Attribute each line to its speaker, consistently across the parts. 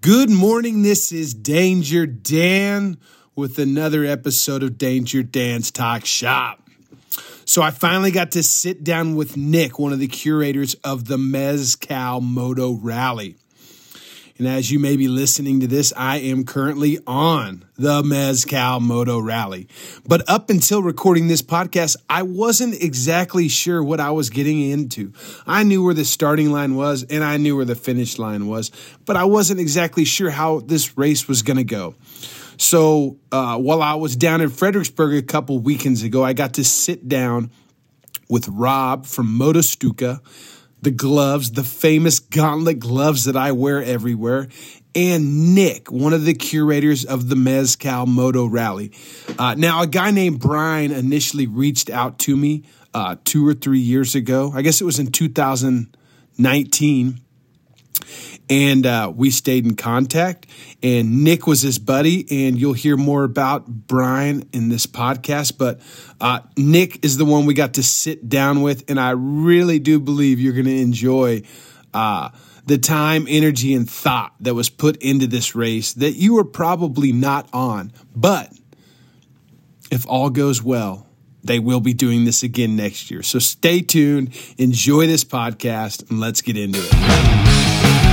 Speaker 1: Good morning. This is Danger Dan with another episode of Danger Dan's Talk Shop. So I finally got to sit down with Nick, one of the curators of the Mezcal Moto Rally. And as you may be listening to this, I am currently on the Mezcal Moto Rally. But up until recording this podcast, I wasn't exactly sure what I was getting into. I knew where the starting line was and I knew where the finish line was, but I wasn't exactly sure how this race was going to go. So uh, while I was down in Fredericksburg a couple weekends ago, I got to sit down with Rob from Motostuka, the gloves, the famous gauntlet gloves that I wear everywhere, and Nick, one of the curators of the Mezcal Moto Rally. Uh, now, a guy named Brian initially reached out to me uh, two or three years ago. I guess it was in 2019 and uh, we stayed in contact. And Nick was his buddy, and you'll hear more about Brian in this podcast. But uh, Nick is the one we got to sit down with, and I really do believe you're going to enjoy uh, the time, energy, and thought that was put into this race that you were probably not on. But if all goes well, they will be doing this again next year. So stay tuned, enjoy this podcast, and let's get into it.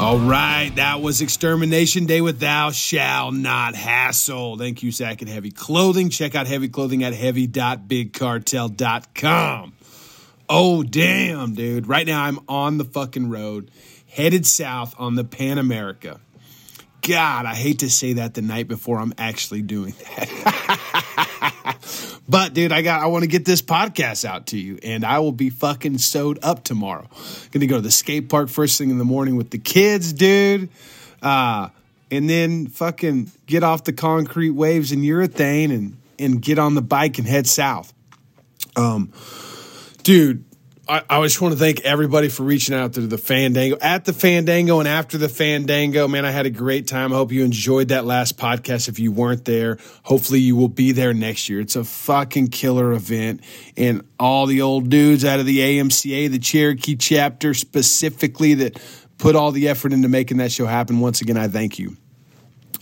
Speaker 1: All right, that was Extermination Day with Thou Shall Not Hassle. Thank you, Zach and Heavy Clothing. Check out Heavy Clothing at heavy.bigcartel.com. Oh, damn, dude. Right now I'm on the fucking road, headed south on the Pan America. God, I hate to say that the night before I'm actually doing that. But dude, I got I want to get this podcast out to you, and I will be fucking sewed up tomorrow. Gonna go to the skate park first thing in the morning with the kids, dude. Uh, and then fucking get off the concrete waves in urethane and and get on the bike and head south. Um dude. I, I just want to thank everybody for reaching out to the Fandango, at the Fandango, and after the Fandango. Man, I had a great time. I hope you enjoyed that last podcast. If you weren't there, hopefully you will be there next year. It's a fucking killer event. And all the old dudes out of the AMCA, the Cherokee chapter specifically, that put all the effort into making that show happen. Once again, I thank you.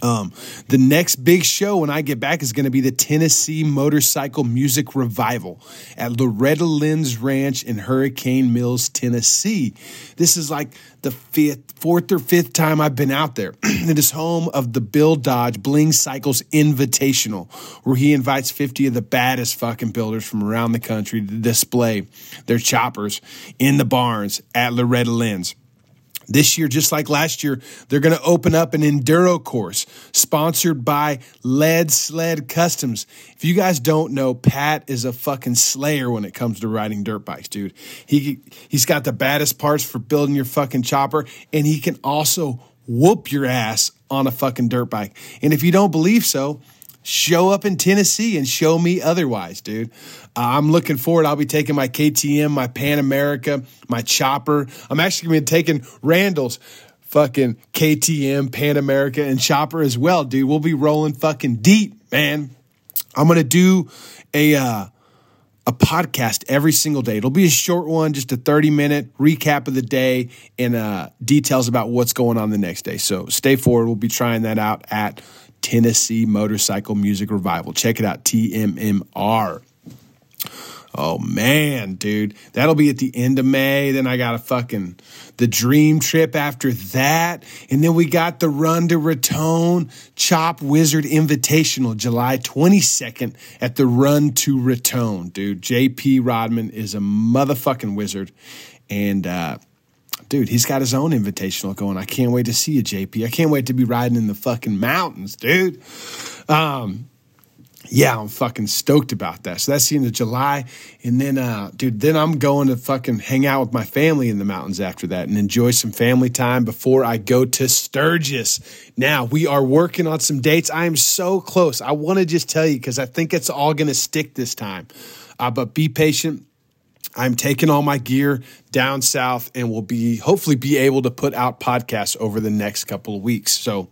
Speaker 1: Um, the next big show when I get back is going to be the Tennessee Motorcycle Music Revival at Loretta Lynn's Ranch in Hurricane Mills, Tennessee. This is like the fifth, fourth or fifth time I've been out there. it is home of the Bill Dodge Bling Cycles Invitational, where he invites 50 of the baddest fucking builders from around the country to display their choppers in the barns at Loretta Lynn's. This year, just like last year, they're going to open up an enduro course sponsored by Lead Sled Customs. If you guys don't know, Pat is a fucking slayer when it comes to riding dirt bikes, dude. He he's got the baddest parts for building your fucking chopper, and he can also whoop your ass on a fucking dirt bike. And if you don't believe so, show up in Tennessee and show me otherwise, dude. Uh, I'm looking forward. I'll be taking my KTM, my Pan America, my chopper. I'm actually going to be taking Randall's fucking KTM, Pan America, and chopper as well, dude. We'll be rolling fucking deep, man. I'm going to do a. Uh, a podcast every single day. It'll be a short one, just a 30 minute recap of the day and uh, details about what's going on the next day. So stay forward. We'll be trying that out at Tennessee Motorcycle Music Revival. Check it out, TMMR. Oh man, dude. That'll be at the end of May. Then I got a fucking the dream trip after that. And then we got the run to Raton Chop Wizard Invitational July 22nd at the run to Raton, dude. JP Rodman is a motherfucking wizard. And uh dude, he's got his own invitational going. I can't wait to see you, JP. I can't wait to be riding in the fucking mountains, dude. Yeah, I'm fucking stoked about that. So that's the end of July. And then, uh, dude, then I'm going to fucking hang out with my family in the mountains after that and enjoy some family time before I go to Sturgis. Now, we are working on some dates. I am so close. I want to just tell you because I think it's all going to stick this time. Uh, but be patient. I'm taking all my gear down south and will be hopefully be able to put out podcasts over the next couple of weeks. So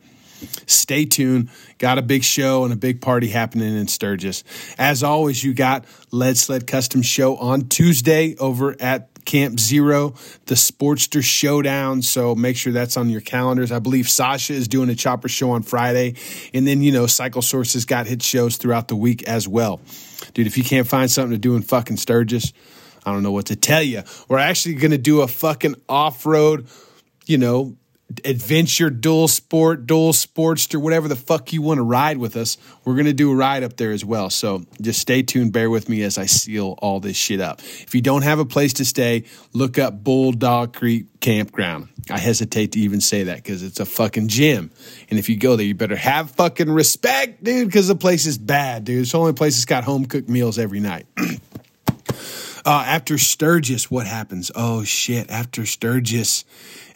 Speaker 1: stay tuned. Got a big show and a big party happening in Sturgis. As always, you got Lead Sled Custom Show on Tuesday over at Camp Zero, the Sportster Showdown. So make sure that's on your calendars. I believe Sasha is doing a chopper show on Friday. And then, you know, Cycle Source has got hit shows throughout the week as well. Dude, if you can't find something to do in fucking Sturgis, I don't know what to tell you. We're actually going to do a fucking off road, you know, adventure, dual sport, dual sportster, whatever the fuck you want to ride with us. We're going to do a ride up there as well. So just stay tuned. Bear with me as I seal all this shit up. If you don't have a place to stay, look up Bulldog Creek Campground. I hesitate to even say that because it's a fucking gym. And if you go there, you better have fucking respect, dude, because the place is bad, dude. It's the only place that's got home cooked meals every night. Uh, after Sturgis, what happens? Oh shit! After Sturgis,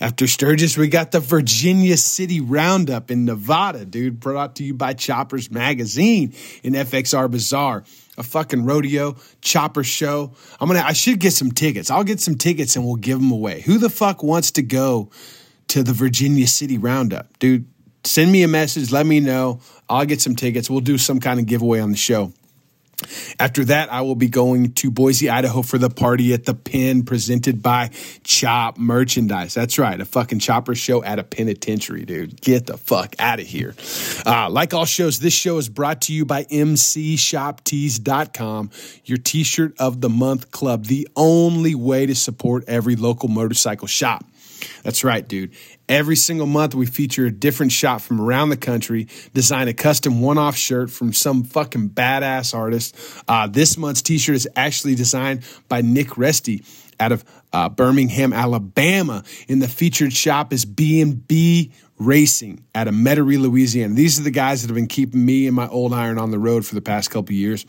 Speaker 1: after Sturgis, we got the Virginia City Roundup in Nevada, dude. Brought to you by Choppers Magazine and FXR Bazaar, a fucking rodeo chopper show. I'm gonna. I should get some tickets. I'll get some tickets and we'll give them away. Who the fuck wants to go to the Virginia City Roundup, dude? Send me a message. Let me know. I'll get some tickets. We'll do some kind of giveaway on the show. After that, I will be going to Boise, Idaho for the party at the Pin presented by Chop Merchandise. That's right, a fucking chopper show at a penitentiary, dude. Get the fuck out of here. Uh, like all shows, this show is brought to you by MCShopTees.com, your t shirt of the month club, the only way to support every local motorcycle shop. That's right, dude. Every single month, we feature a different shop from around the country, design a custom one off shirt from some fucking badass artist. Uh, this month's t shirt is actually designed by Nick Resty out of uh, Birmingham, Alabama. And the featured shop is B&B Racing out of Metairie, Louisiana. These are the guys that have been keeping me and my old iron on the road for the past couple of years.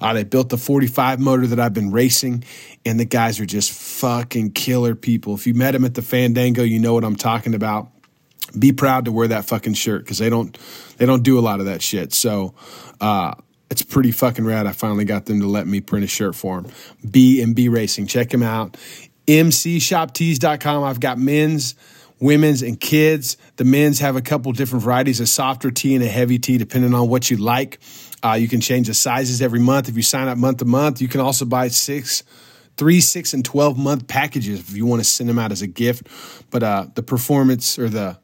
Speaker 1: Uh, they built the 45 motor that I've been racing, and the guys are just fucking killer people. If you met them at the Fandango, you know what I'm talking about be proud to wear that fucking shirt because they don't they don't do a lot of that shit. So uh, it's pretty fucking rad. I finally got them to let me print a shirt for them. B and B Racing, check them out. MCShopTees.com. I've got men's, women's, and kids. The men's have a couple different varieties: a softer tee and a heavy tee, depending on what you like. Uh, you can change the sizes every month if you sign up month to month. You can also buy six three, six, and 12 month packages if you want to send them out as a gift. But uh, the performance or the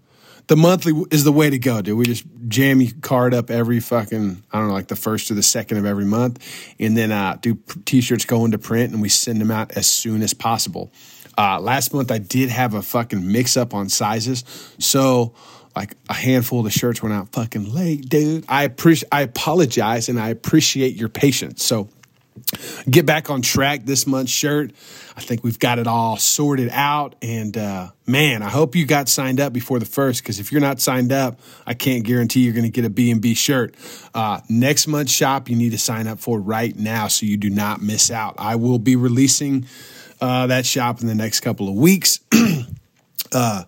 Speaker 1: the monthly is the way to go, dude. We just jam your card up every fucking, I don't know, like the first or the second of every month. And then uh, do t shirts go into print and we send them out as soon as possible. Uh, last month, I did have a fucking mix up on sizes. So, like a handful of the shirts went out fucking late, dude. I appreciate, I apologize, and I appreciate your patience. So, get back on track this month's shirt. I think we've got it all sorted out. And uh, man, I hope you got signed up before the first because if you're not signed up, I can't guarantee you're going to get a B&B shirt. Uh, next month's shop, you need to sign up for right now so you do not miss out. I will be releasing uh, that shop in the next couple of weeks. uh,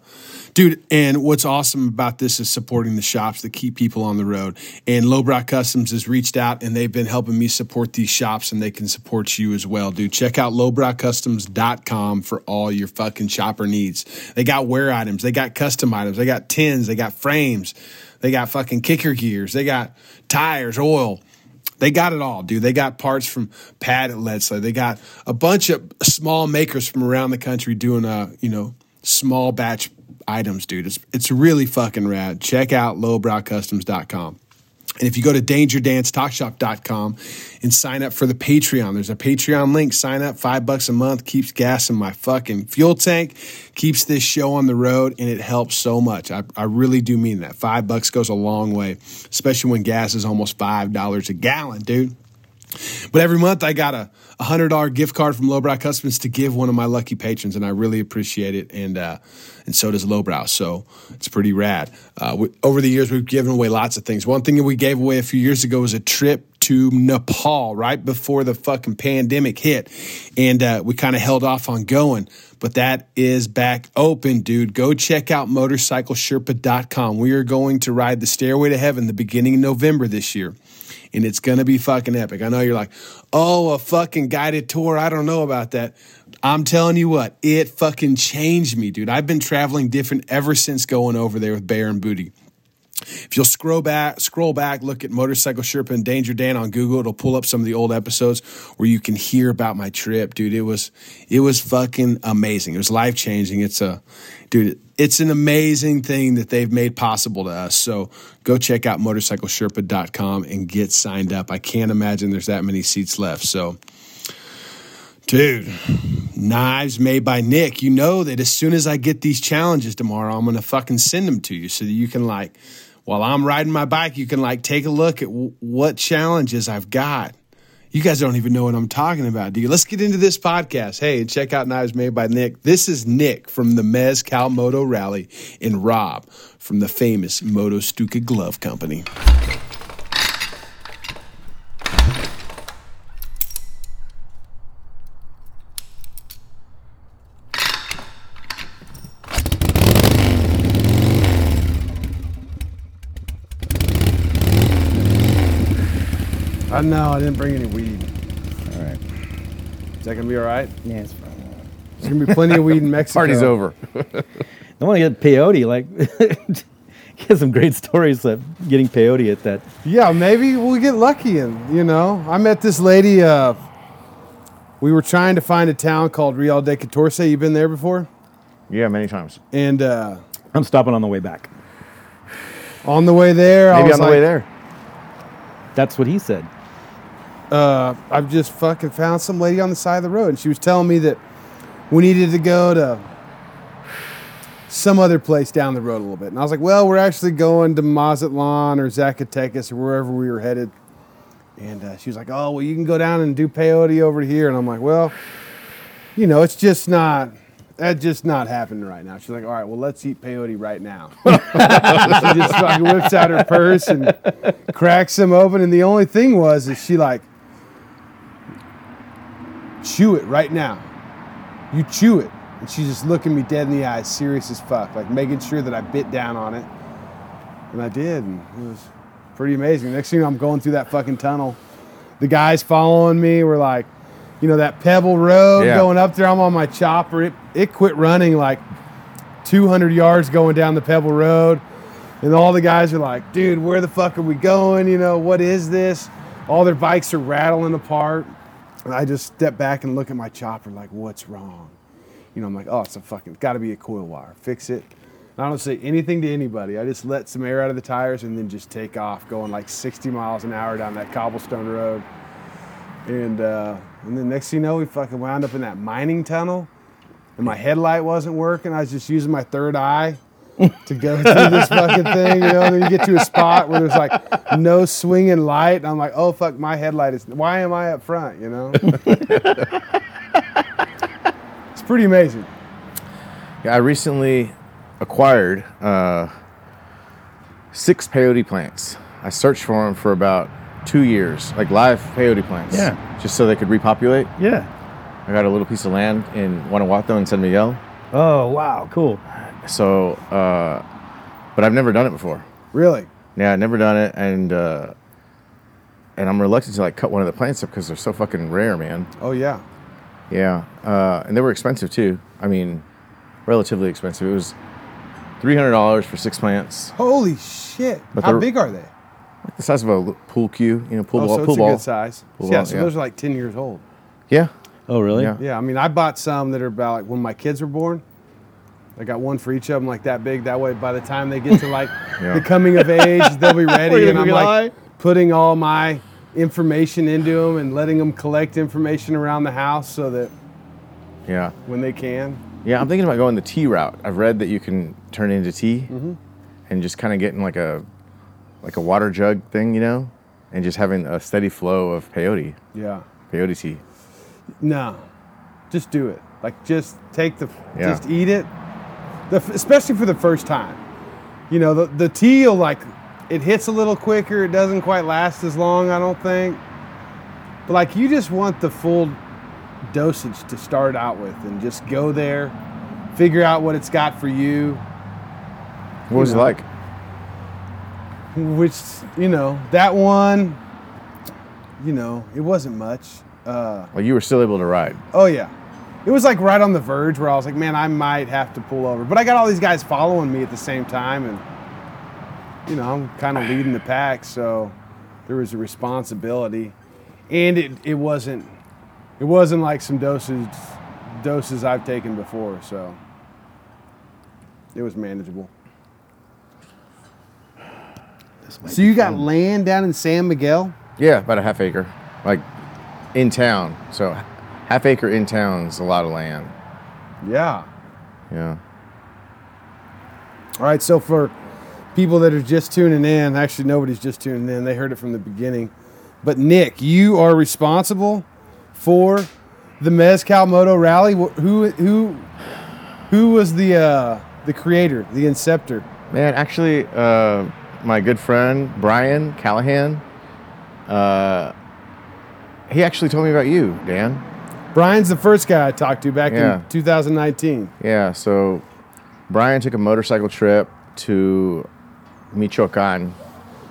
Speaker 1: dude and what's awesome about this is supporting the shops that keep people on the road and lowbrow customs has reached out and they've been helping me support these shops and they can support you as well dude check out lowbrowcustoms.com for all your fucking shopper needs they got wear items they got custom items they got tins they got frames they got fucking kicker gears they got tires oil they got it all, dude. They got parts from Pat at Leadsley. They got a bunch of small makers from around the country doing uh, you know, small batch items, dude. It's, it's really fucking rad. Check out lowbrowcustoms.com. And if you go to dangerdancetalkshop.com and sign up for the Patreon, there's a Patreon link. Sign up, five bucks a month, keeps gas in my fucking fuel tank, keeps this show on the road, and it helps so much. I, I really do mean that. Five bucks goes a long way, especially when gas is almost $5 a gallon, dude. But every month I got a hundred dollar gift card from Lowbrow Customs to give one of my lucky patrons, and I really appreciate it. And uh, and so does Lowbrow, so it's pretty rad. Uh, we, over the years, we've given away lots of things. One thing that we gave away a few years ago was a trip to Nepal right before the fucking pandemic hit, and uh, we kind of held off on going. But that is back open, dude. Go check out motorcyclesherpa.com. We are going to ride the Stairway to Heaven the beginning of November this year and it's gonna be fucking epic. I know you're like, oh, a fucking guided tour. I don't know about that. I'm telling you what, it fucking changed me, dude. I've been traveling different ever since going over there with Bear and Booty. If you'll scroll back, scroll back, look at Motorcycle Sherpa and Danger Dan on Google, it'll pull up some of the old episodes where you can hear about my trip, dude. It was it was fucking amazing. It was life changing. It's a dude, it's an amazing thing that they've made possible to us. So go check out motorcyclesherpa.com and get signed up. I can't imagine there's that many seats left. So Dude, knives made by Nick. You know that as soon as I get these challenges tomorrow, I'm going to fucking send them to you so that you can, like, while I'm riding my bike, you can, like, take a look at w- what challenges I've got. You guys don't even know what I'm talking about, do you? Let's get into this podcast. Hey, and check out Knives Made by Nick. This is Nick from the Mez Cal Moto Rally and Rob from the famous Moto Stuka Glove Company. I know, I didn't bring any weed.
Speaker 2: All right.
Speaker 1: Is that going to be all right?
Speaker 2: Yeah, it's fine.
Speaker 1: There's going to be plenty of weed in Mexico.
Speaker 3: Party's over.
Speaker 2: I want to get peyote. Like, he has some great stories of getting peyote at that.
Speaker 1: Yeah, maybe we'll get lucky and you know. I met this lady uh we were trying to find a town called Real de Catorce. You been there before?
Speaker 3: Yeah, many times.
Speaker 1: And uh
Speaker 2: I'm stopping on the way back.
Speaker 1: on the way there, I
Speaker 3: Maybe
Speaker 2: Oh,
Speaker 1: was
Speaker 3: on the
Speaker 1: like,
Speaker 3: way there.
Speaker 2: That's what he said.
Speaker 1: uh, I've just fucking found some lady on the side of the road, and she was telling me that we needed to go to some other place down the road a little bit. And I was like, well, we're actually going to Mazatlan or Zacatecas or wherever we were headed. And uh, she was like, oh, well, you can go down and do peyote over here. And I'm like, well, you know, it's just not. That just not happening right now. She's like, all right, well, let's eat peyote right now. So she just fucking whips out her purse and cracks them open. And the only thing was, is she like chew it right now. You chew it. And she's just looking me dead in the eyes, serious as fuck, like making sure that I bit down on it. And I did, and it was pretty amazing. Next thing you know, I'm going through that fucking tunnel. The guys following me were like, you know, that pebble road
Speaker 3: Yeah.
Speaker 1: going up there. I'm on my chopper. It, it quit running like 200 yards going down the pebble road. And all the guys are like, dude, where the fuck are we going? You know, what is this? All their bikes are rattling apart. And I just step back and look at my chopper, like, what's wrong? You know, I'm like, oh, it's a fucking, got to be a coil wire. Fix it. And I don't say anything to anybody. I just let some air out of the tires and then just take off, going like 60 miles an hour down that cobblestone road. And uh, and then next thing you know, we fucking wound up in that mining tunnel, and my headlight wasn't working. I was just using my third eye to go through this fucking thing, you know. And then you get to a spot where there's like no swinging light, and I'm like, oh fuck, my headlight is. Why am I up front, you know? it's pretty amazing.
Speaker 3: Yeah, I recently acquired uh, six peyote plants. I searched for them for about two years, like live peyote plants.
Speaker 2: Yeah.
Speaker 3: Just so they could repopulate.
Speaker 2: Yeah.
Speaker 3: I got a little piece of land in Guanajuato in San Miguel.
Speaker 2: Oh wow, cool.
Speaker 3: So, uh, but I've never done it before.
Speaker 1: Really,
Speaker 3: Yeah, I've never done it, and uh, and I'm reluctant to like cut one of the plants up because they're so fucking rare, man.
Speaker 1: oh yeah,
Speaker 3: Yeah, uh, and they were expensive too. I mean, relatively expensive. It was three hundred dollars for six plants,
Speaker 1: holy shit!
Speaker 3: But
Speaker 1: How
Speaker 3: they're-
Speaker 1: big are they?
Speaker 3: like the size of a l- pool cue, you know, pool
Speaker 1: Oh,
Speaker 3: ball.
Speaker 1: so
Speaker 3: pool
Speaker 1: it's a
Speaker 3: ball.
Speaker 1: good size.
Speaker 3: Pool
Speaker 1: yeah,
Speaker 3: ball,
Speaker 1: so
Speaker 3: yeah.
Speaker 1: those are like 10 years old.
Speaker 3: Yeah,
Speaker 2: Oh really?
Speaker 3: Yeah.
Speaker 1: Yeah, I mean, I bought some that are about like when my kids were born. I got one for each of them, like that big. That way, by the time they get to like
Speaker 3: Yeah.
Speaker 1: the coming of age, they'll be ready.
Speaker 2: Wait,
Speaker 1: and I'm
Speaker 2: we
Speaker 1: like
Speaker 2: lie?
Speaker 1: putting all my information into them and letting them collect information around the house so that
Speaker 3: yeah,
Speaker 1: when they can.
Speaker 3: yeah. I'm thinking about going the tea route. I've read that you can turn it into tea,
Speaker 1: Mm-hmm.
Speaker 3: and just kind of getting like a like a water jug thing, you know, and just having a steady flow of peyote,
Speaker 1: Yeah.
Speaker 3: peyote tea.
Speaker 1: No, just do it. Like just take the,
Speaker 3: Yeah.
Speaker 1: just eat it. The, especially for the first time, you know the the tea will like it hits a little quicker. It doesn't quite last as long, I don't think. But like you just want the full dosage to start out with, and just go there, figure out what it's got for you.
Speaker 3: What was it like?
Speaker 1: Which you know that one you know, it wasn't much. Uh,
Speaker 3: Well, you were still able to ride.
Speaker 1: oh yeah, it was like right on the verge where I was like, man, I might have to pull over. But I got all these guys following me at the same time, and you know, I'm kind of leading the pack, so there was a responsibility, and it it wasn't it wasn't like some doses doses I've taken before, so it was manageable.
Speaker 2: This might
Speaker 1: So you got land down in San Miguel?
Speaker 3: Yeah, about a half acre, like in town. So half acre in town is a lot of land.
Speaker 1: Yeah.
Speaker 3: Yeah.
Speaker 1: All right, so for people that are just tuning in, actually nobody's just tuning in. They heard it from the beginning. But Nick, you are responsible for the Mezcal Moto Rally. Wh- Who who who was the uh, the creator, the inceptor?
Speaker 3: Man, actually, uh, my good friend Brian Callahan, uh, he actually told me about you, Dan.
Speaker 1: Brian's the first guy I talked to back
Speaker 3: Yeah.
Speaker 1: in 2019.
Speaker 3: Yeah, so Brian took a motorcycle trip to Michoacan,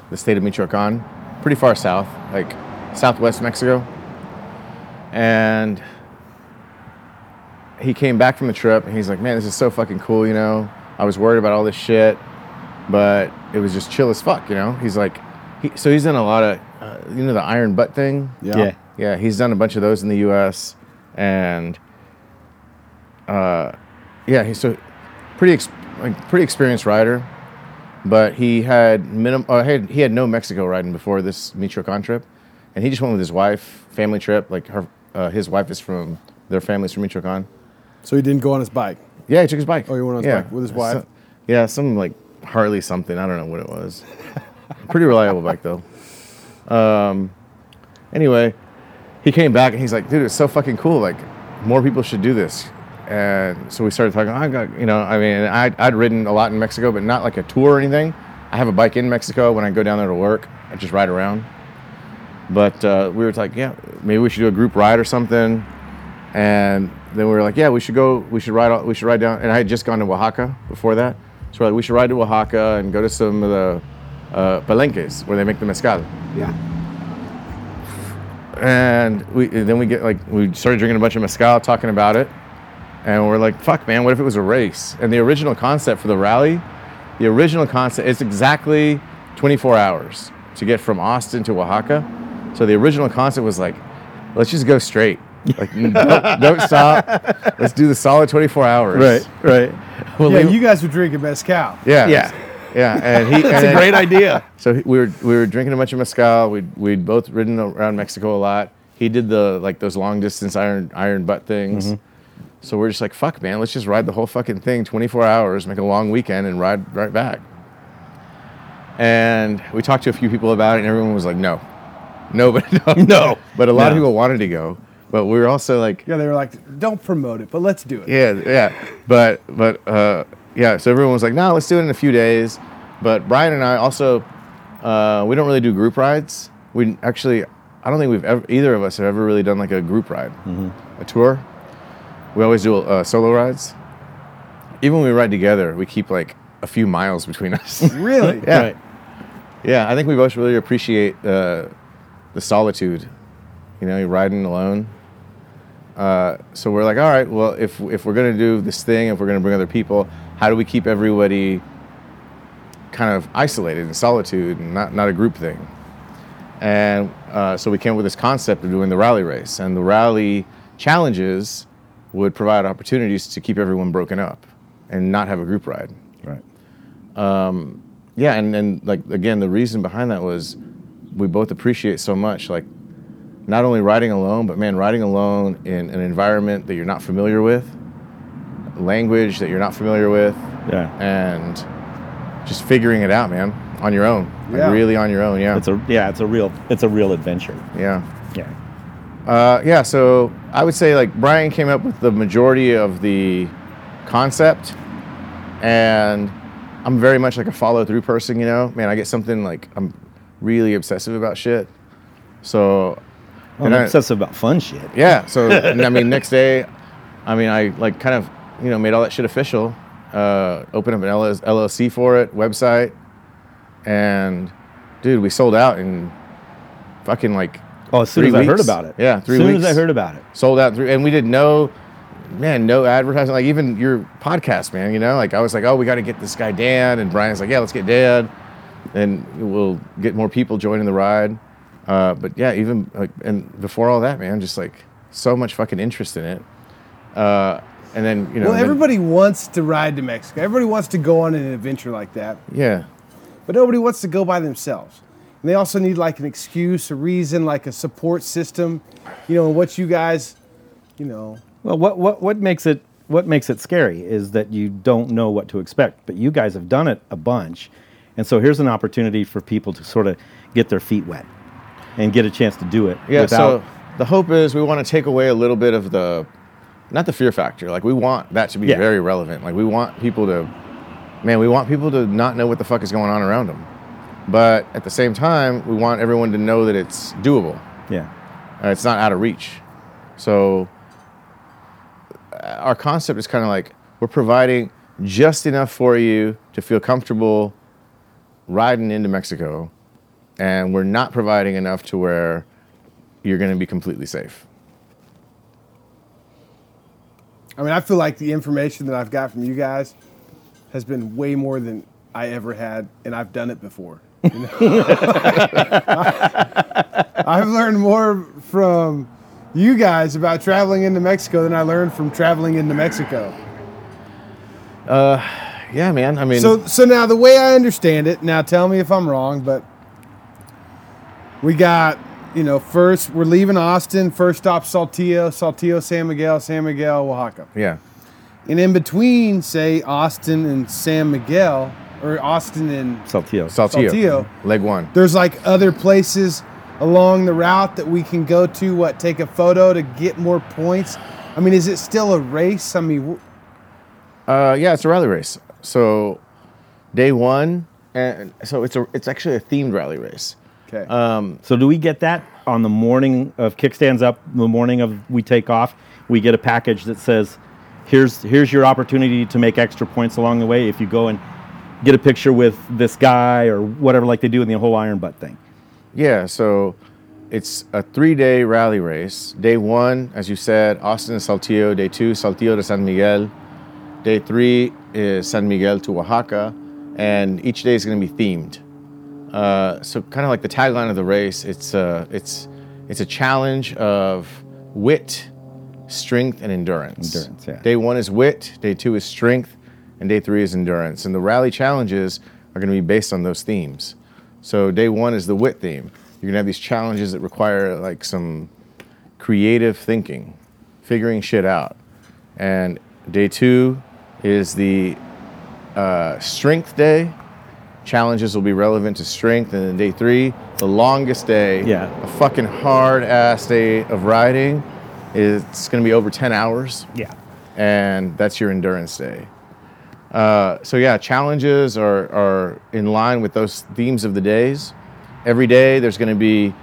Speaker 3: the state of Michoacan, pretty far south, like southwest Mexico. And he came back from the trip and he's like, man, this is so fucking cool, you know? I was worried about all this shit, but it was just chill as fuck, you know? He's like, he, so he's done a lot of, uh, you know, the iron butt thing?
Speaker 1: Yeah.
Speaker 2: Yeah.
Speaker 3: Yeah, he's done a bunch of those in the U.S. and uh, yeah, he's so pretty ex- like pretty experienced rider, but he had minim- uh, had, he had no Mexico riding before this Michoacan trip, and he just went with his wife, family trip. Like her, uh, his wife is from their family's from Michoacan.
Speaker 1: So he didn't go on his bike.
Speaker 3: Yeah, he took his bike.
Speaker 1: Oh, he went on his
Speaker 3: Yeah.
Speaker 1: bike with his wife?
Speaker 3: So- yeah, some like Harley something. I don't know what it was. Pretty reliable bike though. Um, anyway, he came back and he's like, dude, it's so fucking cool. Like, more people should do this. And so we started talking. I got, you know, I mean, I'd, I'd ridden a lot in Mexico, but not like a tour or anything. I have a bike in Mexico. When I go down there to work, I just ride around. But uh, we were like, yeah, maybe we should do a group ride or something. And then we were like, yeah, we should go, we should ride, all- we should ride down. And I had just gone to Oaxaca before that. So we're like, we should ride to Oaxaca and go to some of the uh, palenques where they make the mezcal
Speaker 1: Yeah.
Speaker 3: and we and then we get like we started drinking a bunch of mezcal, talking about it, and we're like, "Fuck, man, what if it was a race?" And the original concept for the rally, the original concept, it's exactly 24 hours to get from Austin to Oaxaca. So the original concept was like, "Let's just go straight, like n- don't, don't stop. Let's do the solid 24 hours."
Speaker 2: Right, right.
Speaker 3: We'll
Speaker 1: Yeah,
Speaker 3: leave-
Speaker 1: you guys were drinking mezcal.
Speaker 3: yeah.
Speaker 2: Yeah.
Speaker 3: Yeah, and he.
Speaker 2: That's
Speaker 3: and
Speaker 2: a
Speaker 3: then-
Speaker 2: great idea.
Speaker 3: so he- we were we were drinking a bunch of mezcal. We'd we'd both ridden around Mexico a lot. He did the like those long distance iron iron butt things.
Speaker 2: Mm-hmm.
Speaker 3: So we're just like, fuck, man, let's just ride the whole fucking thing, 24 hours, make a long weekend, and ride right back. And we talked to a few people about it, and everyone was like, no, no, but no,
Speaker 2: No.
Speaker 3: But a lot of
Speaker 2: No.
Speaker 3: people wanted to go, but we were also like,
Speaker 1: Yeah, they were like, "Don't promote it, but let's do it."
Speaker 3: yeah, yeah. But but uh, yeah. So everyone was like, "No, let's do it in a few days." But Brian and I also, uh, we don't really do group rides. We actually, I don't think we've ever either of us have ever really done like a group ride, a tour. We always do uh, solo rides. Even when we ride together, we keep like a few miles between us.
Speaker 1: Really?
Speaker 3: Yeah.
Speaker 2: Right.
Speaker 3: yeah, I think we both really appreciate uh, the solitude. You know, you're riding alone. Uh, so we're like, all right, well, if if we're gonna do this thing, if we're gonna bring other people, how do we keep everybody kind of isolated in solitude and not not a group thing? And uh, so we came up with this concept of doing the rally race, and the rally challenges would provide opportunities to keep everyone broken up and not have a group ride.
Speaker 2: Right.
Speaker 3: Yeah, and and like again, the reason behind that was we both appreciate so much like not only riding alone, but man, riding alone in an environment that you're not familiar with, language that you're not familiar with,
Speaker 2: Yeah.
Speaker 3: and just figuring it out, man, on your own, like
Speaker 1: Yeah.
Speaker 3: really on your own. Yeah,
Speaker 2: It's a yeah. It's a real. It's a real adventure.
Speaker 3: yeah.
Speaker 2: Yeah.
Speaker 3: Uh, yeah, so I would say like Brian came up with the majority of the concept, and I'm very much like a follow through person, you know. Man, I get something like I'm really obsessive about shit. So,
Speaker 2: Well,
Speaker 3: and
Speaker 2: I'm
Speaker 3: I-
Speaker 2: obsessive about fun shit.
Speaker 3: yeah. So and I mean, next day, I mean, I like kind of you know made all that shit official. Uh, opened up an LS, LLC for it, website, and dude, we sold out in fucking like
Speaker 2: Oh, as soon as
Speaker 3: Three
Speaker 2: I heard
Speaker 3: weeks?
Speaker 2: about it.
Speaker 3: Yeah,
Speaker 2: As
Speaker 3: three
Speaker 2: soon
Speaker 3: weeks.
Speaker 2: as I heard about it.
Speaker 3: sold out through and we did no man no advertising like even your podcast man you know like i was like oh we got to get this guy dan and brian's like yeah let's get dan and we'll get more people joining the ride uh, but yeah even like and before all that man just like so much fucking interest in it uh, and then you know
Speaker 1: Well,
Speaker 3: then-
Speaker 1: everybody wants to ride to Mexico. Everybody wants to go on an adventure like that,
Speaker 3: yeah
Speaker 1: but nobody wants to go by themselves. And they also need like an excuse, a reason, like a support system, you know, and what you guys, you know,
Speaker 2: Well, what what what makes it what makes it scary is that you don't know what to expect. But you guys have done it a bunch, and so here's an opportunity for people to sort of get their feet wet and get a chance to do it.
Speaker 3: Yeah,
Speaker 2: without,
Speaker 3: so the hope is we want to take away a little bit of the, not the fear factor. Like we want that to be
Speaker 2: Yeah.
Speaker 3: very relevant. Like we want people to, man, we want people to not know what the fuck is going on around them. But at the same time, we want everyone to know that it's doable.
Speaker 2: yeah,
Speaker 3: Uh, it's not out of reach. So uh, our concept is kind of like we're providing just enough for you to feel comfortable riding into Mexico, and we're not providing enough to where you're going to be completely safe.
Speaker 1: I mean, I feel like the information that I've got from you guys has been way more than I ever had, and I've done it before. you know? I've learned more from you guys about traveling into Mexico than I learned from traveling into Mexico.
Speaker 3: Yeah, man. I mean,
Speaker 1: So, so now the way I understand it, now tell me if I'm wrong, but we got, you know, first we're leaving Austin, first stop Saltillo, Saltillo, San Miguel, San Miguel, Oaxaca.
Speaker 3: yeah,
Speaker 1: And in between, say Austin and San Miguel, or Austin and
Speaker 2: Saltillo.
Speaker 3: Saltillo,
Speaker 1: Saltillo.
Speaker 3: leg one.
Speaker 1: there's like other places along the route that we can go to. What take a photo to get more points? I mean, is it still a race? I mean, wh-
Speaker 3: Uh, yeah, it's a rally race. So day one, and so it's a it's actually a themed rally race.
Speaker 1: okay.
Speaker 2: So do we get that on the morning of kickstands up? The morning of we take off, we get a package that says, "Here's here's your opportunity to make extra points along the way if you go and get a picture with this guy or whatever, like they do in the whole iron butt thing."
Speaker 3: Yeah, so it's a three day rally race. Day one, as you said, Austin to Saltillo. Day two, Saltillo to San Miguel. Day three is San Miguel to Oaxaca. And each day is going to be themed. Uh, so, kind of like the tagline of the race, it's, uh, it's, it's a challenge of wit, strength, and endurance.
Speaker 2: Endurance, yeah.
Speaker 3: Day one is wit, day two is strength, and day three is endurance. And the rally challenges are going to be based on those themes. So day one is the wit theme. You're going to have these challenges that require like some creative thinking, figuring shit out. And day two is the uh, strength day. Challenges will be relevant to strength. And then day three, the longest day,
Speaker 2: Yeah.
Speaker 3: a fucking hard ass day of riding. It's going to be over 10 hours
Speaker 2: Yeah.
Speaker 3: and that's your endurance day. Uh, so yeah, challenges are, are in line with those themes of the days. Every day there's going to be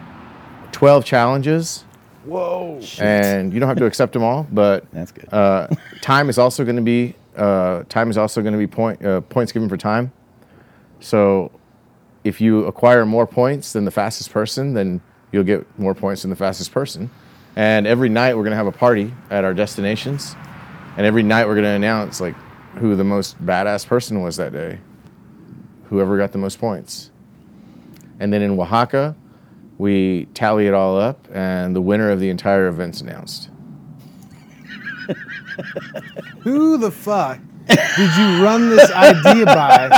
Speaker 3: 12 challenges, and you don't have to accept them all. But
Speaker 2: That's good.
Speaker 3: uh, time is also going to be uh, time is also going to be point uh, points given for time. So if you acquire more points than the fastest person, then you'll get more points than the fastest person. And every night we're going to have a party at our destinations, and every night we're going to announce like who the most badass person was that day, whoever got the most points. And then in Oaxaca, we tally it all up, and the winner of the entire event's announced.
Speaker 1: Who the fuck did you run this idea by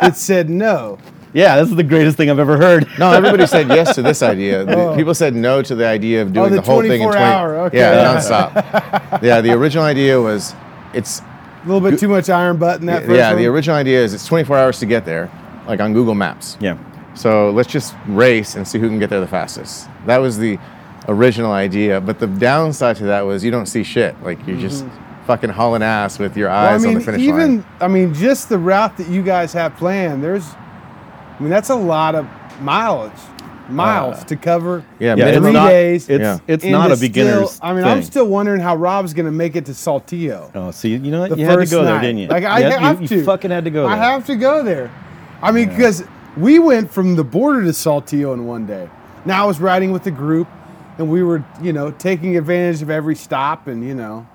Speaker 1: that said no?
Speaker 2: Yeah, this is the greatest thing I've ever heard.
Speaker 3: No, everybody said yes to this idea. The- People said no to the idea of doing
Speaker 1: Oh. the
Speaker 3: the, whole thing in
Speaker 1: 24
Speaker 3: 20
Speaker 1: hour, okay.
Speaker 3: Yeah, nonstop. yeah, the original idea was it's
Speaker 1: A little bit too much iron butt in that first
Speaker 3: yeah, the
Speaker 1: one?
Speaker 3: original idea is it's 24 hours to get there, like on Google Maps.
Speaker 2: Yeah.
Speaker 3: So let's just race and see who can get there the fastest. That was the original idea, but the downside to that was you don't see shit. Like you're just fucking hauling ass with your
Speaker 1: Mm-hmm. Well, I
Speaker 3: eyes on
Speaker 1: mean,
Speaker 3: the finish
Speaker 1: even
Speaker 3: line.
Speaker 1: I mean, just the route that you guys have planned. There's, I mean, that's a lot of mileage, miles
Speaker 3: Uh,
Speaker 1: to cover.
Speaker 3: yeah,
Speaker 1: in
Speaker 3: Yeah, it's
Speaker 1: three
Speaker 3: not-
Speaker 1: days.
Speaker 2: It's
Speaker 3: Yeah.
Speaker 2: it's
Speaker 1: And
Speaker 2: not a
Speaker 1: it's
Speaker 2: beginner's.
Speaker 1: Still, I mean, I'm
Speaker 2: thing.
Speaker 1: still wondering how Rob's going to make it to Saltillo.
Speaker 2: Oh, see, you know what?
Speaker 1: the
Speaker 2: You had to
Speaker 1: first
Speaker 2: go there,
Speaker 1: night.
Speaker 2: didn't you?
Speaker 1: Like I
Speaker 2: You had- you-
Speaker 1: have
Speaker 2: you
Speaker 1: to.
Speaker 2: fucking had to go
Speaker 1: I
Speaker 2: there.
Speaker 1: have to go there. I mean, because we went from the border to Saltillo in one day. Now I was riding with a group,
Speaker 4: and we were, you know, taking advantage of every stop. And you know,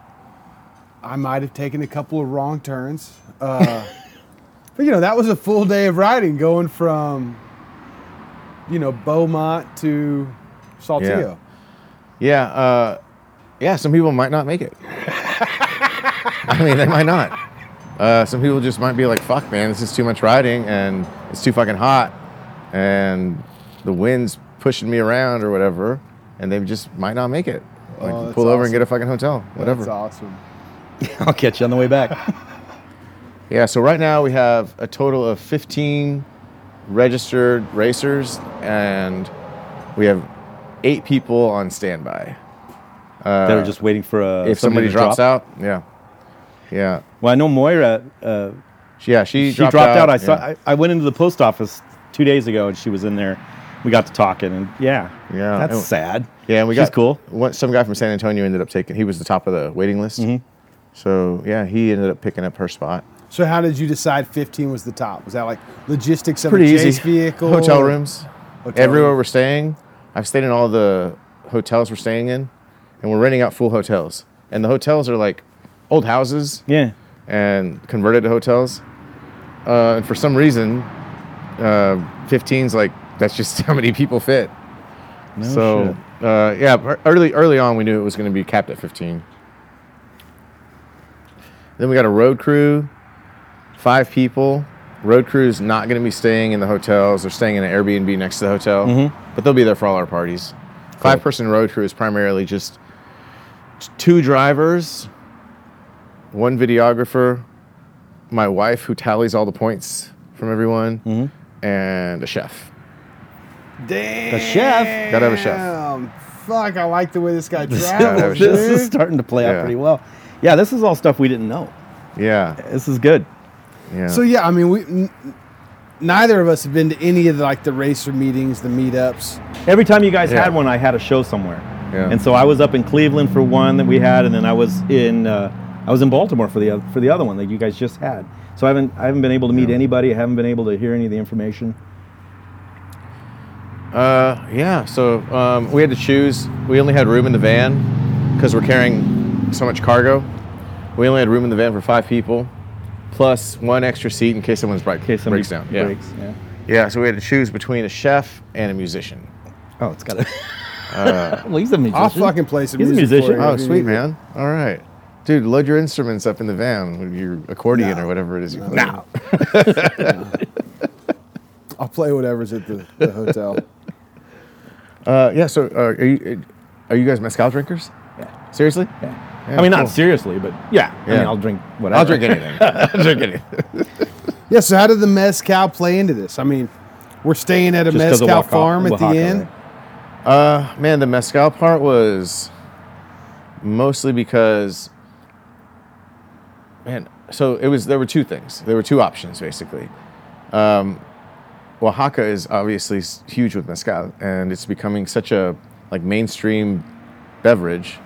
Speaker 4: I might have taken a couple of wrong turns. Uh, but you know, that was a full day of riding, going from, you know, Beaumont to Saltillo.
Speaker 3: Yeah, uh, yeah. Some people might not make it. I mean, they might not. Uh, some people just might be like, "Fuck, man, this is too much riding, and it's too fucking hot, and the wind's pushing me around or whatever," and they just might not make it. Like,
Speaker 4: Oh, that's
Speaker 3: pull over and
Speaker 4: awesome.
Speaker 3: get a fucking hotel, whatever.
Speaker 4: That's awesome.
Speaker 2: I'll catch you on the way back.
Speaker 3: Yeah, so right now we have a total of 15 registered racers, and we have eight people on standby. Uh,
Speaker 2: that are just waiting for a
Speaker 3: if somebody, drops out, yeah, yeah,
Speaker 2: Well, I know Moira. Uh,
Speaker 3: She- yeah. She,
Speaker 2: she dropped, out. I saw.
Speaker 3: yeah.
Speaker 2: I, I went into the post office two days ago, and she was in there. We got to talking, and yeah,
Speaker 3: Yeah,
Speaker 2: that's
Speaker 3: and-
Speaker 2: sad.
Speaker 3: yeah, and we
Speaker 2: She's
Speaker 3: got
Speaker 2: cool.
Speaker 3: One, some guy from San Antonio ended up taking. He was the top of the waiting list.
Speaker 2: Mm-hmm.
Speaker 3: So yeah, he ended up picking up her spot.
Speaker 4: So how did you decide 15 was the top? Was that like logistics of
Speaker 3: Pretty
Speaker 4: a chase
Speaker 3: easy.
Speaker 4: vehicle?
Speaker 3: Hotel rooms.
Speaker 4: Hotel
Speaker 3: Everywhere
Speaker 4: room.
Speaker 3: we're staying, I've stayed in all the hotels we're staying in, and we're renting out full hotels. And the hotels are like old houses
Speaker 2: Yeah,
Speaker 3: and converted to hotels. Uh, and for some reason, uh, 15's like that's just how many people fit. so uh, yeah, ear- early early on we knew it was going to be capped at 15. Then we got a road crew, five people. Road crew is not going to be staying in the hotels. They're staying in an Airbnb next to the hotel, but they'll be there for all our parties. Five person road crew is primarily just t- two drivers, one videographer, my wife who tallies all the points from everyone, Mm-hmm. and a chef.
Speaker 4: Damn.
Speaker 2: The chef?
Speaker 3: Gotta have a chef.
Speaker 4: Fuck, I like the way this guy
Speaker 3: gotta have a
Speaker 4: travels.
Speaker 3: chef.
Speaker 2: this is
Speaker 4: dude.
Speaker 2: starting to play out
Speaker 3: Yeah.
Speaker 2: pretty well. Yeah, this is all stuff we didn't know.
Speaker 3: Yeah.
Speaker 2: This is good.
Speaker 3: Yeah.
Speaker 4: So yeah, I mean, we n- neither of us have been to any of the, like the racer meetings, the meetups.
Speaker 2: Every time you guys
Speaker 3: Yeah.
Speaker 2: had one, I had a show somewhere.
Speaker 3: Yeah.
Speaker 2: And so I was up in Cleveland for one that we had, and then I was in uh, I was in Baltimore for the oth- for the other one that you guys just had. So I haven't I haven't been able to meet anybody. I haven't been able to hear any of the information.
Speaker 3: Uh, yeah. So um, we had to choose. We only had room in the van because we're carrying so much cargo. We only had room in the van for five people, plus one extra seat in case someone's break,
Speaker 2: Okay, somebody
Speaker 3: breaks down.
Speaker 2: breaks, yeah.
Speaker 3: Yeah. yeah. So we had to choose between a chef and a musician.
Speaker 2: Oh, it's got to. well,
Speaker 3: Uh,
Speaker 2: he's a musician.
Speaker 4: I'll fucking play some
Speaker 2: He's a
Speaker 4: music.
Speaker 2: musician.
Speaker 4: For you
Speaker 3: Oh,
Speaker 4: if you
Speaker 3: sweet
Speaker 4: need it.
Speaker 3: man. All right, dude. Load your instruments up in the van with your accordion
Speaker 4: No.
Speaker 3: or whatever it is you play.
Speaker 4: No. I'll play whatever's at the, the hotel.
Speaker 3: Uh, yeah. So uh, are you are you guys mezcal drinkers?
Speaker 2: Yeah.
Speaker 3: Seriously?
Speaker 2: Yeah.
Speaker 3: Yeah,
Speaker 2: I mean, not
Speaker 3: cool.
Speaker 2: seriously, but yeah. I
Speaker 3: Yeah.
Speaker 2: mean, I'll drink whatever.
Speaker 3: I'll drink anything. I'll drink anything.
Speaker 4: Yeah. So how did the mezcal play into this? I mean, oey're staying at a
Speaker 2: Just 'cause of
Speaker 4: mezcal
Speaker 2: Oaxaca-
Speaker 4: farm at the
Speaker 2: Oaxaca,
Speaker 4: end.
Speaker 2: right?
Speaker 3: Uh, man, the mezcal part was mostly because, man. So it was. There were two things. There were two options basically. Um, Oaxaca is obviously s- huge with mezcal, and it's becoming such a like mainstream beverage.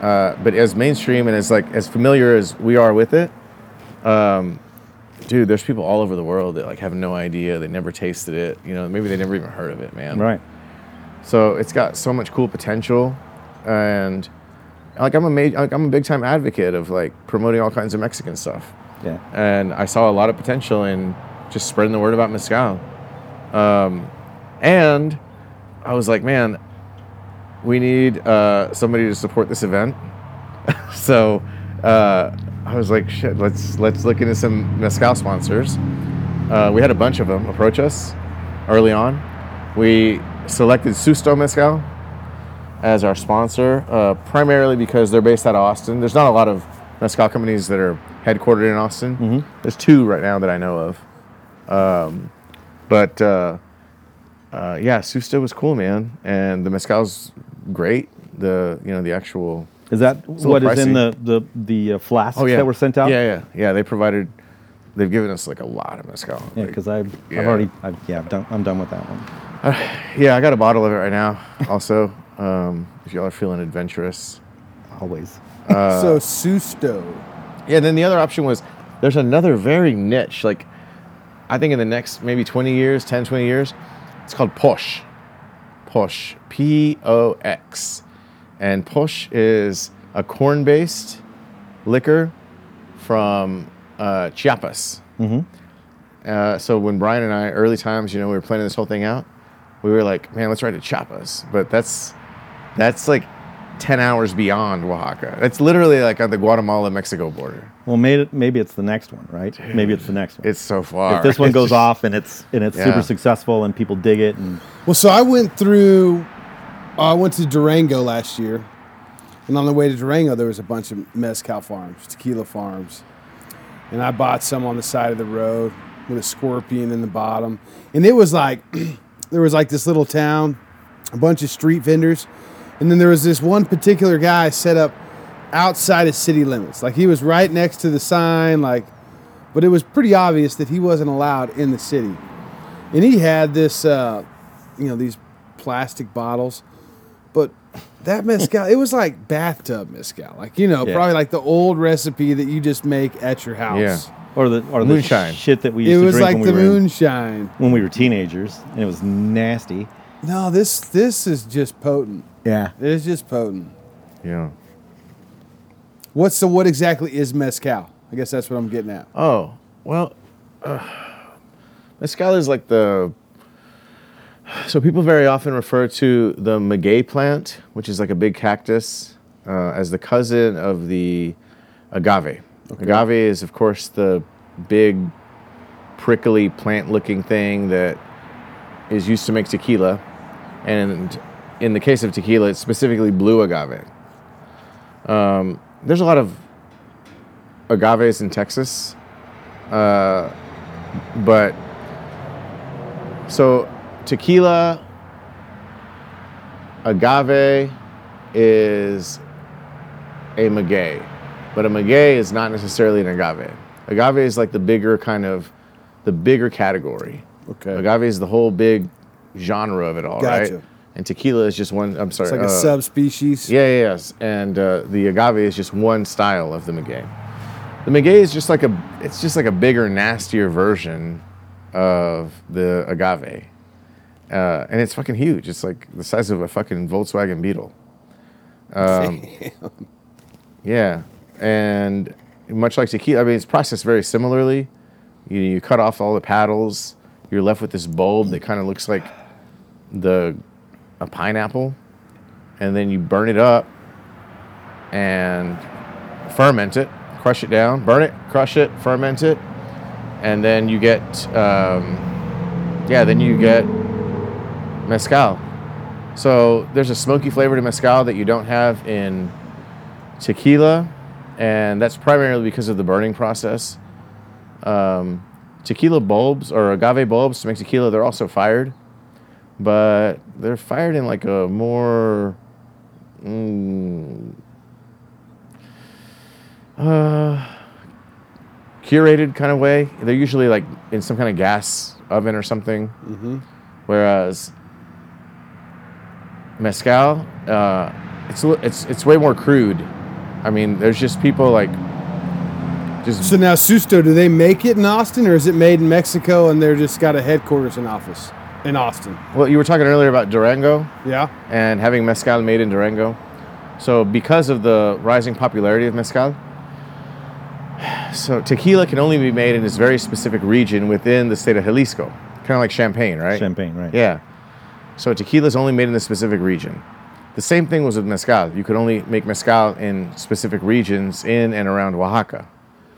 Speaker 3: Uh, but as mainstream and as like as familiar as we are with it, um, dude, there's people all over the world that like have no idea. They never tasted it. You know, maybe they never even heard of it, man.
Speaker 2: Right.
Speaker 3: So it's got so much cool potential, and like I'm a ma- like I'm a big time advocate of like promoting all kinds of Mexican stuff,
Speaker 2: Yeah.
Speaker 3: and I saw a lot of potential in just spreading the word about mezcal, um, and I was like, man, we need uh, somebody to support this event, so. Uh, I was like, shit. Let's let's look into some mezcal sponsors. Uh, we had a bunch of them approach us early on. We selected Susto Mezcal as our sponsor, uh, primarily because they're based out of Austin. There's not a lot of mezcal companies that are headquartered in Austin. There's two right now that I know of. Um, but uh, uh, yeah, Susto was cool, man, and the mezcal's great. The you know the actual
Speaker 2: Is that
Speaker 3: little
Speaker 2: what is in the
Speaker 3: pricey.
Speaker 2: the the uh, flasks
Speaker 3: oh yeah
Speaker 2: that were sent out?
Speaker 3: yeah yeah yeah they provided they've given us like a lot of mezcal
Speaker 2: Yeah,
Speaker 3: Like,
Speaker 2: because I've,
Speaker 3: Yeah.
Speaker 2: I've already, I've, yeah, I've done, I'm done with that one.
Speaker 3: yeah I got a bottle of it right now also um, if y'all are feeling adventurous.
Speaker 2: Always.
Speaker 4: so Susto.
Speaker 3: Yeah, then the other option was there's another very niche, like I think in the next maybe 20 years, 10, 20 years, it's called Posh. Posh, P O X. And Posh is a corn based liquor from uh, Chiapas. Uh, so when Brian and I, early times, you know, we were planning this whole thing out, we were like, man, let's ride to Chiapas. But that's that's like 10 hours beyond Oaxaca. That's literally like on the Guatemala Mexico border.
Speaker 2: Well, maybe, maybe it's the next one, right? Maybe it's the next one.
Speaker 3: It's so far.
Speaker 2: if this one
Speaker 3: It's
Speaker 2: goes
Speaker 3: just-
Speaker 2: off and it's and it's
Speaker 3: Yeah.
Speaker 2: super successful and people dig it and
Speaker 1: Well, so I went through, uh, I went to Durango last year, and on the way to Durango, there was a bunch of mezcal farms, tequila farms, and I bought some on the side of the road with a scorpion in the bottom, and it was like, there was like this little town, a bunch of street vendors, and then there was this one particular guy set up outside of city limits, like he was right next to the sign, like, but it was pretty obvious that he wasn't allowed in the city, and he had this. Uh, you know these plastic bottles, but that mezcal it was like bathtub mezcal, like you know
Speaker 2: Yeah.
Speaker 1: probably like the old recipe that you just make at your house.
Speaker 3: Yeah.
Speaker 2: or the or the
Speaker 3: Moonshine.
Speaker 2: shit that we
Speaker 1: It
Speaker 2: used to
Speaker 1: was
Speaker 2: drink
Speaker 1: like
Speaker 2: when,
Speaker 1: the
Speaker 2: we were in-
Speaker 1: moonshine.
Speaker 2: when we were teenagers and it was nasty.
Speaker 1: No, this this is just potent.
Speaker 2: Yeah.
Speaker 1: It is just potent.
Speaker 3: Yeah.
Speaker 1: What's the what exactly is mezcal? I guess that's what I'm getting at.
Speaker 3: Oh, well, uh, mezcal is like the. So people very often refer to the maguey plant, which is like a big cactus, uh, as the cousin of the agave. Agave is, of course, the big prickly plant-looking thing that is used to make tequila, and in the case of tequila, it's specifically blue agave. Um, there's a lot of agaves in Texas, uh, but so tequila, agave is a maguey, but a maguey is not necessarily an agave. Agave is like the bigger kind of the bigger category.
Speaker 1: Okay.
Speaker 3: Agave is the whole big genre of it all, right?
Speaker 1: Gotcha.
Speaker 3: And tequila is just one. I'm sorry.
Speaker 1: It's like a
Speaker 3: uh,
Speaker 1: subspecies.
Speaker 3: yeah, yeah, yes. And uh, the agave is just one style of the maguey. The maguey is just like a, it's just like a bigger, nastier version of the agave, uh, and it's fucking huge. It's like the size of a fucking Volkswagen Beetle. Um, Yeah, and much like tequila, I mean, it's processed very similarly. You, you cut off all the paddles. You're left with this bulb that kind of looks like the a pineapple, and then you burn it up and ferment it, crush it down, burn it, crush it, ferment it, and then you get um, yeah, then you get mezcal. So there's a smoky flavor to mezcal that you don't have in tequila, and that's primarily because of the burning process. Um, tequila bulbs or agave bulbs to make tequila, they're also fired, but they're fired in like a more. mm, uh, curated kind of way. They're usually like in some kind of gas oven or something. Whereas mezcal, uh, it's a li- it's it's way more crude. I mean, there's just people like just
Speaker 1: So now Susto, do they make it in Austin or is it made in Mexico and they're just got a headquarters in office in Austin?
Speaker 3: well. You were talking earlier about Durango
Speaker 1: Yeah.
Speaker 3: and having mezcal made in Durango. So because of the rising popularity of mezcal, so tequila can only be made in this very specific region within the state of Jalisco, kind of like champagne, right?
Speaker 2: Champagne, right.
Speaker 3: Yeah. So tequila is only made in the specific region. The same thing was with mezcal. You could only make mezcal in specific regions in and around Oaxaca.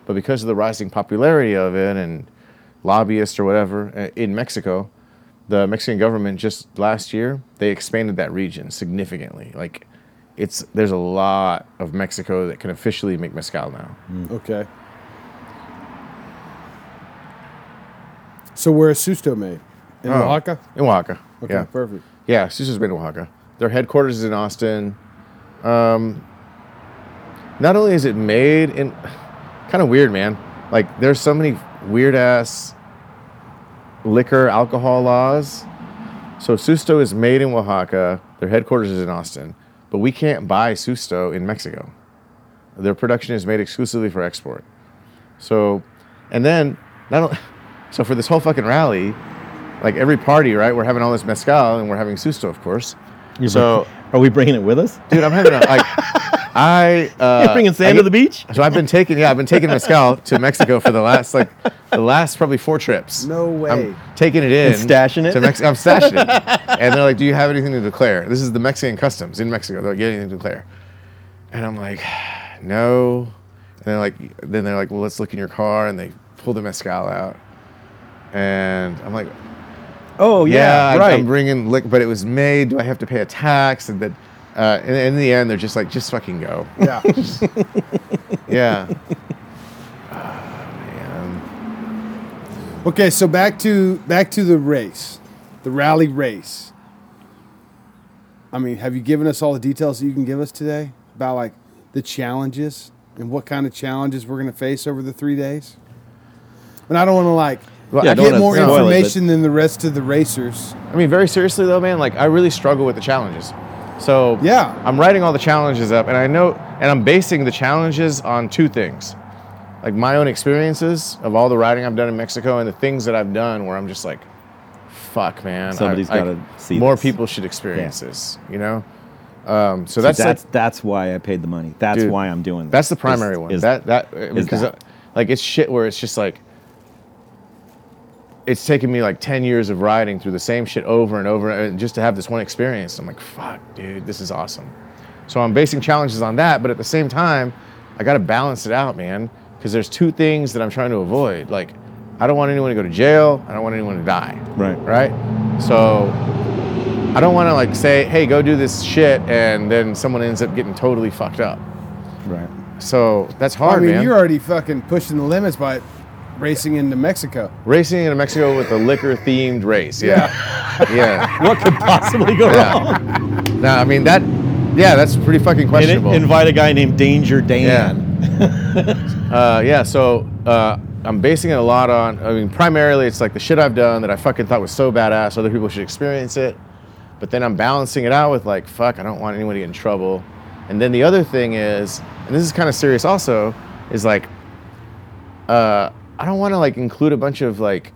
Speaker 3: But because of the rising popularity of it and lobbyists or whatever uh, in Mexico, the Mexican government just last year they expanded that region significantly. Like it's there's a lot of Mexico that can officially make mezcal now.
Speaker 2: Hmm.
Speaker 1: Okay. So where is Susto made? In
Speaker 3: Oh.
Speaker 1: Oaxaca?
Speaker 3: In Oaxaca.
Speaker 1: Okay,
Speaker 3: yeah.
Speaker 1: perfect.
Speaker 3: Yeah, Caesar's made in Oaxaca. Their headquarters is in Austin. Um, not only is it made in, kind of weird, man. Like there's so many weird ass liquor alcohol laws. So Susto is made in Oaxaca. Their headquarters is in Austin, but we can't buy Susto in Mexico. Their production is made exclusively for export. So, and then not only, so for this whole fucking rally, like every party, right? We're having all this mezcal and we're having susto, of course.
Speaker 2: You're
Speaker 3: So-
Speaker 2: bring- are we bringing it with us?
Speaker 3: Dude, I'm having a, like, I. Uh,
Speaker 2: You're bringing sand
Speaker 3: I
Speaker 2: to the beach?
Speaker 3: So I've been taking, yeah, I've been taking mezcal to Mexico for the last, like, the last probably four trips.
Speaker 1: No way.
Speaker 3: I'm taking it in.
Speaker 2: And stashing it?
Speaker 3: To Mex- I'm stashing it. And they're like, do you have anything to declare? This is the Mexican customs in Mexico. They're like, "Do you have anything to declare. And I'm like, no. And they're like, then they're like, well, let's look in your car. And they pull the mezcal out. And I'm like,
Speaker 2: Oh yeah,
Speaker 3: yeah,
Speaker 2: right.
Speaker 3: I'm, I'm bringing liquor, but it was made. Do I have to pay a tax? And then, uh, and, in the end, they're just like, just fucking go.
Speaker 1: Yeah.
Speaker 3: Yeah. Ah, man.
Speaker 1: Okay, so back to back to the race, the rally race. I mean, have you given us all the details that you can give us today about like the challenges and what kind of challenges we're going to face over the three days? And I don't want to like
Speaker 3: Well,
Speaker 2: Yeah,
Speaker 3: I,
Speaker 1: get
Speaker 2: don't wanna
Speaker 3: don't
Speaker 1: more
Speaker 2: spoil it, but-
Speaker 1: information than the rest of the racers.
Speaker 3: I mean, very seriously though, man. Like, I really struggle with the challenges. So
Speaker 1: Yeah.
Speaker 3: I'm writing all the challenges up, and I know, and I'm basing the challenges on two things, like my own experiences of all the riding I've done in Mexico and the things that I've done where I'm just like, fuck, man.
Speaker 2: Somebody's
Speaker 3: I- I-
Speaker 2: gotta see
Speaker 3: More
Speaker 2: this.
Speaker 3: people should experience this, you know. Um, so,
Speaker 2: So
Speaker 3: that's
Speaker 2: that's
Speaker 3: like-
Speaker 2: that's, why I paid the money. That's
Speaker 3: Dude,
Speaker 2: why I'm doing. This,
Speaker 3: That's the primary
Speaker 2: is-
Speaker 3: one.
Speaker 2: is-
Speaker 3: that that uh, because
Speaker 2: that.
Speaker 3: uh, like it's shit where it's just like it's taken me like 10 years of riding through the same shit over and over and just to have this one experience. I'm like, fuck, dude, this is awesome. So I'm basing challenges on that, but at the same time, I got to balance it out, man, because there's two things that I'm trying to avoid. Like, I don't want anyone to go to jail. I don't want anyone to die.
Speaker 2: Right.
Speaker 3: Right? So I don't want to like say, "Hey, go do this shit," and then someone ends up getting totally fucked up.
Speaker 2: right.
Speaker 3: So that's hard,
Speaker 1: I mean,
Speaker 3: man.
Speaker 1: you're already fucking pushing the limits by racing into Mexico.
Speaker 3: Racing in Mexico with a liquor themed race. Yeah. Yeah.
Speaker 2: What could possibly go
Speaker 3: Yeah.
Speaker 2: wrong?
Speaker 3: no, I mean, that, yeah, that's pretty fucking
Speaker 2: And
Speaker 3: questionable.
Speaker 2: it- invite a guy named Danger Dan.
Speaker 3: uh, yeah, so uh, I'm basing it a lot on, I mean, primarily it's like the shit I've done that I fucking thought was so badass, other people should experience it. But then I'm balancing it out with like, fuck, I don't want anyone to get in trouble. And then the other thing is, and this is kind of serious also, is like, uh, I don't want to like include a bunch of like,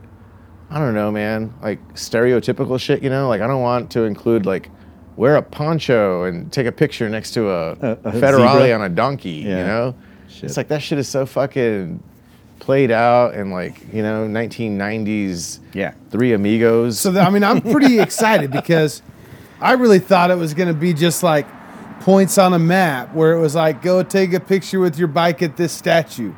Speaker 3: I don't know, man, like stereotypical shit, you know? Like, I don't want to include like, wear a poncho and take a picture next to a,
Speaker 2: a
Speaker 3: federale
Speaker 2: zebra?
Speaker 3: on a donkey, you
Speaker 2: Yeah.
Speaker 3: know?
Speaker 2: Shit.
Speaker 3: It's like that shit is so fucking played out and like, you know, 1990s
Speaker 2: Yeah.
Speaker 3: Three Amigos.
Speaker 1: So that, I mean, I'm pretty excited because I really thought it was going to be just like points on a map where it was like go take a picture with your bike at this statue.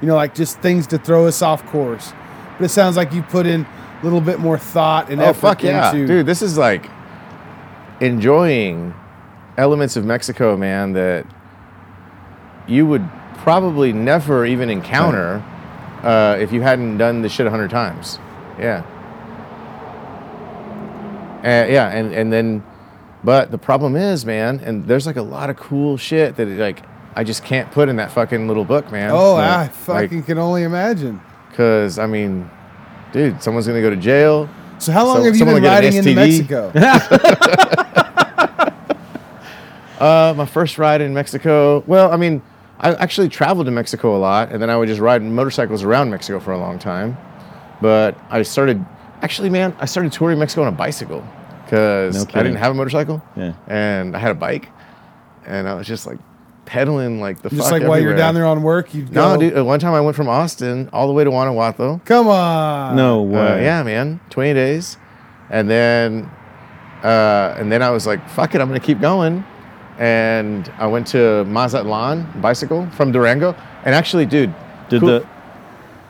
Speaker 1: You know, like just things to throw us off course. But it sounds like you put in a little bit more thought and
Speaker 3: oh,
Speaker 1: effort
Speaker 3: fuck yeah.
Speaker 1: into
Speaker 3: Dude, this is like enjoying elements of Mexico, man, that you would probably never even encounter uh, if you hadn't done this shit a hundred times. Yeah. Uh, yeah, and, and then, but the problem is, man, and there's like a lot of cool shit that like I just can't put in that fucking little book, man.
Speaker 1: Oh,
Speaker 3: Like-
Speaker 1: I fucking can only imagine.
Speaker 3: like, cause I mean, dude, someone's gonna go to jail.
Speaker 1: So how long
Speaker 3: so-
Speaker 1: have you
Speaker 3: someone
Speaker 1: been
Speaker 3: will get an
Speaker 1: riding into
Speaker 3: STD.
Speaker 1: Mexico?
Speaker 3: Uh, my first ride in Mexico. Well, I mean, I actually traveled to Mexico a lot, and then I would just ride motorcycles around Mexico for a long time. But I started, actually, man, I started touring Mexico on a bicycle
Speaker 2: No
Speaker 3: because I
Speaker 2: kidding.
Speaker 3: didn't have a motorcycle,
Speaker 2: Yeah.
Speaker 3: and I had a bike, and I was just like pedaling like the
Speaker 1: just
Speaker 3: fuck
Speaker 1: like while you're
Speaker 3: everywhere.
Speaker 1: down there on work, you'd go.
Speaker 3: No, dude. One time I went from Austin all the way to Guanajuato.
Speaker 1: Come on.
Speaker 2: No way.
Speaker 3: Uh, yeah, man, 20 days, and then, uh, and then I was like, "Fuck it, I'm gonna keep going," and I went to Mazatlan bicycle from Durango, and actually, dude,
Speaker 2: Did
Speaker 3: cool-
Speaker 2: the,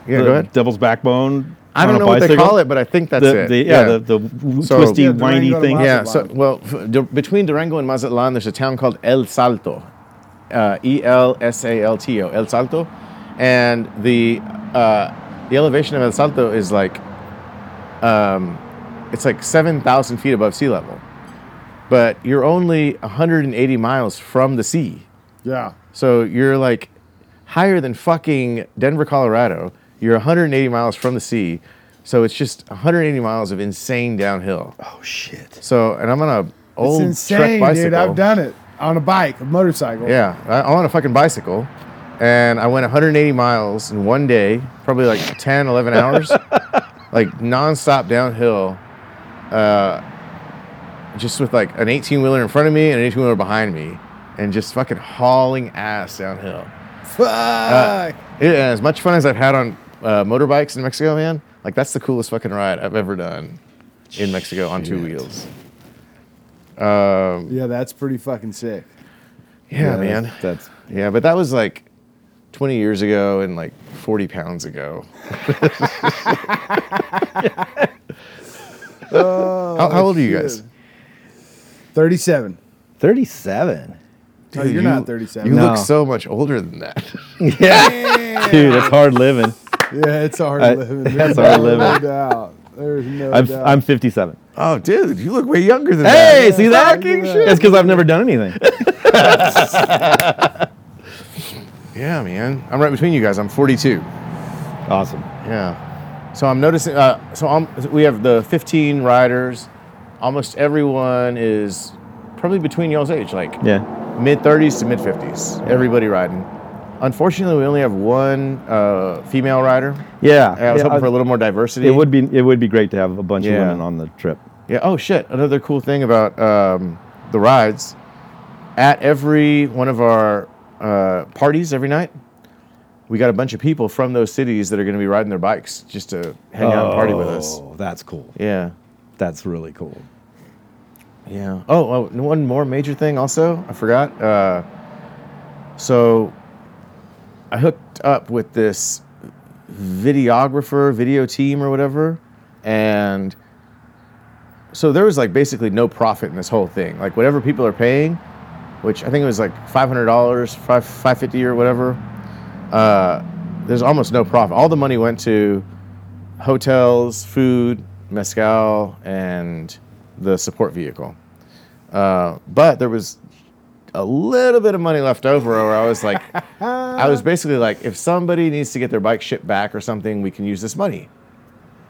Speaker 3: yeah,
Speaker 2: the
Speaker 3: go ahead.
Speaker 2: Devil's Backbone?
Speaker 3: I
Speaker 2: on
Speaker 3: don't
Speaker 2: a
Speaker 3: know what they
Speaker 2: bicycle?
Speaker 3: call it, but I think that's
Speaker 2: The,
Speaker 3: it.
Speaker 2: the, yeah, the, the
Speaker 3: So-
Speaker 2: twisty,
Speaker 1: Yeah,
Speaker 2: windy
Speaker 1: Durango to
Speaker 2: thing.
Speaker 1: Mazatlan.
Speaker 3: yeah. So, well, f- du- between Durango and Mazatlan, there's a town called El Salto, uh, E L S A L T O, El Salto, and the uh, the elevation of El Salto is like, um, it's like seven thousand feet above sea level, but you're only 180 miles from the sea.
Speaker 1: Yeah.
Speaker 3: So you're like higher than fucking Denver, Colorado. You're 180 miles from the sea. So it's just 180 miles of insane downhill.
Speaker 2: Oh shit!
Speaker 3: So, and I'm on a
Speaker 1: It's
Speaker 3: old Trek
Speaker 1: insane,
Speaker 3: bicycle.
Speaker 1: dude. I've done it on a bike, a motorcycle.
Speaker 3: Yeah, I- I'm on a fucking bicycle, and I went 180 miles in one day, probably like 10, 11 hours. like nonstop downhill, uh, just with like an 18 wheeler in front of me and an 18 wheeler behind me, and just fucking hauling ass downhill.
Speaker 1: Fuck.
Speaker 3: Uh, it- and as much fun as I've had on uh, motorbikes in Mexico, man, like that's the coolest fucking ride I've ever done in Mexico on two wheels.
Speaker 1: yeah, that's pretty fucking sick.
Speaker 3: Yeah, man.
Speaker 2: That's, that's
Speaker 3: yeah, but that was like 20 years ago and like 40 pounds ago. how, how old are you guys?
Speaker 1: 37.
Speaker 2: 37.
Speaker 1: Oh, you're
Speaker 3: you-
Speaker 1: not 37.
Speaker 3: You look
Speaker 2: No.
Speaker 3: so much older than that.
Speaker 2: Yeah. Dude, it's hard living.
Speaker 1: Yeah, it's hard
Speaker 2: I-
Speaker 1: living.
Speaker 2: that's
Speaker 1: There's
Speaker 2: hard
Speaker 1: no
Speaker 2: living.
Speaker 1: doubt. There's no
Speaker 2: I'm,
Speaker 1: doubt.
Speaker 2: I'm 57.
Speaker 3: oh, dude, you look way younger than
Speaker 2: Hey,
Speaker 3: that.
Speaker 2: see that?
Speaker 1: Fucking shit.
Speaker 2: That's because I've never done anything.
Speaker 3: Yeah, man. I'm right between you guys. I'm 42.
Speaker 2: awesome.
Speaker 3: Yeah. So I'm noticing. Uh, so I'm, we have the 15 riders. Almost everyone is probably between y'all's age, like
Speaker 2: Yeah.
Speaker 3: mid 30s to mid 50s. Everybody riding. Unfortunately, we only have one uh, female rider.
Speaker 2: Yeah.
Speaker 3: I was
Speaker 2: yeah,
Speaker 3: hoping
Speaker 2: I-
Speaker 3: for a little more diversity.
Speaker 2: it would be it would be great to have a bunch
Speaker 3: Yeah.
Speaker 2: of women on the trip.
Speaker 3: Yeah. Oh shit! Another cool thing about um, the rides, at every one of our uh, parties every night, we got a bunch of people from those cities that are going to be riding their bikes just to hang out and party with us.
Speaker 2: Oh, That's cool.
Speaker 3: Yeah.
Speaker 2: That's really cool.
Speaker 3: Yeah. Oh, oh, and one more major thing also. I forgot. Uh, so I hooked up with this videographer, video team, or whatever, and so there was like basically no profit in this whole thing. Like whatever people are paying, which I think it was like five hundred dollars, five five fifty or whatever. Uh, there's almost no profit. All the money went to hotels, food, mezcal, and the support vehicle. Uh, but there was a little bit of money left over where I was like, I was basically like, if somebody needs to get their bike shipped back or something, we can use this money.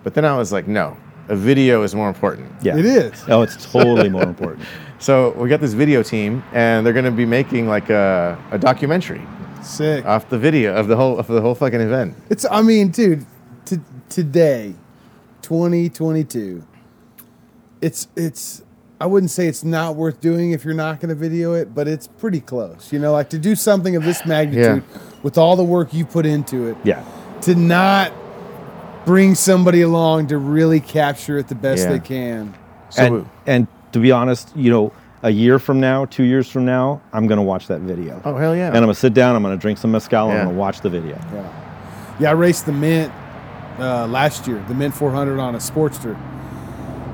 Speaker 3: But then I was like, no, a video is more important.
Speaker 2: Yeah.
Speaker 1: It is.
Speaker 2: Oh, it's totally more important.
Speaker 3: So we got this video team, and they're going to be making like a, a documentary
Speaker 1: Sick.
Speaker 2: Uh,
Speaker 3: off the video of the whole of the whole fucking event.
Speaker 1: It's. I mean, dude. To today, 2022. It's. It's. I wouldn't say it's not worth doing if you're not going to video it, but it's pretty close. You know, like to do something of this magnitude with all the work you put into it,
Speaker 2: Yeah.
Speaker 1: to not bring somebody along to really capture it the best
Speaker 3: Yeah.
Speaker 1: they can.
Speaker 3: So
Speaker 2: and, and to be honest, you know, a year from now, two years from now, I'm gonna watch that video.
Speaker 3: oh hell yeah!
Speaker 2: And I'm gonna sit down. I'm gonna drink some mezcal. and
Speaker 3: Yeah.
Speaker 2: I'm gonna watch the video.
Speaker 1: Yeah. Yeah, I raced the Mint uh, last year, the Mint 400 on a Sportster.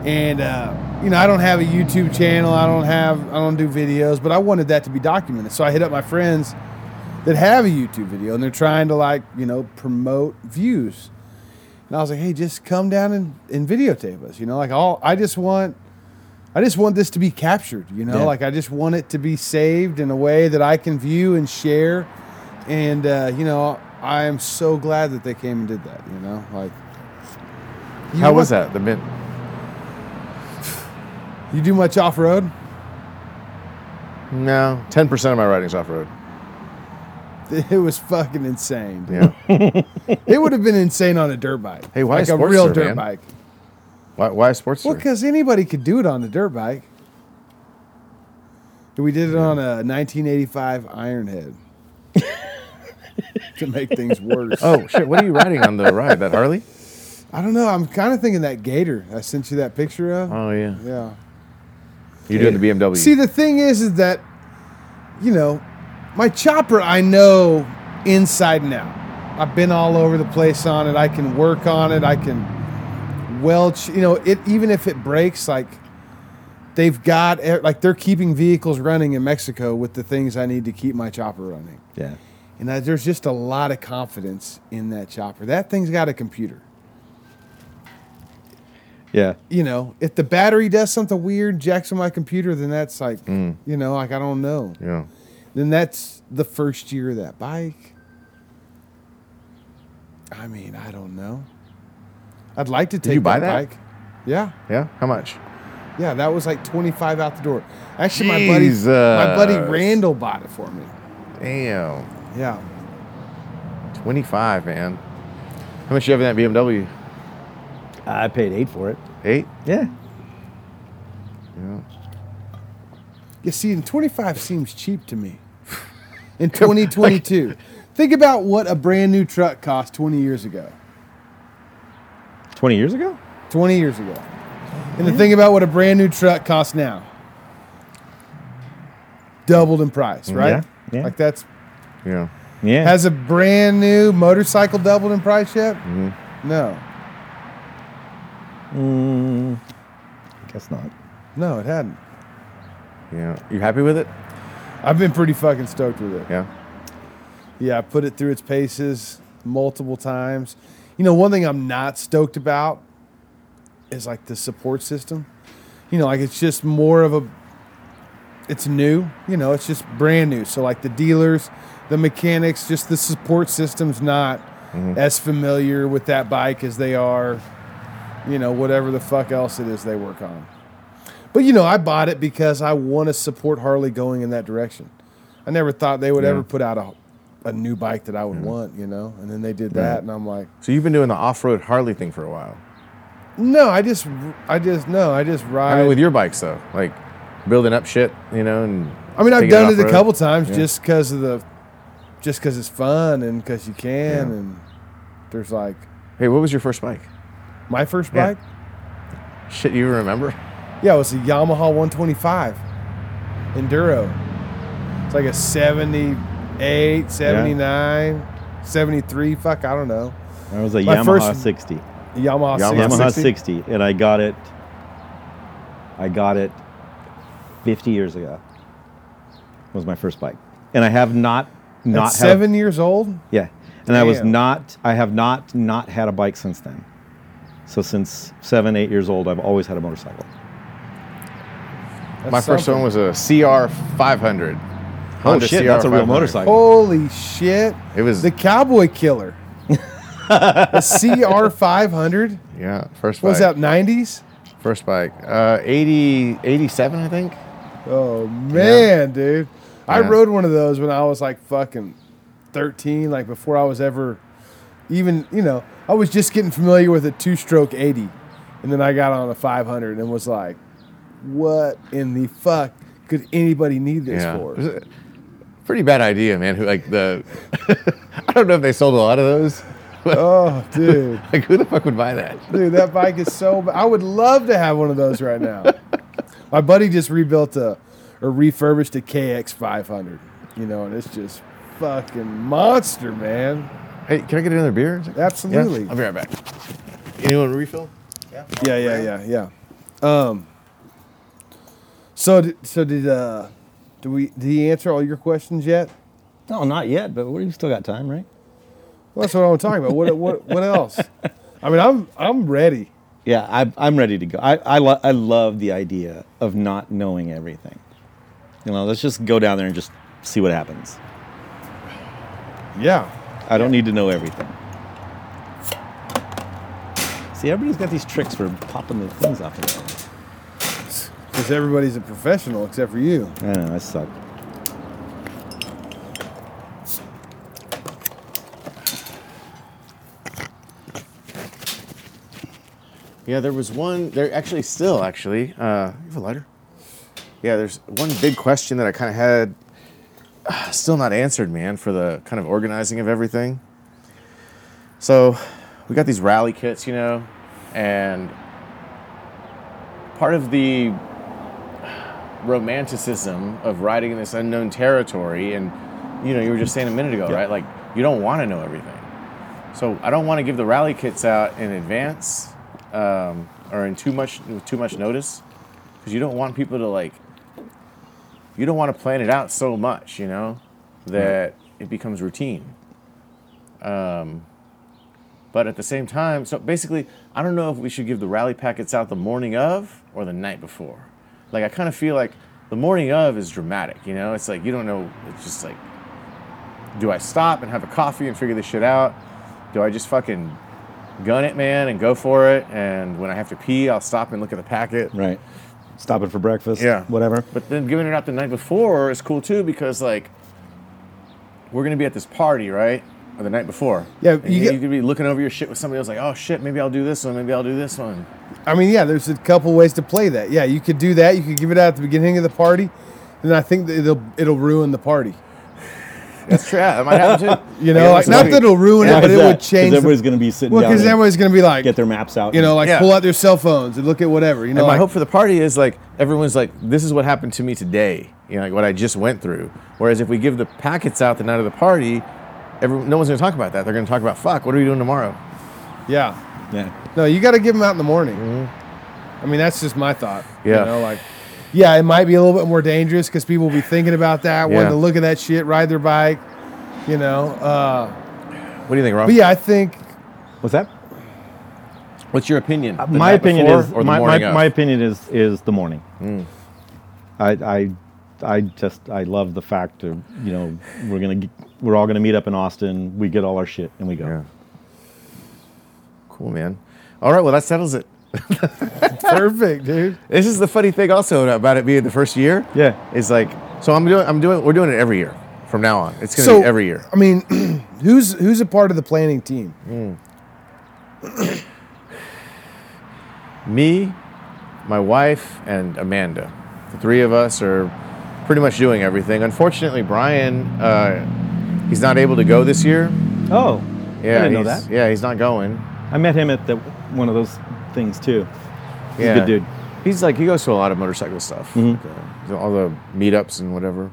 Speaker 1: And, uh, you know, I don't have a YouTube channel. I don't have, I don't do videos, but I wanted that to be documented. So I hit up my friends that have a YouTube video and they're trying to, like, you know, promote views. And I was like, hey, just come down and, and videotape us. You know, like, all, I just want, I just want this to be captured, you know?
Speaker 2: Yeah.
Speaker 1: Like, I just want it to be saved in a way that I can view and share and uh, you know I am so glad that they came and did that. You know, like you
Speaker 3: How
Speaker 1: know
Speaker 3: was
Speaker 1: what?
Speaker 3: that? The mint.
Speaker 1: You do much off road?
Speaker 3: No, ten percent of my riding's off road.
Speaker 1: It was fucking insane. dude.
Speaker 3: Yeah.
Speaker 1: it would have been insane on a dirt bike.
Speaker 3: Hey, why
Speaker 1: like
Speaker 3: a
Speaker 1: a
Speaker 3: Sportster,
Speaker 1: real dirt
Speaker 3: man?
Speaker 1: bike?
Speaker 3: why? Why a sports?
Speaker 1: Well, because anybody could do it on a dirt bike. We did it on a 1985 Ironhead to make things worse.
Speaker 3: oh shit! What are you riding on the ride? That Harley?
Speaker 1: I don't know. I'm kind of thinking that Gator I sent you that picture of.
Speaker 3: Oh yeah.
Speaker 1: yeah.
Speaker 3: You're doing the BMW.
Speaker 1: See, the thing is, is that, you know, my chopper I know inside and out. I've been all over the place on it. I can work on it. I can welch. You know, it even if it breaks, like they've got e- like they're keeping vehicles running in Mexico with the things I need to keep my chopper running.
Speaker 2: Yeah.
Speaker 1: And I, there's just a lot of confidence in that chopper. That thing's got a computer.
Speaker 2: Yeah.
Speaker 1: You know, if the battery does something weird, jacks on my computer, then that's like, you know, like I don't know.
Speaker 3: yeah.
Speaker 1: then that's the first year of that bike. I mean, I don't know. I'd like to take
Speaker 3: you buy that?
Speaker 1: bike. Yeah,
Speaker 3: Yeah. How much?
Speaker 1: yeah, that was like twenty five out the door. Actually, my buddy,
Speaker 3: Jesus.
Speaker 1: my buddy Randall bought it for me.
Speaker 3: Damn.
Speaker 1: Yeah,
Speaker 3: Twenty-five, man. How much you have in that BMW?
Speaker 2: I paid eight for it.
Speaker 3: Eight?
Speaker 2: Yeah.
Speaker 3: Yeah.
Speaker 1: You see, and 25 seems cheap to me in 2022. Think about what a brand new truck cost 20 years ago.
Speaker 2: Twenty years ago?
Speaker 1: 20 years ago. And then think about what a brand new truck costs now. Doubled in price, right?
Speaker 2: Yeah, yeah.
Speaker 1: Like that's
Speaker 3: Yeah.
Speaker 2: Yeah.
Speaker 1: has a brand new motorcycle doubled in price yet?
Speaker 2: Mm-hmm.
Speaker 1: No.
Speaker 2: Mm, guess not.
Speaker 1: No, it hadn't.
Speaker 3: Yeah. You happy with it?
Speaker 1: I've been pretty fucking stoked with it.
Speaker 3: Yeah.
Speaker 1: Yeah, I put it through its paces multiple times. You know, one thing I'm not stoked about is like the support system. You know, like it's just more of a it's new, you know, it's just brand new. So like the dealers, the mechanics, just the support system's not as familiar with that bike as they are, you know, whatever the fuck else it is they work on. But you know, I bought it because I want to support Harley going in that direction. I never thought they would ever put out a, a new bike that I
Speaker 3: Mm.
Speaker 1: would want, you know. And then they did that, and I'm like,
Speaker 3: So you've been doing the off-road Harley thing for a while.
Speaker 1: no, I just, I just, no, I just ride.
Speaker 3: I mean, with your bikes though, like building up shit, you know, and
Speaker 1: I mean, I've
Speaker 3: taking
Speaker 1: done it, a
Speaker 3: off-road.
Speaker 1: couple times
Speaker 3: Yeah.
Speaker 1: just because of the, just because it's fun and because you can.
Speaker 3: Yeah.
Speaker 1: And there's like
Speaker 3: Hey, what was your first bike?
Speaker 1: my first
Speaker 3: Yeah.
Speaker 1: bike.
Speaker 3: Shit, you remember?
Speaker 1: Yeah, it was a Yamaha 125 Enduro. It's like a 78, 79, 73. Fuck, I don't know.
Speaker 2: That was a
Speaker 1: My
Speaker 2: Yamaha
Speaker 1: first-
Speaker 2: 60.
Speaker 1: A Yamaha,
Speaker 3: Yamaha
Speaker 2: Yamaha
Speaker 1: 660.
Speaker 2: 60. and I got it. I got it 50 years ago. Was my first bike, and I have not not
Speaker 1: At
Speaker 2: had a-
Speaker 1: seven years old.
Speaker 2: Yeah, and I was
Speaker 1: Damn.
Speaker 2: not. I have not not had a bike since then. So since seven, eight years old, I've always had a motorcycle.
Speaker 1: That's
Speaker 3: My first
Speaker 1: something.
Speaker 3: one was a CR 500.
Speaker 2: Oh
Speaker 3: Honda
Speaker 2: shit,
Speaker 3: CR
Speaker 2: that's a real
Speaker 3: 500.
Speaker 2: motorcycle.
Speaker 1: Holy shit!
Speaker 3: It was-
Speaker 1: the Cowboy Killer. the CR 500
Speaker 3: Yeah, first bike.
Speaker 1: What was that 90s.
Speaker 3: First bike. Uh, 80, 87, I think.
Speaker 1: Oh man, dude. I
Speaker 3: Yeah.
Speaker 1: rode one of those when I was like fucking 13, like before I was ever even, you know, I was just getting familiar with a two stroke 80. And then I got on a 500 and was like, what in the fuck could anybody need this
Speaker 3: yeah. It was
Speaker 1: for?
Speaker 3: a pretty bad idea, man. Who like the? I don't know if they sold a lot of those.
Speaker 1: Oh, dude.
Speaker 3: Like, who the fuck would buy that?
Speaker 1: Dude, that bike is so. ba- I would love to have one of those right now. My buddy just rebuilt a or refurbished a KX 500, you know, and it's just fucking monster, man.
Speaker 3: Hey, can I get another beer? It's like, yeah,
Speaker 1: Absolutely.
Speaker 3: I'll be right back. Anyone refill?
Speaker 1: Yeah, yeah, yeah, yeah. Um. So, d- so did uh, do we? Did he answer all your questions yet?
Speaker 2: No, not yet, but we still got time, right?
Speaker 1: Well, that's what I'm talking about. What, what, what else? I mean, I'm, I'm ready.
Speaker 2: Yeah, I, I'm ready to go. I I, lo- I love the idea of not knowing everything. You know, let's just go down there and just see what happens.
Speaker 1: Yeah.
Speaker 2: I don't need to know everything. See, everybody's got these tricks for popping the things off. Of
Speaker 1: Because everybody's a professional except for you.
Speaker 2: I know, I suck.
Speaker 3: Yeah, there was one. There actually, still actually. Uh, you have a lighter? Yeah, there's one big question that I kind of had, ah, still not answered, man, for the kind of organizing of everything. So, we got these rally kits, you know, and part of the romanticism of riding in this unknown territory, and you know, you were just saying a minute ago, right? Like, you don't want to know everything. So I don't want to give the rally kits out in advance um, or in too much with too much notice because you don't want people to like you don't want to plan it out so much, you know, that it becomes routine. Um, but at the same time, so basically, I don't know if we should give the rally packets out the morning of or the night before. Like I kind of feel like the morning of is dramatic, you know. It's like you don't know. It's just like, do I stop and have a coffee and figure this shit out? do I just fucking gun it, man, and go for it? And when I have to pee, I'll stop and look at the packet.
Speaker 2: Right. Stopping for breakfast.
Speaker 3: Yeah.
Speaker 2: Whatever.
Speaker 3: But then giving it out the night before is cool too because like we're gonna be at this party, right? or the night before.
Speaker 1: Yeah,
Speaker 3: And
Speaker 1: you
Speaker 3: you,
Speaker 1: get-
Speaker 3: you could be looking over your shit with somebody else, like, oh shit, maybe I'll do this one, maybe I'll do this one.
Speaker 1: I mean, yeah, there's a couple ways to play that. Yeah, you could do that. You could give it out at the beginning of the party, and I think that it'll it'll ruin the party.
Speaker 3: That's true. Yeah, that might happen too.
Speaker 1: You know,
Speaker 3: Yeah,
Speaker 1: like,
Speaker 3: that's
Speaker 1: not
Speaker 3: right.
Speaker 1: that it'll ruin
Speaker 2: Why
Speaker 1: it, but
Speaker 2: is
Speaker 1: it
Speaker 2: that?
Speaker 1: would
Speaker 2: 'Cause
Speaker 1: change. the-
Speaker 2: everybody's going to be sitting
Speaker 1: well,
Speaker 2: down
Speaker 1: because
Speaker 2: and
Speaker 1: everybody's gonna be like,
Speaker 2: get their maps out.
Speaker 1: you know, like
Speaker 3: Yeah.
Speaker 1: pull out their cell phones and look at whatever. You know,
Speaker 3: And my
Speaker 1: like,
Speaker 3: hope for the party is like everyone's like, this is what happened to me today. You know, like what I just went through. Whereas if we give the packets out the night of the party, every, no one's going to talk about that. They're going to talk about fuck. What are we doing tomorrow?
Speaker 1: yeah,
Speaker 2: yeah.
Speaker 1: no, you got to give them out in the morning. I mean, that's just my thought.
Speaker 3: Mm-hmm. Yeah.
Speaker 1: you know, like, yeah, it might be a little bit more dangerous because people will be thinking about that, wanting
Speaker 3: Yeah.
Speaker 1: to look at that shit, ride their bike. You know, uh,
Speaker 3: What do you think, Rob?
Speaker 1: but yeah, I think
Speaker 2: What's that?
Speaker 3: What's your opinion?
Speaker 1: Uh,
Speaker 3: The
Speaker 2: my
Speaker 3: night
Speaker 2: opinion
Speaker 3: before
Speaker 2: is
Speaker 3: or the
Speaker 2: my, my,
Speaker 3: morning of? Hmm.
Speaker 2: my opinion is is the morning. I, I I just I love the fact of you know we're gonna g- we're all gonna meet up in Austin. We get all our shit and we go.
Speaker 3: Yeah. Cool, man. All right, well that settles it.
Speaker 1: perfect, dude.
Speaker 3: This is the funny thing also about it being the first year.
Speaker 2: Yeah.
Speaker 3: Is like so I'm doing I'm doing we're doing it every year from now on. It's gonna be every year.
Speaker 1: I mean, who's who's a part of the planning team?
Speaker 3: Me, my wife, and Amanda. The three of us are pretty much doing everything. Unfortunately, Brian uh, he's not able to go this year.
Speaker 2: Oh,
Speaker 3: Yeah,
Speaker 2: I didn't know
Speaker 3: he's-
Speaker 2: that.
Speaker 3: Yeah, he's not going.
Speaker 2: I met him at the one of those things too. He's
Speaker 3: yeah.
Speaker 2: a good dude. Mm-hmm.
Speaker 3: He's like he goes to a lot of motorcycle stuff, like, uh, so all the meetups and whatever.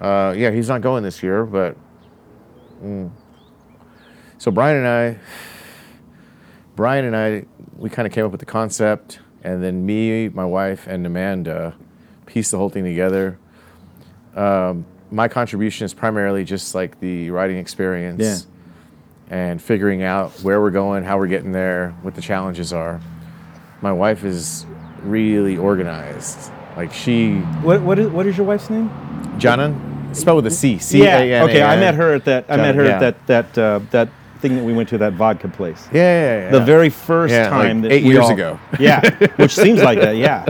Speaker 3: Uh, yeah, he's not going this year, but mm. so Brian and I, Brian and I, we kind of came up with the concept, and then me, my wife, and Amanda pieced the whole thing together. Um, my contribution is primarily just like the riding experience
Speaker 2: Yeah.
Speaker 3: and figuring out where we're going, how we're getting there, what the challenges are. My wife is really organized. Like she,
Speaker 2: What what is what is your wife's name?
Speaker 3: Jana, spelled with a C. C A N A N.
Speaker 2: Okay, I met her at that. I met her
Speaker 3: Yeah.
Speaker 2: at that that uh, that thing that we went to that vodka place.
Speaker 3: Yeah, yeah, yeah,
Speaker 2: The
Speaker 3: yeah.
Speaker 2: very first
Speaker 3: Yeah, like
Speaker 2: time that
Speaker 3: eight
Speaker 2: we
Speaker 3: years
Speaker 2: all-
Speaker 3: ago.
Speaker 2: Yeah, which seems like that. Yeah.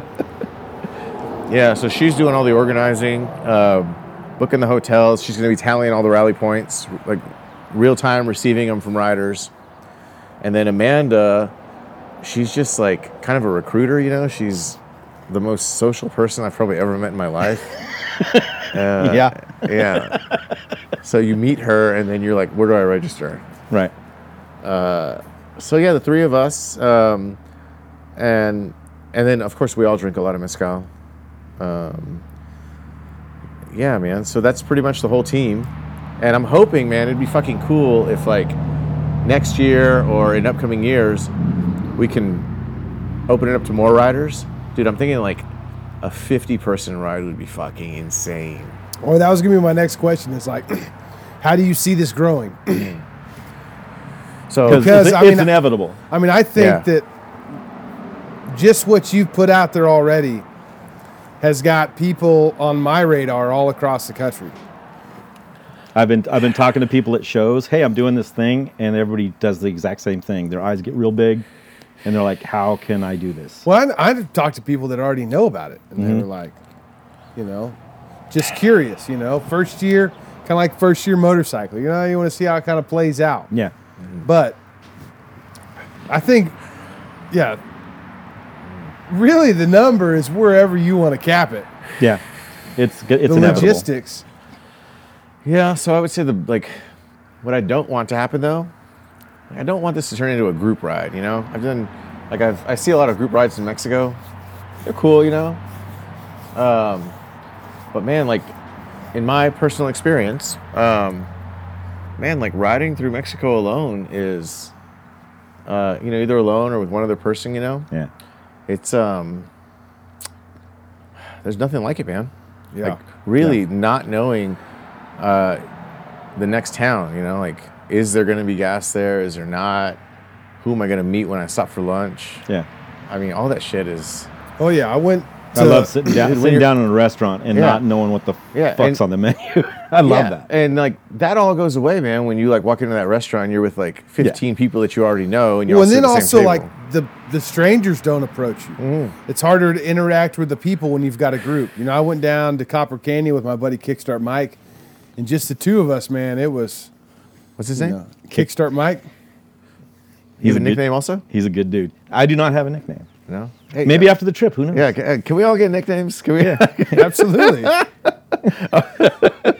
Speaker 3: Yeah, so she's doing all the organizing, um, booking the hotels. She's going to be tallying all the rally points, like real time receiving them from riders. And then Amanda, she's just like kind of a recruiter, you know? She's the most social person I've probably ever met in my life. Uh,
Speaker 2: Yeah.
Speaker 3: Yeah. So you meet her, and then you're like, where do I register?
Speaker 2: Right.
Speaker 3: So yeah, the three of us, um, and and then of course we all drink a lot of mezcal. Um, yeah, man. So that's pretty much the whole team, and I'm hoping, man, it'd be fucking cool if like next year or in upcoming years we can open it up to more riders. Dude, I'm thinking like a 50 person ride would be fucking insane.
Speaker 1: Or that was gonna be my next question. Is like, how do you see this growing?
Speaker 3: So
Speaker 2: Because
Speaker 1: Because,
Speaker 2: it's,
Speaker 1: I
Speaker 2: it's
Speaker 1: mean, I-
Speaker 2: inevitable.
Speaker 1: I mean, I think
Speaker 3: Yeah.
Speaker 1: that just what you've put out there already has got people on my radar all across the country.
Speaker 2: I've been I've been talking to people at shows. Hey, I'm doing this thing, and everybody does the exact same thing. Their eyes get real big, and they're like, "How can I do this?"
Speaker 1: Well, I, I've talked to people that already know about it, and
Speaker 3: Mm-hmm.
Speaker 1: they were like, you know, just curious. You know, first year, kind of like first year motorcycle. You know, you want to see how it kind of plays out.
Speaker 2: Yeah,
Speaker 1: But I think, yeah, really the number is wherever you want to cap it.
Speaker 2: yeah. It's good. It's
Speaker 1: The
Speaker 2: inevitable.
Speaker 1: logistics.
Speaker 3: Yeah, so I would say the like what I don't want to happen though, I don't want this to turn into a group ride, you know? I've done like I've I see a lot of group rides in Mexico. They're cool, you know. Um but man, like in my personal experience, um man, like riding through Mexico alone is uh you know, either alone or with one other person, you know?
Speaker 2: Yeah,
Speaker 3: It's um there's nothing like it, man
Speaker 1: Yeah.
Speaker 3: like really not knowing uh, the next town you know like is there going to be gas there is there not who am i going to meet when i stop for lunch
Speaker 2: yeah.
Speaker 3: i mean all that shit is
Speaker 1: oh yeah, I went. To,
Speaker 2: I love sitting down,
Speaker 3: when
Speaker 2: sitting
Speaker 3: you're-
Speaker 2: down in a restaurant and
Speaker 3: Yeah.
Speaker 2: not knowing what the
Speaker 3: Yeah,
Speaker 2: fuck's
Speaker 3: and-
Speaker 2: on the menu. I love
Speaker 3: Yeah,
Speaker 2: that.
Speaker 3: and like that all goes away man when you like walk into that restaurant and you're with like 15 people that you already know and you're
Speaker 1: Well, and then
Speaker 3: the
Speaker 1: also
Speaker 3: same
Speaker 1: like
Speaker 3: table.
Speaker 1: the the strangers don't approach you.
Speaker 2: Mm.
Speaker 1: It's harder to interact with the people when you've got a group. You know, I went down to Copper Canyon with my buddy Kickstart Mike, and just the two of us, man. It was
Speaker 3: What's his name?
Speaker 1: Yeah. Kickstart Mike.
Speaker 3: You
Speaker 2: He's
Speaker 3: have a
Speaker 2: good-
Speaker 3: nickname also?
Speaker 2: He's a good dude. I do not have a nickname.
Speaker 3: No. Hey,
Speaker 2: Maybe
Speaker 3: yeah.
Speaker 2: after the trip. Who knows?
Speaker 3: Yeah, ca- can we all get nicknames? Can we?
Speaker 1: Absolutely.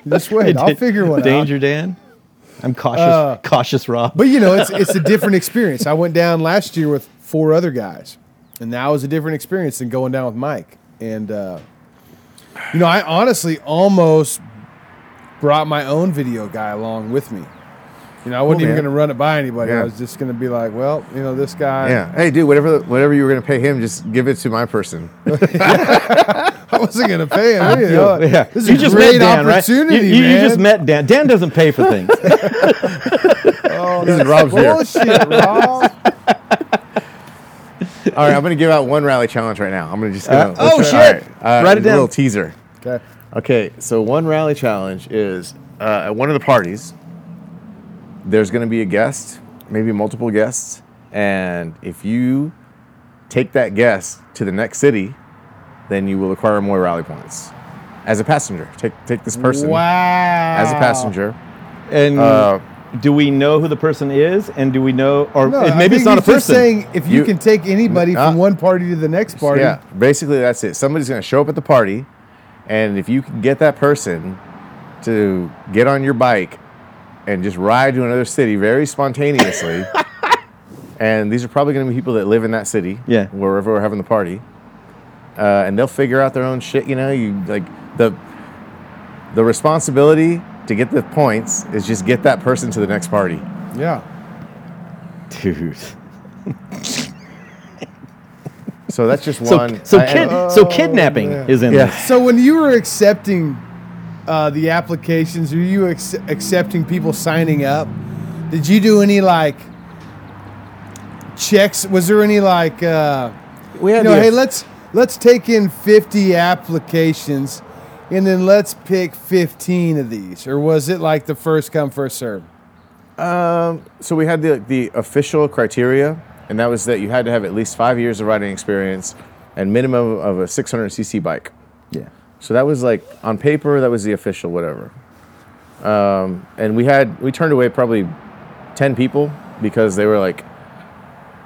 Speaker 1: Just wait. I'll figure one out.
Speaker 2: Danger Dan. I'm cautious. cautious Rob.
Speaker 1: Uh, But you know, it's it's a different experience. I went down last year with four other guys, and that was a different experience than going down with Mike. And uh, you know, I honestly almost brought my own video guy along with me. You know, I wasn't
Speaker 3: Cool,
Speaker 1: even
Speaker 3: man.
Speaker 1: going to run it by anybody.
Speaker 3: Yeah.
Speaker 1: I was just going to be like, well, you know, this guy.
Speaker 3: yeah. Hey, dude, whatever the, whatever you were gonna pay him, just give it to my person.
Speaker 1: I wasn't going to pay him. You know,
Speaker 2: yeah.
Speaker 1: uh, This is a great opportunity,
Speaker 2: Right? You, you, you
Speaker 1: man.
Speaker 2: just met Dan. Dan doesn't pay for things.
Speaker 1: Oh,
Speaker 3: This is
Speaker 1: that's
Speaker 3: Rob's beer.
Speaker 1: bullshit, Rob.
Speaker 3: All right, I'm gonna give out one rally challenge right now. I'm gonna just gonna,
Speaker 2: oh,
Speaker 3: let's-
Speaker 2: shit.
Speaker 3: uh,
Speaker 2: Write it down.
Speaker 3: Little teaser.
Speaker 1: okay.
Speaker 3: Okay, so one rally challenge is uh, at one of the parties. There's going to be a guest, maybe multiple guests, and if you take that guest to the next city, then you will acquire more rally points as a passenger. Take take this person
Speaker 1: Wow.
Speaker 3: as a passenger.
Speaker 2: And
Speaker 3: Uh,
Speaker 2: do we know who the person is? And do we know, or
Speaker 1: No,
Speaker 2: and
Speaker 1: I
Speaker 2: maybe
Speaker 1: think
Speaker 2: it's not a
Speaker 1: if you're
Speaker 2: person?
Speaker 1: saying if you,
Speaker 3: You-
Speaker 1: can take anybody
Speaker 3: Uh,
Speaker 1: from one party to the next party,
Speaker 3: Yeah, basically that's it. Somebody's going to show up at the party, and if you can get that person to get on your bike and just ride to another city very spontaneously, and these are probably going to be people that live in that city,
Speaker 2: Yeah.
Speaker 3: wherever we're having the party, uh, and they'll figure out their own shit. You know, you like the the responsibility to get the points is just get that person to the next party.
Speaker 1: yeah.
Speaker 2: Dude.
Speaker 3: So that's just
Speaker 2: So,
Speaker 3: one.
Speaker 2: so,
Speaker 3: I-
Speaker 2: kid,
Speaker 1: Uh,
Speaker 3: I-
Speaker 2: so kidnapping
Speaker 1: man.
Speaker 2: is in
Speaker 3: Yeah.
Speaker 2: this.
Speaker 1: So when you were accepting uh, the applications, were you ex- accepting people signing up? Did you do any like checks? Was there any like uh,
Speaker 3: we
Speaker 1: you
Speaker 3: had
Speaker 1: know,
Speaker 3: the-
Speaker 1: hey, let's let's take in fifty applications, and then let's pick fifteen of these, or was it like the first come first serve?
Speaker 3: Um, so we had the the official criteria, and that was that you had to have at least five years of riding experience and minimum of a 600 cc bike.
Speaker 2: Yeah.
Speaker 3: So that was like on paper, that was the official whatever. Um, and we had we turned away probably 10 people because they were like,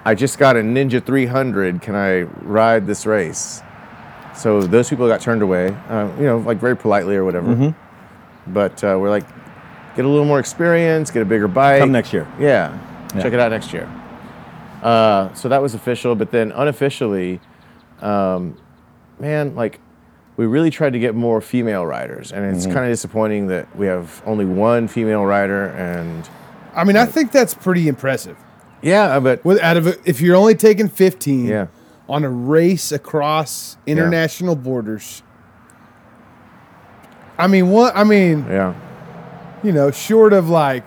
Speaker 3: "I just got a Ninja 300. Can I ride this race?" So those people got turned away, uh, you know, like very politely or whatever.
Speaker 2: Mm-hmm.
Speaker 3: But uh, we're like, get a little more experience, get a bigger bike.
Speaker 2: Come next year.
Speaker 3: Yeah.
Speaker 2: Yeah.
Speaker 3: Check it out next year. Uh, so that was official, but then unofficially, um, man, like we really tried to get more female riders, and
Speaker 2: Mm-hmm.
Speaker 3: it's kind of disappointing that we have only one female rider. And
Speaker 1: I mean, I think that's pretty impressive.
Speaker 3: yeah, but
Speaker 1: With out of a, if you're only taking fifteen,
Speaker 3: Yeah.
Speaker 1: on a race across international borders. I mean, what? I mean,
Speaker 3: yeah,
Speaker 1: you know, short of like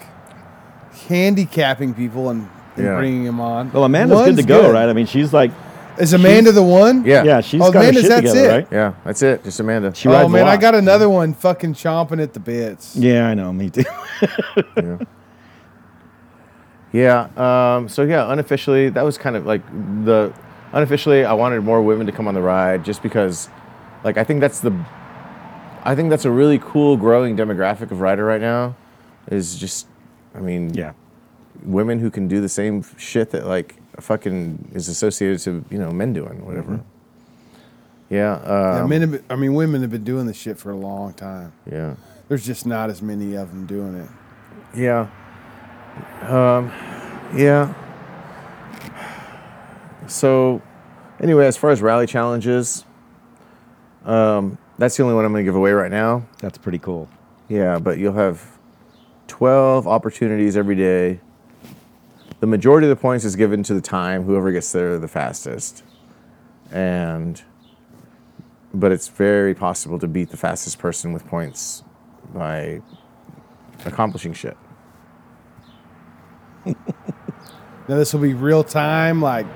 Speaker 1: handicapping people and, and
Speaker 3: Yeah.
Speaker 1: bringing them on.
Speaker 2: Well, Amanda's
Speaker 1: One's
Speaker 2: good to go, right? I mean, she's like,
Speaker 1: Is Amanda the one?
Speaker 3: yeah,
Speaker 2: yeah, she's
Speaker 1: Oh,
Speaker 2: got
Speaker 1: Amanda's-
Speaker 2: her shit
Speaker 1: that's
Speaker 2: together,
Speaker 1: it.
Speaker 2: right?
Speaker 3: yeah. That's it. Just Amanda.
Speaker 2: She rides
Speaker 1: Oh
Speaker 2: a
Speaker 1: man, I
Speaker 2: lot.
Speaker 1: got another one fucking chomping at the bits.
Speaker 2: Yeah, I know. Me too.
Speaker 3: Yeah. Um, so yeah, unofficially, that was kind of like the unofficially. I wanted more women to come on the ride, just because, like, I think that's the, I think that's a really cool growing demographic of rider right now, is just, I mean,
Speaker 2: yeah.
Speaker 3: women who can do the same shit that like fucking is associated to you know men doing whatever. Yeah.
Speaker 1: Yeah,
Speaker 3: Um,
Speaker 1: men have been- I mean, women have been doing this shit for a long time.
Speaker 3: yeah.
Speaker 1: There's just not as many of them doing it.
Speaker 3: Yeah. Um, yeah. So, anyway, as far as rally challenges, um, that's the only one I'm going to give away right now.
Speaker 2: That's pretty cool.
Speaker 3: Yeah, but you'll have 12 opportunities every day. The majority of the points is given to the time, whoever gets there the fastest. And, but it's very possible to beat the fastest person with points by accomplishing shit.
Speaker 1: Now this will be real time, like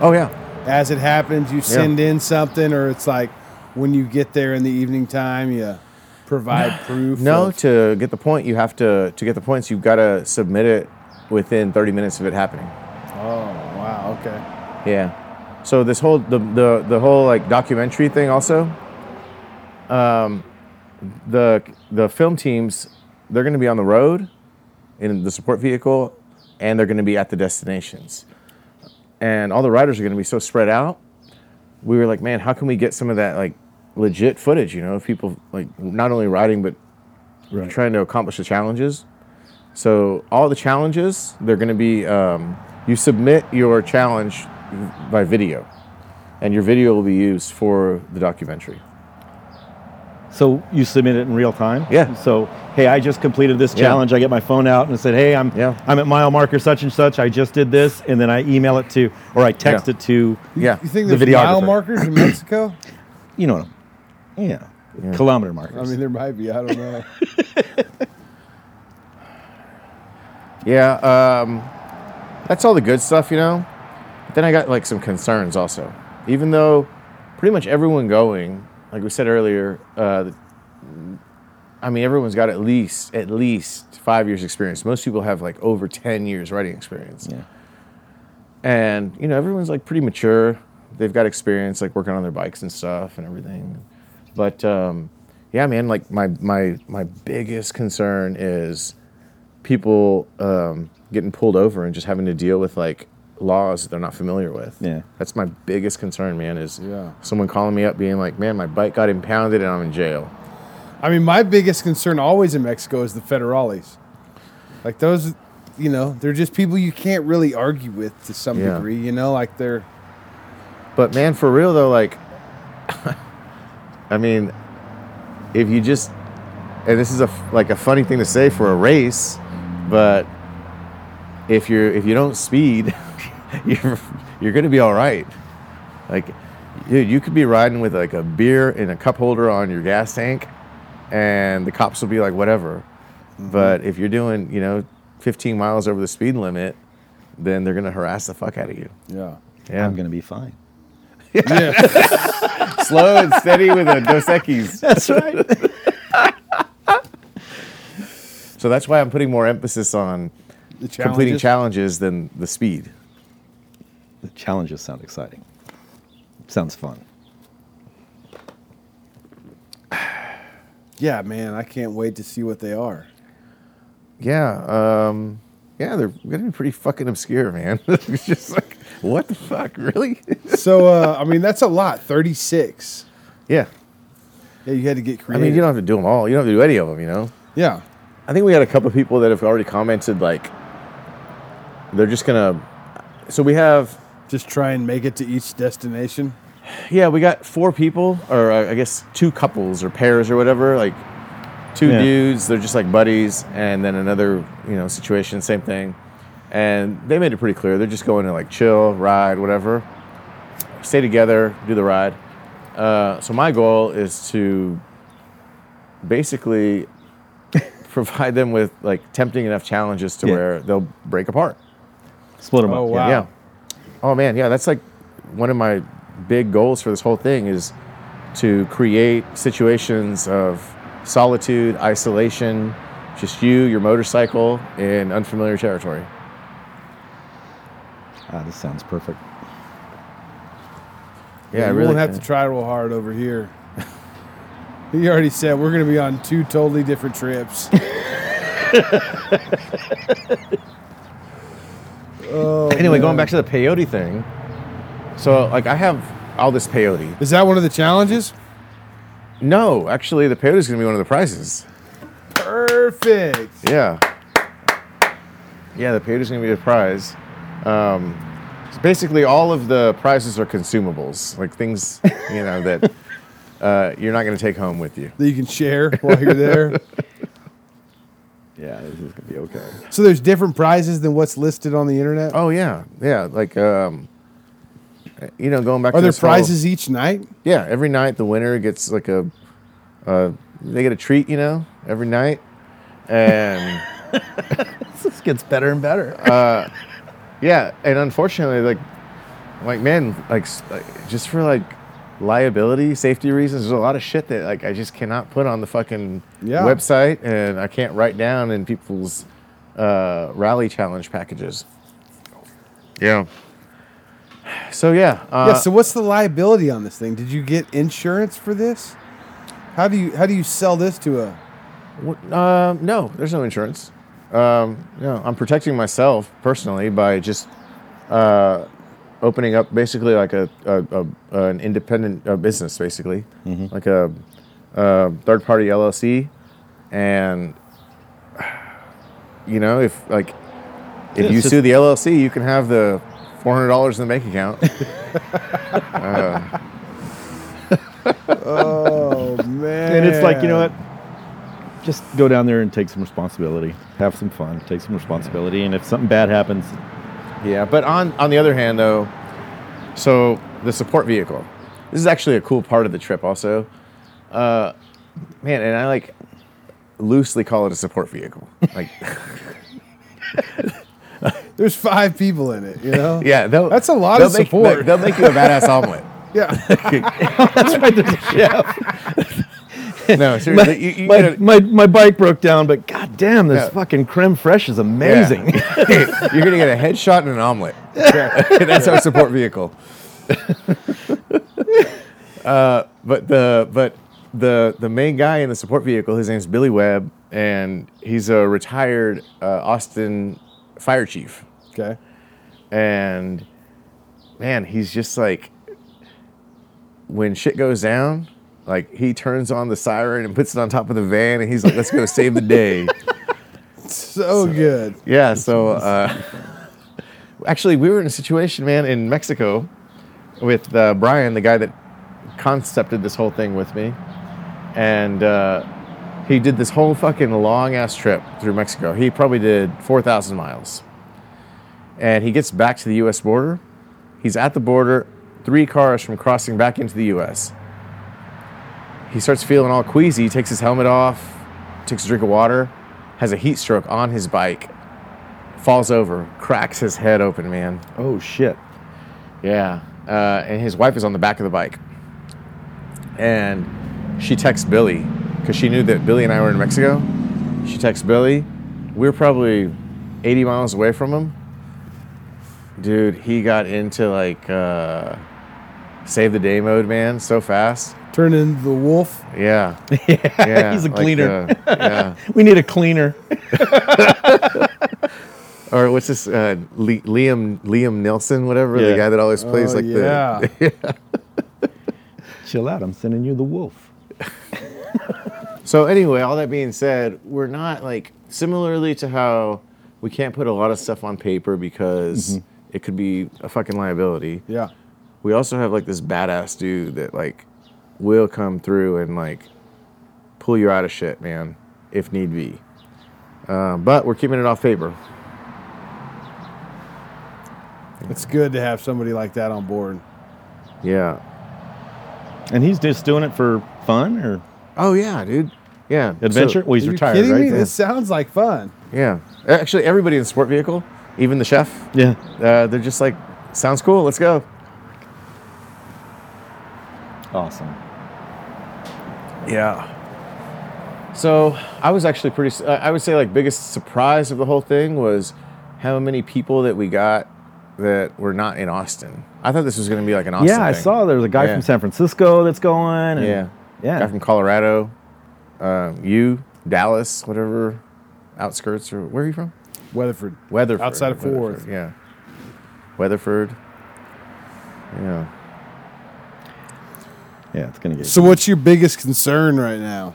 Speaker 3: Oh, yeah.
Speaker 1: as it happens, you send in something, or it's like when you get there in the evening time, you provide proof.
Speaker 3: No,
Speaker 1: of-
Speaker 3: to get the point, you have to to get the points. You've got to submit it within 30 minutes of it happening.
Speaker 1: oh wow, okay.
Speaker 3: Yeah. So this whole the the, the whole like documentary thing also. Um, the the film teams, they're going to be on the road, in the support vehicle, and they're going to be at the destinations. And all the riders are going to be so spread out. We were like, man, how can we get some of that like legit footage? You know, of people like not only riding but
Speaker 2: Right.
Speaker 3: trying to accomplish the challenges. So all the challenges, they're going to be um, you submit your challenge by video, and your video will be used for the documentary.
Speaker 2: So you submit it in real time.
Speaker 3: Yeah.
Speaker 2: So hey, I just completed this
Speaker 3: Yeah.
Speaker 2: challenge. I get my phone out and said, hey, I'm
Speaker 3: Yeah.
Speaker 2: I'm at mile marker such and such. I just did this, and then I email it to or I text
Speaker 3: Yeah.
Speaker 2: it to
Speaker 3: Yeah,
Speaker 1: You think
Speaker 2: The
Speaker 1: there's mile
Speaker 2: videographer.
Speaker 1: markers in Mexico?
Speaker 2: you know, yeah, kilometer markers.
Speaker 1: I mean, there might be. I don't know.
Speaker 3: yeah. Um, that's all the good stuff, you know. But then I got like some concerns also. Even though pretty much everyone going, like we said earlier, uh, I mean everyone's got at least at least five years experience. Most people have like over ten years writing experience.
Speaker 2: yeah.
Speaker 3: and you know everyone's like pretty mature they've got experience like working on their bikes and stuff and everything but um, yeah man like my my my biggest concern is people um, getting pulled over and just having to deal with like laws that they're not familiar with
Speaker 2: Yeah.
Speaker 3: that's my biggest concern man is
Speaker 1: Yeah.
Speaker 3: someone calling me up being like man my bike got impounded and i'm in jail
Speaker 1: I mean, my biggest concern always in Mexico is the federales. Like those, you know, they're just people you can't really argue with to some
Speaker 3: Yeah.
Speaker 1: degree. You know, like they're
Speaker 3: But man, for real though, like, I mean, if you just, and this is a f- like a funny thing to say for a race, but if you're if you don't speed, you're you're gonna be all right. Like, dude, you could be riding with like a beer in a cup holder on your gas tank, and the cops will be like, whatever. But if you're doing, you know, 15 miles over the speed limit, then they're gonna harass the fuck out of you.
Speaker 1: yeah.
Speaker 3: Yeah
Speaker 2: I'm gonna be fine.
Speaker 3: slow and steady with a Dos Equis.
Speaker 2: That's right.
Speaker 3: So that's why I'm putting more emphasis on
Speaker 1: The
Speaker 3: completing
Speaker 1: challenges.
Speaker 3: challenges than the speed.
Speaker 2: the challenges sound exciting. Sounds fun.
Speaker 1: Yeah, man, I can't wait to see what they are.
Speaker 3: Yeah, um, yeah, they're gonna be pretty fucking obscure, man. it's just like, what the fuck, really?
Speaker 1: So, uh, I mean, that's a lot. Thirty-six.
Speaker 3: yeah,
Speaker 1: Yeah, you had to get
Speaker 3: I
Speaker 1: creative.
Speaker 3: mean, you don't have to do them all. You don't have to do any of them, you know.
Speaker 1: yeah,
Speaker 3: I think we had a couple people that have already commented like they're just gonna. So we have
Speaker 1: just try and make it to each destination.
Speaker 3: Yeah, we got four people, or uh, I guess two couples or pairs or whatever. Like two
Speaker 2: Yeah.
Speaker 3: dudes, they're just like buddies, and then another you know situation, same thing. And they made it pretty clear they're just going to like chill, ride, whatever, stay together, do the ride. Uh, so my goal is to basically provide them with like tempting enough challenges to
Speaker 2: Yeah.
Speaker 3: where they'll break apart.
Speaker 2: Split them
Speaker 1: Oh,
Speaker 2: up.
Speaker 1: wow.
Speaker 3: Yeah. Oh man, yeah, that's like one of my big goals for this whole thing is to create situations of solitude, isolation, just you, your motorcycle in unfamiliar territory.
Speaker 2: Ah, this sounds perfect.
Speaker 3: Yeah, I
Speaker 1: you
Speaker 3: really
Speaker 1: won't have to try real hard over here. he already said we're going to be on two totally different trips.
Speaker 3: Anyway, going back to the peyote thing. So, like I have all this peyote.
Speaker 1: Is that one of the challenges?
Speaker 3: No, actually the peyote is going to be one of the prizes.
Speaker 1: Perfect.
Speaker 3: Yeah. Yeah, the peyote's gonna be a prize. Um, so basically, all of the prizes are consumables, like things you know that uh, you're not gonna take home with you.
Speaker 1: That you can share while you're there.
Speaker 2: Yeah, this is gonna be okay.
Speaker 1: so there's different prizes than what's listed on the internet.
Speaker 3: Oh yeah, yeah. Like um, you know, going back.
Speaker 1: Are
Speaker 3: to
Speaker 1: there
Speaker 3: this whole-
Speaker 1: prizes each night?
Speaker 3: yeah, every night the winner gets like a, uh, they get a treat, you know, every night, and.
Speaker 2: This gets better and better.
Speaker 3: Yeah, and unfortunately, like, like man, like, s- like, just for like liability, safety reasons, there's a lot of shit that like I just cannot put on the fucking
Speaker 1: Yeah.
Speaker 3: website, and I can't write down in people's uh, rally challenge packages. Yeah. So yeah, uh,
Speaker 1: yeah. So what's the liability on this thing? Did you get insurance for this? How do you how do you sell this to a?
Speaker 3: w- um, no, uh, there's no insurance. um, you know, I'm protecting myself personally by just uh, opening up basically like a, a, a an independent uh, business, basically
Speaker 2: Mm-hmm.
Speaker 3: like a, a third party LLC, and you know if like if
Speaker 2: It's
Speaker 3: you
Speaker 2: just-
Speaker 3: sue the LLC, you can have the four hundred dollars in the bank account.
Speaker 1: Oh man.
Speaker 2: And it's like, you know what? Just go down there and take some responsibility. Have some fun. Take some responsibility. And if something bad happens,
Speaker 3: Yeah, but on on the other hand, though, so the support vehicle. This is actually a cool part of the trip, also. Uh, man, and I like loosely call it a support vehicle. Like,
Speaker 1: There's five people in it, you know?
Speaker 3: yeah, they'll-
Speaker 1: That's a lot
Speaker 3: they'll
Speaker 1: of
Speaker 3: make-
Speaker 1: support.
Speaker 3: They'll, they'll make you a badass omelet.
Speaker 1: yeah.
Speaker 2: that's right. There's a chef.
Speaker 3: No,
Speaker 2: my,
Speaker 3: seriously, you, you
Speaker 2: my,
Speaker 3: get a-
Speaker 2: my, my bike broke down, but god damn, this
Speaker 3: Yeah.
Speaker 2: fucking creme fraiche is amazing.
Speaker 3: yeah. You're gonna get a headshot and an omelet. That's our support vehicle. uh, but the but the the main guy in the support vehicle, his name's Billy Webb, and he's a retired uh, Austin fire chief.
Speaker 1: Okay.
Speaker 3: And man, he's just like when shit goes down, like he turns on the siren and puts it on top of the van, and he's like, "Let's go save the day."
Speaker 1: So good.
Speaker 3: Yeah, so uh, actually, we were in a situation, man, in Mexico with uh, Brian, the guy that concepted this whole thing with me. And uh, he did this whole fucking long ass trip through Mexico. He probably did 4,000 miles. And he gets back to the US border. He's at the border, three cars from crossing back into the US. He starts feeling all queasy, takes his helmet off, takes a drink of water, has a heat stroke on his bike, falls over, cracks his head open, man.
Speaker 2: Oh shit.
Speaker 3: Yeah. Uh, and his wife is on the back of the bike. And she texts Billy because she knew that Billy and I were in Mexico. She texts Billy. We were probably 80 miles away from him. Dude, he got into like uh, save the day mode, man, so fast.
Speaker 1: Turn into the wolf.
Speaker 3: Yeah. Yeah.
Speaker 2: he's a
Speaker 3: like,
Speaker 2: cleaner.
Speaker 3: uh, yeah.
Speaker 2: We need a cleaner.
Speaker 3: Or what's this? Uh, Le- Liam Liam Nelson, whatever, the
Speaker 2: Yeah.
Speaker 3: guy that always plays
Speaker 1: Oh,
Speaker 3: like the
Speaker 1: yeah.
Speaker 2: Chill out. I'm sending you the wolf.
Speaker 3: So anyway, all that being said, we're not like similarly to how we can't put a lot of stuff on paper because
Speaker 2: Mm-hmm.
Speaker 3: it could be a fucking liability.
Speaker 1: Yeah.
Speaker 3: We also have like this badass dude that like will come through and like pull you out of shit, man, if need be. Uh, but we're keeping it off paper.
Speaker 1: It's good to have somebody like that on board.
Speaker 3: Yeah.
Speaker 2: And he's just doing it for fun or
Speaker 3: Oh yeah, dude. Yeah. So-
Speaker 2: adventure. well, he's
Speaker 1: Are you
Speaker 2: retired,
Speaker 1: kidding
Speaker 2: right?
Speaker 1: me?
Speaker 2: Yeah.
Speaker 1: This sounds like fun.
Speaker 3: yeah. Actually, everybody in the sport vehicle, even the chef,
Speaker 2: yeah.
Speaker 3: uh, they're just like, sounds cool. Let's go.
Speaker 2: Awesome.
Speaker 3: Yeah. So I was actually pretty. su- I I would say like biggest surprise of the whole thing was how many people that we got that were not in Austin. I thought this was going to be like an Austin.
Speaker 2: yeah, I
Speaker 3: thing.
Speaker 2: saw there's a guy
Speaker 3: Yeah.
Speaker 2: from San Francisco that's going. and-
Speaker 3: Yeah. Guy
Speaker 2: Yeah.
Speaker 3: from Colorado, um, you Dallas, whatever, outskirts or where are you from?
Speaker 1: Weatherford.
Speaker 3: Weatherford.
Speaker 1: Outside of Fort Worth.
Speaker 3: Weatherford, Yeah. Weatherford. Yeah.
Speaker 2: Yeah, it's going to get
Speaker 1: So what's your biggest concern right now?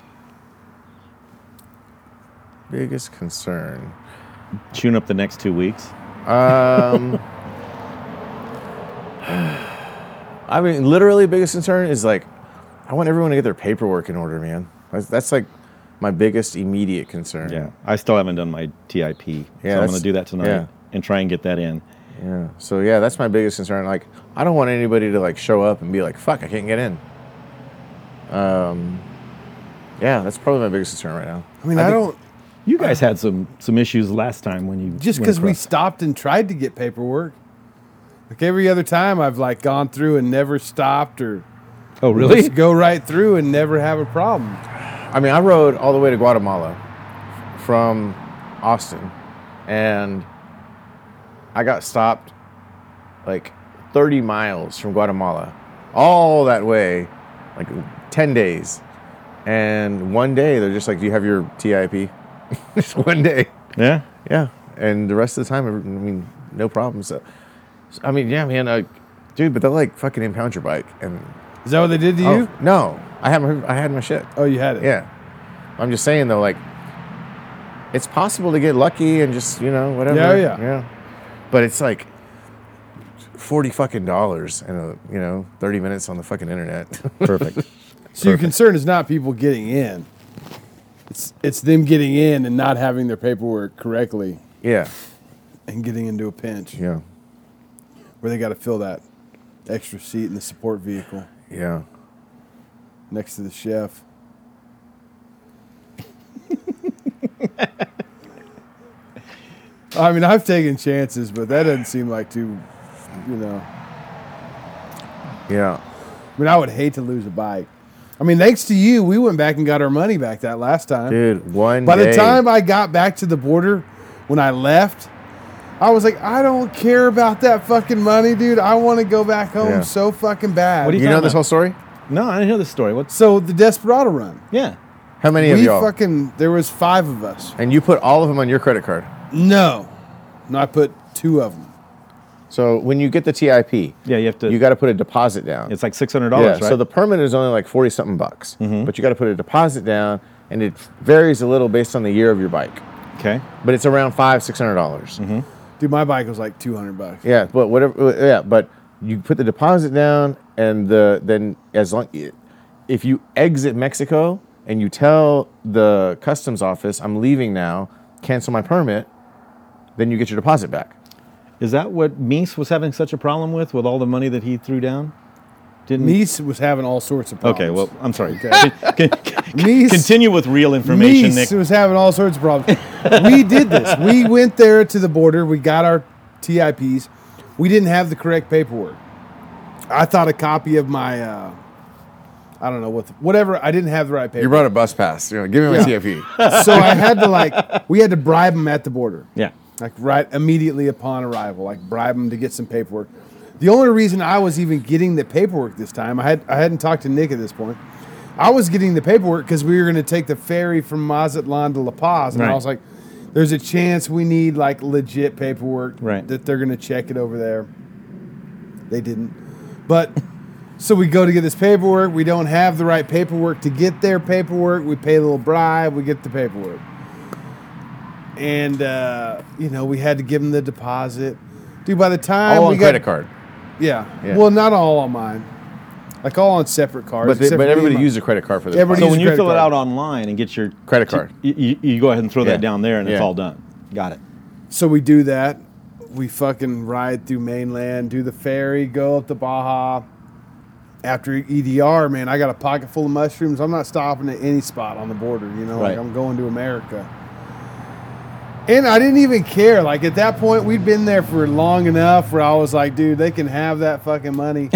Speaker 3: Biggest concern.
Speaker 2: tune up the next two weeks.
Speaker 3: Um, I mean, literally, biggest concern is like, I want everyone to get their paperwork in order, man. That's, that's like my biggest immediate concern.
Speaker 2: Yeah. I still haven't done my TIP. so I'm
Speaker 3: that's-
Speaker 2: going to do that tonight
Speaker 3: yeah.
Speaker 2: and try and get that in.
Speaker 3: Yeah. So yeah, that's my biggest concern. Like, I don't want anybody to like show up and be like, "Fuck, I can't get in." Um. Yeah, that's probably my biggest concern right now.
Speaker 1: I mean, I,
Speaker 3: think-
Speaker 1: don't
Speaker 2: You guys had some some issues last time when you
Speaker 1: just
Speaker 2: went
Speaker 1: because we
Speaker 2: across.
Speaker 1: stopped and tried to get paperwork. Like every other time, I've like gone through and never stopped or
Speaker 2: Oh really?
Speaker 1: just go right through and never have a problem.
Speaker 3: I mean, I rode all the way to Guatemala from Austin, and I got stopped like 30 miles from Guatemala, all that way, like 10 days. And one day, they're just like, Do you have your TIP? just one day.
Speaker 2: Yeah.
Speaker 3: Yeah, and the rest of the time, I mean, no problems. So, I mean, yeah, man, I, dude, but they'll like fucking impound your bike and
Speaker 1: Is that what they did to you?
Speaker 3: Oh, no, I had my, I had my shit.
Speaker 1: Oh, you had it.
Speaker 3: Yeah, I'm just saying though, like, it's possible to get lucky and just you know whatever.
Speaker 1: Yeah, yeah.
Speaker 3: But it's like forty fucking dollars and a, you know thirty minutes on the fucking internet.
Speaker 2: Perfect.
Speaker 1: So your concern is not people getting in. It's it's them getting in and not having their paperwork correctly
Speaker 3: yeah,
Speaker 1: and getting into a pinch
Speaker 3: yeah,
Speaker 1: where they got to fill that extra seat in the support vehicle
Speaker 3: yeah.
Speaker 1: next to the chef. I mean, I've taken chances, but that doesn't seem like too, you know.
Speaker 3: Yeah.
Speaker 1: I mean, I would hate to lose a bike. I mean, thanks to you, we went back and got our money back that last time.
Speaker 3: Dude, one
Speaker 1: By the
Speaker 3: day-
Speaker 1: time I got back to the border, when I left, I was like, I don't care about that fucking money, dude. I want to go back home
Speaker 3: Yeah.
Speaker 1: so fucking bad.
Speaker 2: What do
Speaker 3: you know
Speaker 2: Time
Speaker 3: this
Speaker 2: out.
Speaker 3: whole story?
Speaker 2: No, I didn't hear this story. What's
Speaker 1: so the Desperado run.
Speaker 2: yeah?
Speaker 3: How many of
Speaker 1: We
Speaker 3: y'all?
Speaker 1: fucking there was five of us.
Speaker 3: and you put all of them on your credit card.
Speaker 1: No, no, I put two of them.
Speaker 3: So when you get the TIP,
Speaker 2: Yeah, you have to.
Speaker 3: you got to put a deposit down.
Speaker 2: it's like six hundred dollars, right?
Speaker 3: So the permit is only like forty something bucks, but you got to put a deposit down, and it varies a little based on the year of your bike,
Speaker 2: okay.
Speaker 3: but it's around five six hundred dollars.
Speaker 1: Dude, my bike was like two hundred bucks.
Speaker 3: Yeah, but whatever. uh, Yeah, but you put the deposit down, and the then as long if you exit Mexico and you tell the customs office I'm leaving now, cancel my permit, then you get your deposit back.
Speaker 2: Is that what Meese was having such a problem with, with all the money that he threw down? Didn't
Speaker 1: Niece was having all sorts of problems.
Speaker 2: Okay, well, I'm sorry.
Speaker 1: Okay.
Speaker 2: Con- con-
Speaker 1: Meese-
Speaker 2: Continue with real information,
Speaker 1: niece
Speaker 2: Nick.
Speaker 1: was having all sorts of problems. we did this. We went there to the border. We got our TIPs. We didn't have the correct paperwork. I thought a copy of my, uh, I don't know what, the, whatever. I didn't have the right paperwork,
Speaker 3: brought a bus pass. You know, give me
Speaker 1: Yeah.
Speaker 3: TIP.
Speaker 1: so I had to like, we had to bribe them at the border.
Speaker 2: Yeah.
Speaker 1: like right immediately upon arrival, like bribe them to get some paperwork. The only reason I was even getting the paperwork this time, I had I hadn't talked to Nick at this point. I was getting the paperwork because we were going to take the ferry from Mazatlan to La Paz, and I
Speaker 2: Right.
Speaker 1: was like, "There's a chance we need like legit paperwork
Speaker 2: Right.
Speaker 1: that they're going to check it over there." They didn't, but so we go to get this paperwork. We don't have the right paperwork to get their paperwork. We pay a little bribe. We get the paperwork and uh, you know we had to give him the deposit. Dude, by the time
Speaker 3: All
Speaker 1: we
Speaker 3: on
Speaker 1: got,
Speaker 3: credit card,
Speaker 1: Yeah.
Speaker 3: Yeah.
Speaker 1: well, not all on mine, like all on separate cards.
Speaker 3: but, they-
Speaker 1: except
Speaker 3: but
Speaker 1: for me and
Speaker 3: everybody
Speaker 1: my-
Speaker 3: used a credit card for their
Speaker 1: Everybody
Speaker 2: So
Speaker 1: Use
Speaker 2: when
Speaker 1: a
Speaker 2: you
Speaker 1: credit
Speaker 2: fill it
Speaker 1: card.
Speaker 2: out online and get your
Speaker 3: Credit card.
Speaker 2: you, you, you go ahead and throw
Speaker 3: Yeah.
Speaker 2: that down there, and it's
Speaker 3: Yeah.
Speaker 2: all done. Got it.
Speaker 1: So we do that. We fucking ride through mainland, do the ferry, go up to Baja. After EDR, man, I got a pocket full of mushrooms. I'm not stopping at any spot on the border, you know, like
Speaker 2: Right.
Speaker 1: I'm going to America. And I didn't even care. Like at that point, we'd been there for long enough where I was like, dude, they can have that fucking money.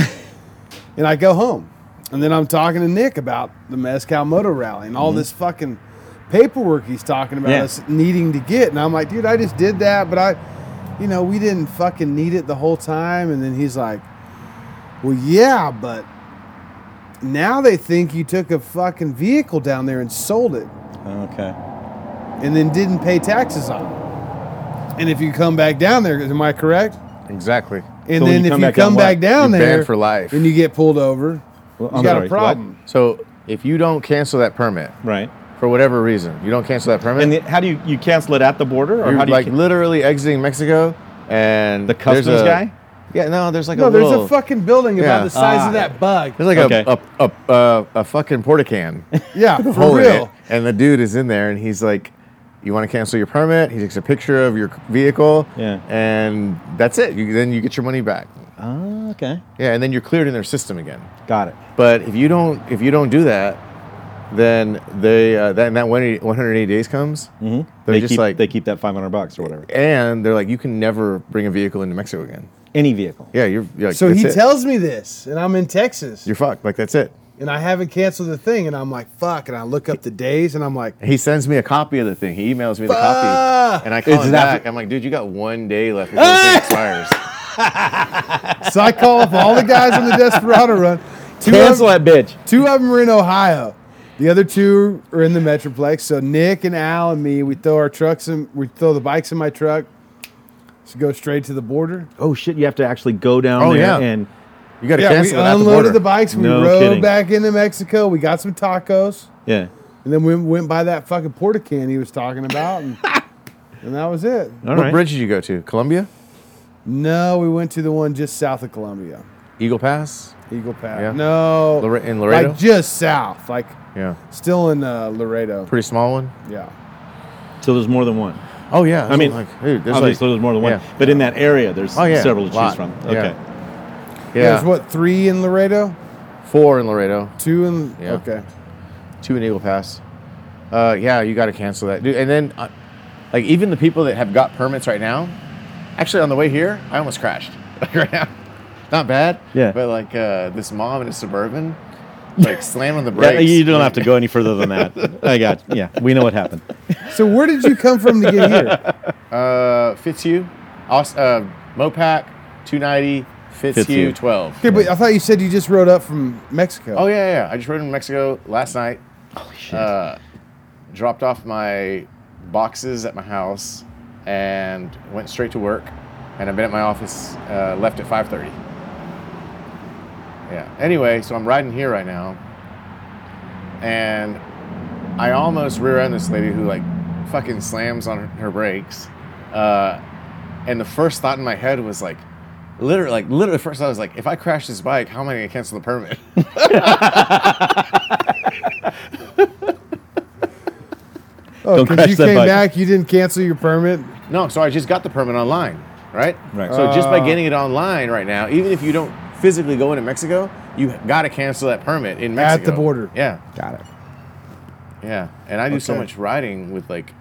Speaker 1: and I go home. And then I'm talking to Nick about the Mezcal Moto Rally and all this fucking paperwork he's talking about
Speaker 2: Mm-hmm. Yeah.
Speaker 1: us needing to get. And I'm like, dude, I just did that, but I, you know, we didn't fucking need it the whole time. And then he's like, well, yeah, but now they think you took a fucking vehicle down there and sold it
Speaker 2: Okay.
Speaker 1: and then didn't pay taxes on it. And if you come back down there, am I correct?
Speaker 3: Exactly.
Speaker 1: And
Speaker 2: So when
Speaker 1: then if
Speaker 2: you come
Speaker 1: you
Speaker 2: back down,
Speaker 1: come
Speaker 2: what?
Speaker 1: back down
Speaker 3: You're banned
Speaker 1: there
Speaker 3: for life.
Speaker 1: and you get pulled over,
Speaker 2: Well,
Speaker 1: you
Speaker 2: I'm
Speaker 1: got
Speaker 2: sorry,
Speaker 1: a
Speaker 2: what?
Speaker 1: problem.
Speaker 3: So if you don't cancel that permit
Speaker 2: Right.
Speaker 3: for whatever reason, you don't cancel that permit.
Speaker 2: And the, how do you you cancel it at the border, or
Speaker 3: you're
Speaker 2: how do you
Speaker 3: like
Speaker 2: ca-
Speaker 3: literally exiting Mexico, and
Speaker 2: the
Speaker 3: there's
Speaker 2: customs
Speaker 3: a-
Speaker 2: guy?
Speaker 3: Yeah, no, there's like
Speaker 1: No,
Speaker 3: a
Speaker 1: there's
Speaker 3: little,
Speaker 1: a fucking building about
Speaker 3: Yeah.
Speaker 1: the size
Speaker 2: Ah.
Speaker 1: of that bug.
Speaker 3: there's like
Speaker 2: Okay.
Speaker 3: a, a, a, a a fucking porta can,
Speaker 1: Yeah,
Speaker 3: hole
Speaker 1: for
Speaker 3: in it,
Speaker 1: real.
Speaker 3: and the dude is in there, and he's like, "You want to cancel your permit?" He takes a picture of your vehicle,
Speaker 2: Yeah.
Speaker 3: and that's it. You, then you get your money back.
Speaker 2: Ah, okay.
Speaker 3: Yeah, and then you're cleared in their system again.
Speaker 2: Got it.
Speaker 3: But if you don't if you don't do that, then they uh, then that 180 180 days comes. Mm-hmm. They're
Speaker 2: they
Speaker 3: just
Speaker 2: keep
Speaker 3: like
Speaker 2: they keep that 500 bucks or whatever.
Speaker 3: and they're like you can never bring a vehicle into Mexico again.
Speaker 2: Any vehicle.
Speaker 3: Yeah, you're, you're like
Speaker 1: So
Speaker 3: that's
Speaker 1: he
Speaker 3: it.
Speaker 1: tells me this, and I'm in Texas,
Speaker 3: you're fucked. Like that's it.
Speaker 1: and I haven't canceled the thing, and I'm like, fuck. And I look up the days, and I'm like,
Speaker 3: He sends me a copy of the thing. He emails me the
Speaker 1: Fuck! Ah!
Speaker 3: copy, and I call
Speaker 2: It's
Speaker 3: him
Speaker 2: not-
Speaker 3: back. I'm like, dude, you got one day left before the thing expires.
Speaker 1: so I call up all the guys on the Desperado Run. Two of,
Speaker 2: Cancel that bitch.
Speaker 1: two of them were in Ohio. The other two are in the Metroplex. So Nick and Al and me, we throw our trucks and we throw the bikes in my truck. So go straight to the border.
Speaker 2: Oh shit! You have to actually go down
Speaker 3: Oh,
Speaker 2: there
Speaker 3: yeah.
Speaker 2: and
Speaker 3: You got to
Speaker 1: Yeah, we
Speaker 3: cancel it at the
Speaker 1: unloaded
Speaker 3: border.
Speaker 1: the, bikes. We
Speaker 2: No
Speaker 1: rode
Speaker 2: kidding.
Speaker 1: back into Mexico. We got some tacos,
Speaker 2: yeah.
Speaker 1: and then we went by that fucking porta can he was talking about, and, and that was it.
Speaker 2: All
Speaker 3: what
Speaker 2: right.
Speaker 3: bridge did you go to? Columbia,
Speaker 1: No, we went to the one just south of Columbia,
Speaker 3: Eagle Pass,
Speaker 1: Eagle Pass.
Speaker 3: Yeah.
Speaker 1: No,
Speaker 3: Lore- in Laredo.
Speaker 1: like just south, like
Speaker 3: yeah,
Speaker 1: still in uh, Laredo.
Speaker 3: pretty small one.
Speaker 1: Yeah,
Speaker 2: So there's more than one.
Speaker 3: Oh yeah.
Speaker 2: I mean,
Speaker 3: like, dude, there's
Speaker 2: obviously
Speaker 3: like,
Speaker 2: there's more than one.
Speaker 3: yeah.
Speaker 2: But in that area, there's
Speaker 3: Oh, yeah,
Speaker 2: several to
Speaker 3: lot.
Speaker 2: choose from.
Speaker 3: Yeah.
Speaker 2: Okay.
Speaker 1: yeah.
Speaker 3: yeah,
Speaker 1: There's what three in Laredo,
Speaker 3: four in Laredo,
Speaker 1: two in
Speaker 3: Yeah.
Speaker 1: okay.
Speaker 3: two in Eagle Pass. Uh, yeah, you got to cancel that, dude. And then, uh, like, even the people that have got permits right now, actually on the way here, I almost crashed. Like right now, not bad.
Speaker 2: Yeah.
Speaker 3: But like uh, this mom in a suburban, like slammed on the
Speaker 2: Yeah,
Speaker 3: brakes.
Speaker 2: you don't have to go any further than that. I got. Yeah, we know what happened.
Speaker 1: So where did you come from to get here?
Speaker 3: Uh, Fitzhugh, Aus- uh, Mopac, 290, Fitzhugh,
Speaker 2: Fitzhugh.
Speaker 3: 12.
Speaker 1: Okay, but I thought you said you just rode up from Mexico.
Speaker 3: Oh, yeah, yeah, yeah. I just rode in Mexico last night.
Speaker 2: Holy shit!
Speaker 3: Uh, dropped off my boxes at my house and went straight to work. And I've been at my office, uh, left at 5.30. Yeah. Anyway, so I'm riding here right now. And I almost rear-end this lady who, like, fucking slams on her, her brakes. Uh, and the first thought in my head was, like, literally, like, literally the first thought was, like, if I crash this bike, how am I going to cancel the permit?
Speaker 1: Oh,
Speaker 2: Don't
Speaker 1: 'cause
Speaker 2: crash
Speaker 1: you
Speaker 2: that
Speaker 1: came
Speaker 2: bike.
Speaker 1: back, you didn't cancel your permit.
Speaker 3: No, so I just got the permit online, right?
Speaker 2: Right.
Speaker 3: So just by
Speaker 1: Uh,
Speaker 3: getting it online right now, even if you don't physically go into Mexico, you got to cancel that permit in Mexico
Speaker 1: the border.
Speaker 3: Yeah,
Speaker 1: Got it.
Speaker 3: yeah. And I do so
Speaker 1: Okay.
Speaker 3: much riding with like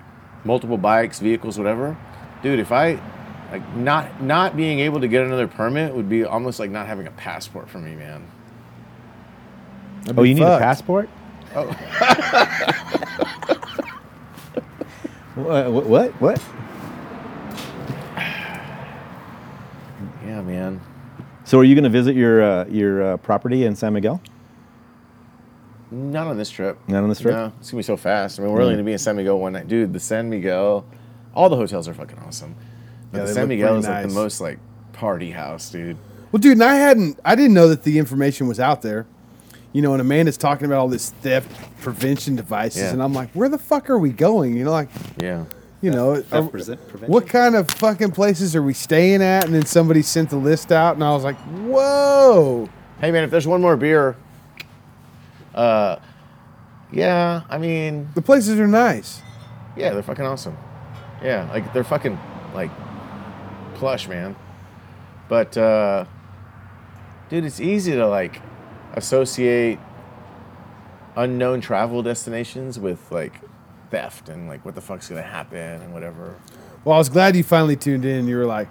Speaker 3: multiple bikes, vehicles, whatever. Dude, if I like not not being able to get another permit would be almost like not having a passport for me, man.
Speaker 2: oh, you need a
Speaker 1: fucked.
Speaker 2: passport. Oh. what? What? What?
Speaker 3: Yeah, man.
Speaker 2: So are you going to visit your uh, your uh, property in San Miguel?
Speaker 3: Not on this trip.
Speaker 2: Not on this trip? Mm.
Speaker 3: No, it's gonna be so fast. I mean, we're only gonna be in San Miguel one night, dude. The San Miguel, all the hotels are fucking awesome. But
Speaker 1: Yeah,
Speaker 3: the
Speaker 1: they
Speaker 3: San
Speaker 1: look
Speaker 3: Miguel
Speaker 1: pretty
Speaker 3: is like the
Speaker 1: nice.
Speaker 3: most like party house, dude.
Speaker 1: Well, dude, and I hadn't, I didn't know that the information was out there. You know, and Amanda's talking about all this theft prevention devices,
Speaker 3: Yeah.
Speaker 1: and I'm like, where the fuck are we going? You know, like,
Speaker 3: Yeah.
Speaker 1: you know,
Speaker 2: theft
Speaker 1: are-
Speaker 2: present- prevention?
Speaker 1: what kind of fucking places are we staying at? And then somebody sent the list out, and I was like, whoa.
Speaker 3: Hey man, if there's one more beer, uh, yeah. I mean,
Speaker 1: The places are nice.
Speaker 3: yeah, they're fucking awesome. Yeah, like they're fucking like plush, man. But uh, dude, it's easy to like associate unknown travel destinations with like theft and like what the fuck's gonna happen and whatever.
Speaker 1: Well, I was glad you finally tuned in. You were like,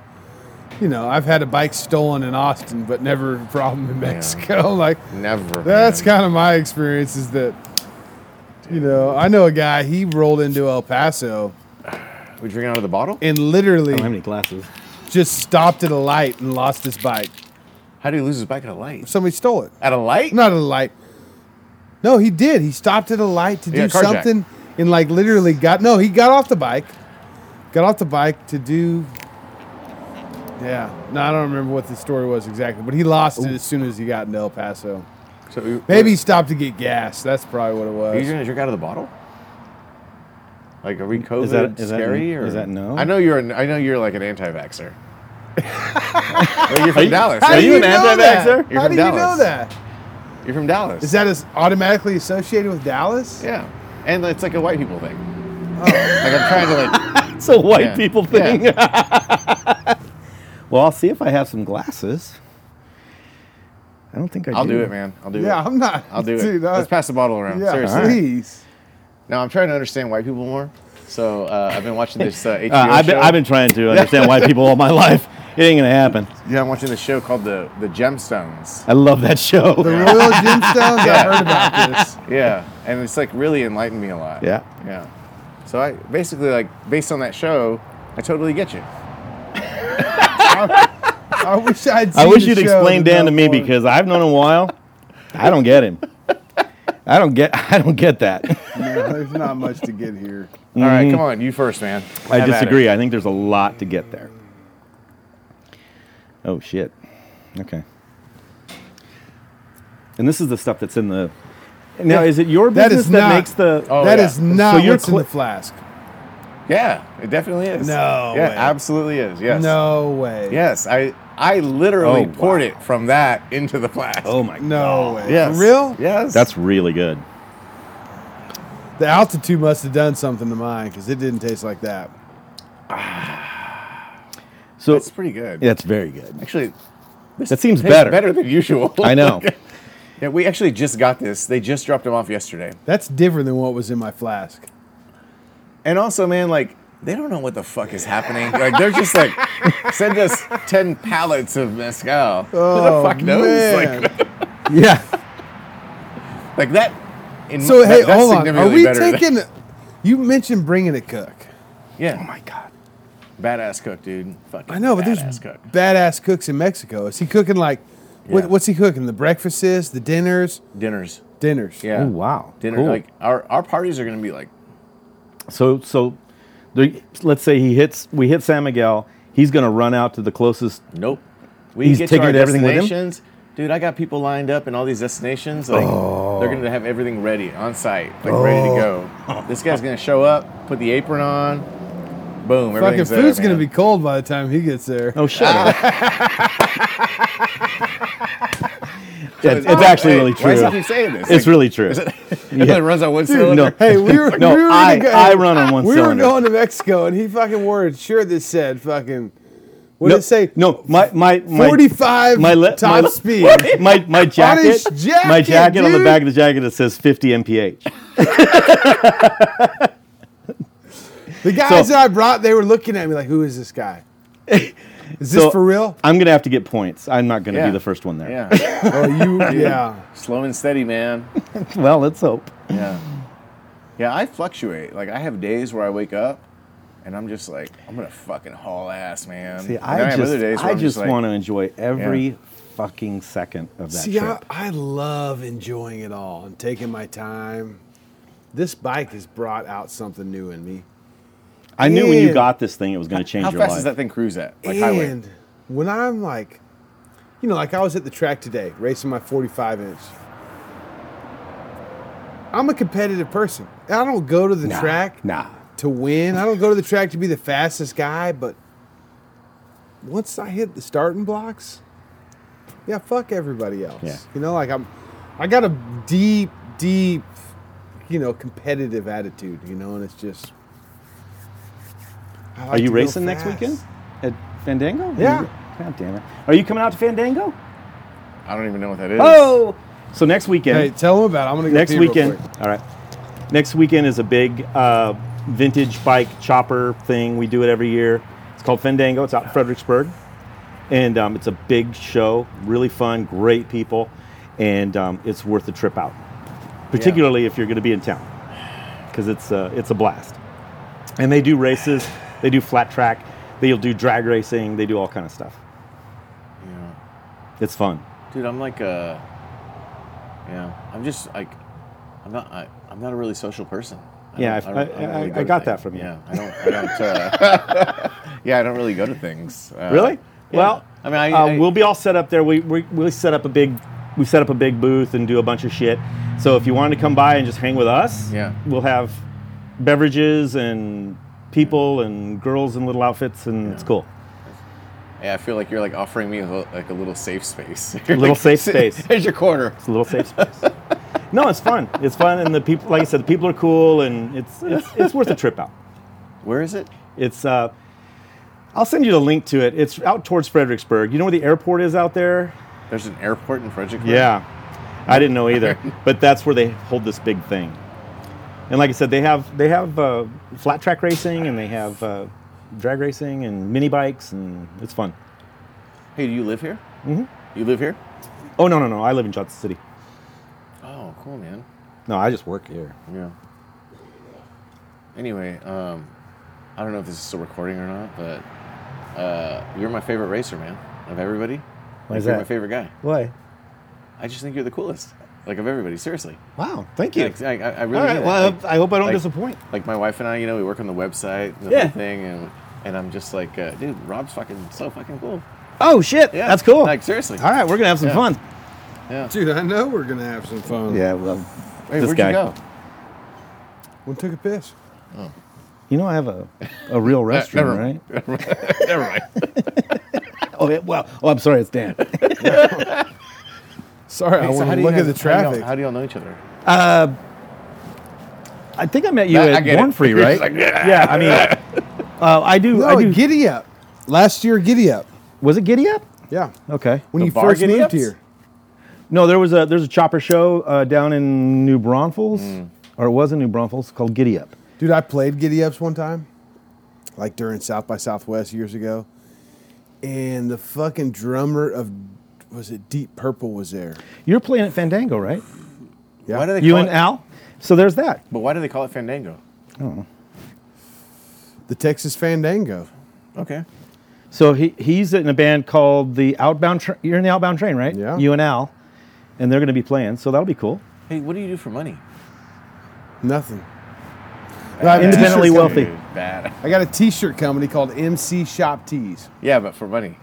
Speaker 1: you know, I've had a bike stolen in Austin, but never a problem in Mexico. like,
Speaker 3: Never.
Speaker 1: That's
Speaker 3: man.
Speaker 1: kind of my experience is that, you know, I know a guy, he rolled into El Paso
Speaker 3: we drinking out of the bottle.
Speaker 1: and
Speaker 2: Oh, I don't have
Speaker 1: literally
Speaker 2: any glasses.
Speaker 1: just stopped at a light and lost his bike.
Speaker 3: How do you lose his bike at a light?
Speaker 1: Somebody stole it.
Speaker 3: At a light?
Speaker 1: Not at a light. No, he did. He stopped at a light to do
Speaker 3: Yeah, carjack.
Speaker 1: something and, like, literally got, no, he got off the bike. Got off the bike to do, yeah. No, I don't remember what the story was exactly, but he lost it as soon as he got into El Paso.
Speaker 3: So we-
Speaker 1: Maybe he stopped to get gas. That's probably what it
Speaker 3: Are you
Speaker 1: was.
Speaker 3: gonna drink out of the bottle? Like, are we COVID
Speaker 2: Is that- is that-
Speaker 3: scary? or
Speaker 2: is that no?
Speaker 3: I know you're. An, I know you're like an anti-vaxer. Well, you're from Dallas.
Speaker 1: How
Speaker 3: right?
Speaker 1: do
Speaker 2: you an
Speaker 1: know that?
Speaker 2: anti-vaxxer?
Speaker 3: You're
Speaker 1: How
Speaker 3: from
Speaker 1: do you know
Speaker 3: Dallas.
Speaker 1: that?
Speaker 3: You're from Dallas.
Speaker 1: Is that as automatically associated with Dallas?
Speaker 3: Yeah, and it's like a white people thing.
Speaker 2: Oh.
Speaker 3: like I'm trying to like.
Speaker 2: It's a white
Speaker 3: Yeah.
Speaker 2: people thing. well, I'll see if I have some glasses. I don't think I
Speaker 3: I'll
Speaker 2: do.
Speaker 3: do it, man. I'll do
Speaker 1: Yeah,
Speaker 3: it.
Speaker 1: I'm not.
Speaker 3: I'll do it.
Speaker 1: dude, I-
Speaker 3: Let's pass the bottle around.
Speaker 1: Yeah,
Speaker 3: Seriously.
Speaker 1: please.
Speaker 3: Now I'm trying to understand white people more. So uh, I've been watching this uh, HBO
Speaker 2: Uh, I've, been,
Speaker 3: show.
Speaker 2: I've been trying to understand why people all my life. It ain't gonna happen.
Speaker 3: Yeah, I'm watching this show called the the Gemstones.
Speaker 2: I love that
Speaker 1: The Royal
Speaker 2: show.
Speaker 1: Gemstones. I heard about this.
Speaker 3: yeah and it's like really enlightened me a lot
Speaker 2: Yeah.
Speaker 3: yeah so i basically like based on that show i totally get you
Speaker 1: I wish I'd. Seen
Speaker 2: I wish
Speaker 1: the
Speaker 2: you'd
Speaker 1: show
Speaker 2: explain
Speaker 1: know
Speaker 2: Dan to me
Speaker 1: more.
Speaker 2: because I've known him a while. I don't get him. I don't get. I don't get that.
Speaker 1: No, there's not much to get here.
Speaker 3: All right, come on, you first, man.
Speaker 2: Mm-hmm. I
Speaker 3: Have at it.
Speaker 2: disagree. I think there's a lot to get there. Oh shit. Okay. And this is the stuff that's in the. Now, is it your
Speaker 1: That
Speaker 2: business that,
Speaker 1: is not-
Speaker 2: makes the?
Speaker 3: Oh,
Speaker 1: That
Speaker 3: yeah.
Speaker 1: is not
Speaker 2: So you're
Speaker 1: what's
Speaker 2: cl-
Speaker 1: in the flask.
Speaker 3: Yeah, it definitely is.
Speaker 1: No
Speaker 3: Yeah,
Speaker 1: way.
Speaker 3: absolutely is. Yes.
Speaker 1: No way.
Speaker 3: Yes, I I
Speaker 2: Oh,
Speaker 3: literally
Speaker 2: wow.
Speaker 3: poured it from that into the flask.
Speaker 2: Oh my.
Speaker 1: No way.
Speaker 3: Yes.
Speaker 1: For real?
Speaker 3: Yes.
Speaker 2: That's really good.
Speaker 1: The altitude must have done something to mine because it didn't taste like that.
Speaker 2: So
Speaker 3: that's pretty good.
Speaker 2: that's very good.
Speaker 3: Actually, this
Speaker 2: That seems
Speaker 3: tastes
Speaker 2: better.
Speaker 3: Better than usual.
Speaker 2: I know.
Speaker 3: yeah, we actually just got this. They just dropped them off yesterday.
Speaker 1: That's different than what was in my flask.
Speaker 3: And also, man, like they don't know what the fuck is happening. Like they're just like, send us ten pallets of mezcal.
Speaker 1: Oh,
Speaker 3: Who the fuck knows?
Speaker 1: man.
Speaker 3: Like,
Speaker 2: yeah.
Speaker 3: like that. In,
Speaker 1: So
Speaker 3: that-
Speaker 1: hey,
Speaker 3: that's
Speaker 1: hold on. Are
Speaker 3: significantly
Speaker 1: we
Speaker 3: better than-
Speaker 1: taking? You mentioned bringing a cook.
Speaker 3: yeah.
Speaker 2: my god.
Speaker 3: Badass cook, dude. Fucking
Speaker 1: I know, but
Speaker 3: badass
Speaker 1: there's
Speaker 3: cook.
Speaker 1: badass cooks in Mexico. Is he cooking like?
Speaker 3: Yeah.
Speaker 1: What, what's he cooking? The breakfasts, the dinners,
Speaker 3: dinners.
Speaker 1: dinners.
Speaker 3: Yeah.
Speaker 2: Oh, wow.
Speaker 3: Dinner.
Speaker 2: Cool.
Speaker 3: Like our our parties are gonna be like
Speaker 2: So so, the, let's say he hits. We hit San Miguel. He's going to run out to the closest.
Speaker 3: Nope. We
Speaker 2: He's
Speaker 3: get to our
Speaker 2: taking everything with him?
Speaker 3: destinations. Dude, I got people lined up in all these destinations. Like
Speaker 1: Oh.
Speaker 3: they're gonna have everything ready on site, like ready to
Speaker 1: Oh.
Speaker 3: go. This guy's gonna show up, put the apron on, boom,
Speaker 1: Fucking
Speaker 3: everything's
Speaker 1: food's
Speaker 3: there,
Speaker 1: gonna be
Speaker 3: man.
Speaker 1: cold by the time he gets there.
Speaker 2: Oh shut up. Yeah, it's, it's
Speaker 3: Hey,
Speaker 2: actually really
Speaker 3: Why does
Speaker 2: true.
Speaker 3: he keep saying this?
Speaker 2: It's
Speaker 3: Like,
Speaker 2: really true.
Speaker 3: Is it, it runs on one cylinder.
Speaker 2: no.
Speaker 1: Hey, we were
Speaker 2: No,
Speaker 1: we were
Speaker 2: I-
Speaker 1: gonna go,
Speaker 2: I run on one
Speaker 1: We
Speaker 2: cylinder.
Speaker 1: were going to Mexico, and he fucking wore a shirt that said fucking. What
Speaker 2: no,
Speaker 1: did it say?
Speaker 2: No, my my my
Speaker 1: Forty-five
Speaker 2: my le-
Speaker 1: top
Speaker 2: my-
Speaker 1: speed.
Speaker 2: My my jacket,
Speaker 1: his jacket,
Speaker 2: my jacket on the
Speaker 1: dude.
Speaker 2: back of the jacket it says 50 mph.
Speaker 1: The guys that I brought, they were looking at me like, "Who is this guy? Is this
Speaker 2: So-
Speaker 1: for real?"
Speaker 2: I'm gonna have to get points. I'm not gonna
Speaker 3: Yeah.
Speaker 2: be the first one there.
Speaker 3: Yeah.
Speaker 1: Oh, you, yeah.
Speaker 3: Slow and steady, man.
Speaker 2: Well, let's hope.
Speaker 3: Yeah. Yeah, I fluctuate. Like I have days where I wake up and I'm just like, I'm gonna fucking haul ass, man.
Speaker 2: See,
Speaker 3: And then
Speaker 2: I
Speaker 3: have
Speaker 2: just
Speaker 3: other days where
Speaker 2: I
Speaker 3: I'm
Speaker 2: just
Speaker 3: like,
Speaker 2: want to enjoy every fucking second of that
Speaker 1: See, I,
Speaker 2: trip.
Speaker 1: I love enjoying it all and taking my time. This bike has brought out something new in me.
Speaker 2: I, knew when you
Speaker 1: and-
Speaker 2: got this thing, it was gonna change
Speaker 3: How
Speaker 2: your
Speaker 3: fast
Speaker 2: life.
Speaker 3: is that thing cruise at? Like
Speaker 1: and
Speaker 3: highway.
Speaker 1: when I'm like, you know, like I was at the track today racing my 45 inch. I'm a competitive person. I don't go to the
Speaker 2: Nah,
Speaker 1: track
Speaker 2: Nah.
Speaker 1: to win. I don't go to the track to be the fastest guy, but once I hit the starting blocks, yeah, fuck everybody else.
Speaker 2: Yeah.
Speaker 1: You know, like I'm I got a deep, deep, you know, competitive attitude, you know, and it's just I like
Speaker 2: Are
Speaker 1: to
Speaker 2: you
Speaker 1: go
Speaker 2: racing next
Speaker 1: fast.
Speaker 2: weekend at Fandango?
Speaker 1: Yeah.
Speaker 2: God damn it. Are you coming out to Fandango?
Speaker 3: I don't even know what that is.
Speaker 2: Oh. So next weekend.
Speaker 1: Hey, tell them about it. I'm gonna go
Speaker 2: next
Speaker 1: pee real
Speaker 2: weekend.
Speaker 1: quick.
Speaker 2: All right. Next weekend is a big uh, vintage bike chopper thing. We do it every year. It's called Fandango. It's out in Fredericksburg, and um, it's a big show. Really fun. Great people, and um, it's worth the trip out, particularly if you're going to be in town, because it's uh, it's a blast. And they do races. They do flat track. They'll do drag racing. They do all kind of stuff.
Speaker 3: Yeah.
Speaker 2: It's fun.
Speaker 3: Dude, I'm like a yeah. I'm just like I'm not I, I'm not a really social person. I
Speaker 2: Yeah,
Speaker 3: don't-
Speaker 2: I-
Speaker 3: don't-
Speaker 2: I-
Speaker 3: don't
Speaker 2: I-
Speaker 3: really go
Speaker 2: I
Speaker 3: to
Speaker 2: got that
Speaker 3: things.
Speaker 2: from you.
Speaker 3: Yeah, I don't. I don't uh, yeah, I don't really go to things. Uh,
Speaker 2: Really?
Speaker 3: yeah.
Speaker 2: Well,
Speaker 3: I mean, I,
Speaker 2: uh,
Speaker 3: I-
Speaker 2: we'll be all set up there. We, we we set up a big we set up a big booth and do a bunch of shit. So if you wanted to come by and just hang with us,
Speaker 3: Yeah.
Speaker 2: we'll have beverages and people and girls in little outfits, and it's cool.
Speaker 3: Yeah, I feel like you're like offering me a, li- like a little safe space.
Speaker 2: little safe space.
Speaker 3: Here's your quarter.
Speaker 2: It's a little safe space. no, it's fun. It's fun, and the people, like I said, the people are cool, and it's it's, it's worth a trip out.
Speaker 3: Where is it?
Speaker 2: It's uh, I'll send you the link to it. It's out towards Fredericksburg. You know where the airport is out there?
Speaker 3: There's an airport in Fredericksburg.
Speaker 2: Yeah, I didn't know either. but that's where they hold this big thing. And like I said, they have they have uh, flat track racing and they have uh, drag racing and mini bikes and it's fun.
Speaker 3: Hey, do you live here? Mm-hmm. You live here?
Speaker 2: Oh no no no! I live in Johnson City.
Speaker 3: Oh, cool, man.
Speaker 2: No, I just work here.
Speaker 3: Yeah. Anyway, um, I don't know if this is still recording or not, but uh, you're my favorite racer, man. Of everybody,
Speaker 2: Why is
Speaker 3: you're
Speaker 2: that?
Speaker 3: my favorite guy.
Speaker 2: Why?
Speaker 3: I just think you're the coolest. like of everybody. Seriously.
Speaker 2: Wow, thank you.
Speaker 3: Like, I, I, I really.
Speaker 2: All
Speaker 3: mean
Speaker 2: right,
Speaker 3: it.
Speaker 2: well, I
Speaker 3: Like-
Speaker 2: hope, I hope I don't
Speaker 3: like-
Speaker 2: disappoint.
Speaker 3: Like my wife and I, you know, we work on the website, the
Speaker 2: Yeah.
Speaker 3: whole thing, and and I'm just like, uh, dude, Rob's fucking so fucking cool.
Speaker 2: Oh shit,
Speaker 3: Yeah,
Speaker 2: that's cool.
Speaker 3: Like seriously.
Speaker 2: All right, we're gonna have some
Speaker 3: Yeah.
Speaker 2: fun.
Speaker 1: Dude, I know we're gonna have some fun.
Speaker 2: Yeah, well,
Speaker 3: Hey,
Speaker 2: this
Speaker 3: where'd
Speaker 2: guy.
Speaker 3: you go?
Speaker 1: We took a piss.
Speaker 2: You know I have a, a real
Speaker 3: never
Speaker 2: restroom,
Speaker 3: mind.
Speaker 2: right?
Speaker 3: Never mind.
Speaker 2: Oh yeah, well, oh I'm sorry, it's Dan.
Speaker 1: Sorry, I
Speaker 3: Hey, so
Speaker 1: want to
Speaker 3: how do you
Speaker 1: look at
Speaker 3: guys-
Speaker 1: the
Speaker 3: how do y'all-
Speaker 1: traffic.
Speaker 3: How do y'all know each other?
Speaker 2: I think I met you
Speaker 3: I- I
Speaker 2: at
Speaker 3: get it.
Speaker 2: Born Free,
Speaker 3: You're
Speaker 2: right?
Speaker 3: just like, "Yeah."
Speaker 2: yeah, I mean, uh, I do. I
Speaker 1: no,
Speaker 2: do.
Speaker 1: giddy up. Last year, giddy up.
Speaker 2: was it Giddy Up?
Speaker 1: Yeah.
Speaker 2: Okay.
Speaker 1: When
Speaker 3: The
Speaker 1: you
Speaker 3: bar
Speaker 1: first
Speaker 3: Giddy
Speaker 1: moved
Speaker 3: Ups?
Speaker 1: here.
Speaker 2: No, there was a there's a chopper show uh, down in New Braunfels,
Speaker 3: Mm.
Speaker 2: or it was in New Braunfels, called Giddy Up.
Speaker 1: Dude, I played giddy ups one time, like during South by Southwest years ago, and the fucking drummer of was it Deep Purple was there.
Speaker 2: You're playing at Fandango, right?
Speaker 1: Yeah.
Speaker 3: Why do they
Speaker 2: You
Speaker 3: call
Speaker 2: and
Speaker 3: it,
Speaker 2: Al. So there's that.
Speaker 3: But why do they call it Fandango?
Speaker 1: the Texas Fandango.
Speaker 3: Okay.
Speaker 2: So he, he's in a band called the Outbound. Tra- you're in the Outbound Train, right?
Speaker 1: Yeah.
Speaker 2: You and Al, and they're going to be playing. So that'll be cool.
Speaker 3: Hey, what do you do for money?
Speaker 1: Nothing. No, I have a
Speaker 2: Independently
Speaker 1: t-shirt
Speaker 2: wealthy.
Speaker 1: company.
Speaker 3: Dude, bad.
Speaker 1: I got a T-shirt company called MC Shop Tees.
Speaker 3: Yeah, but for money.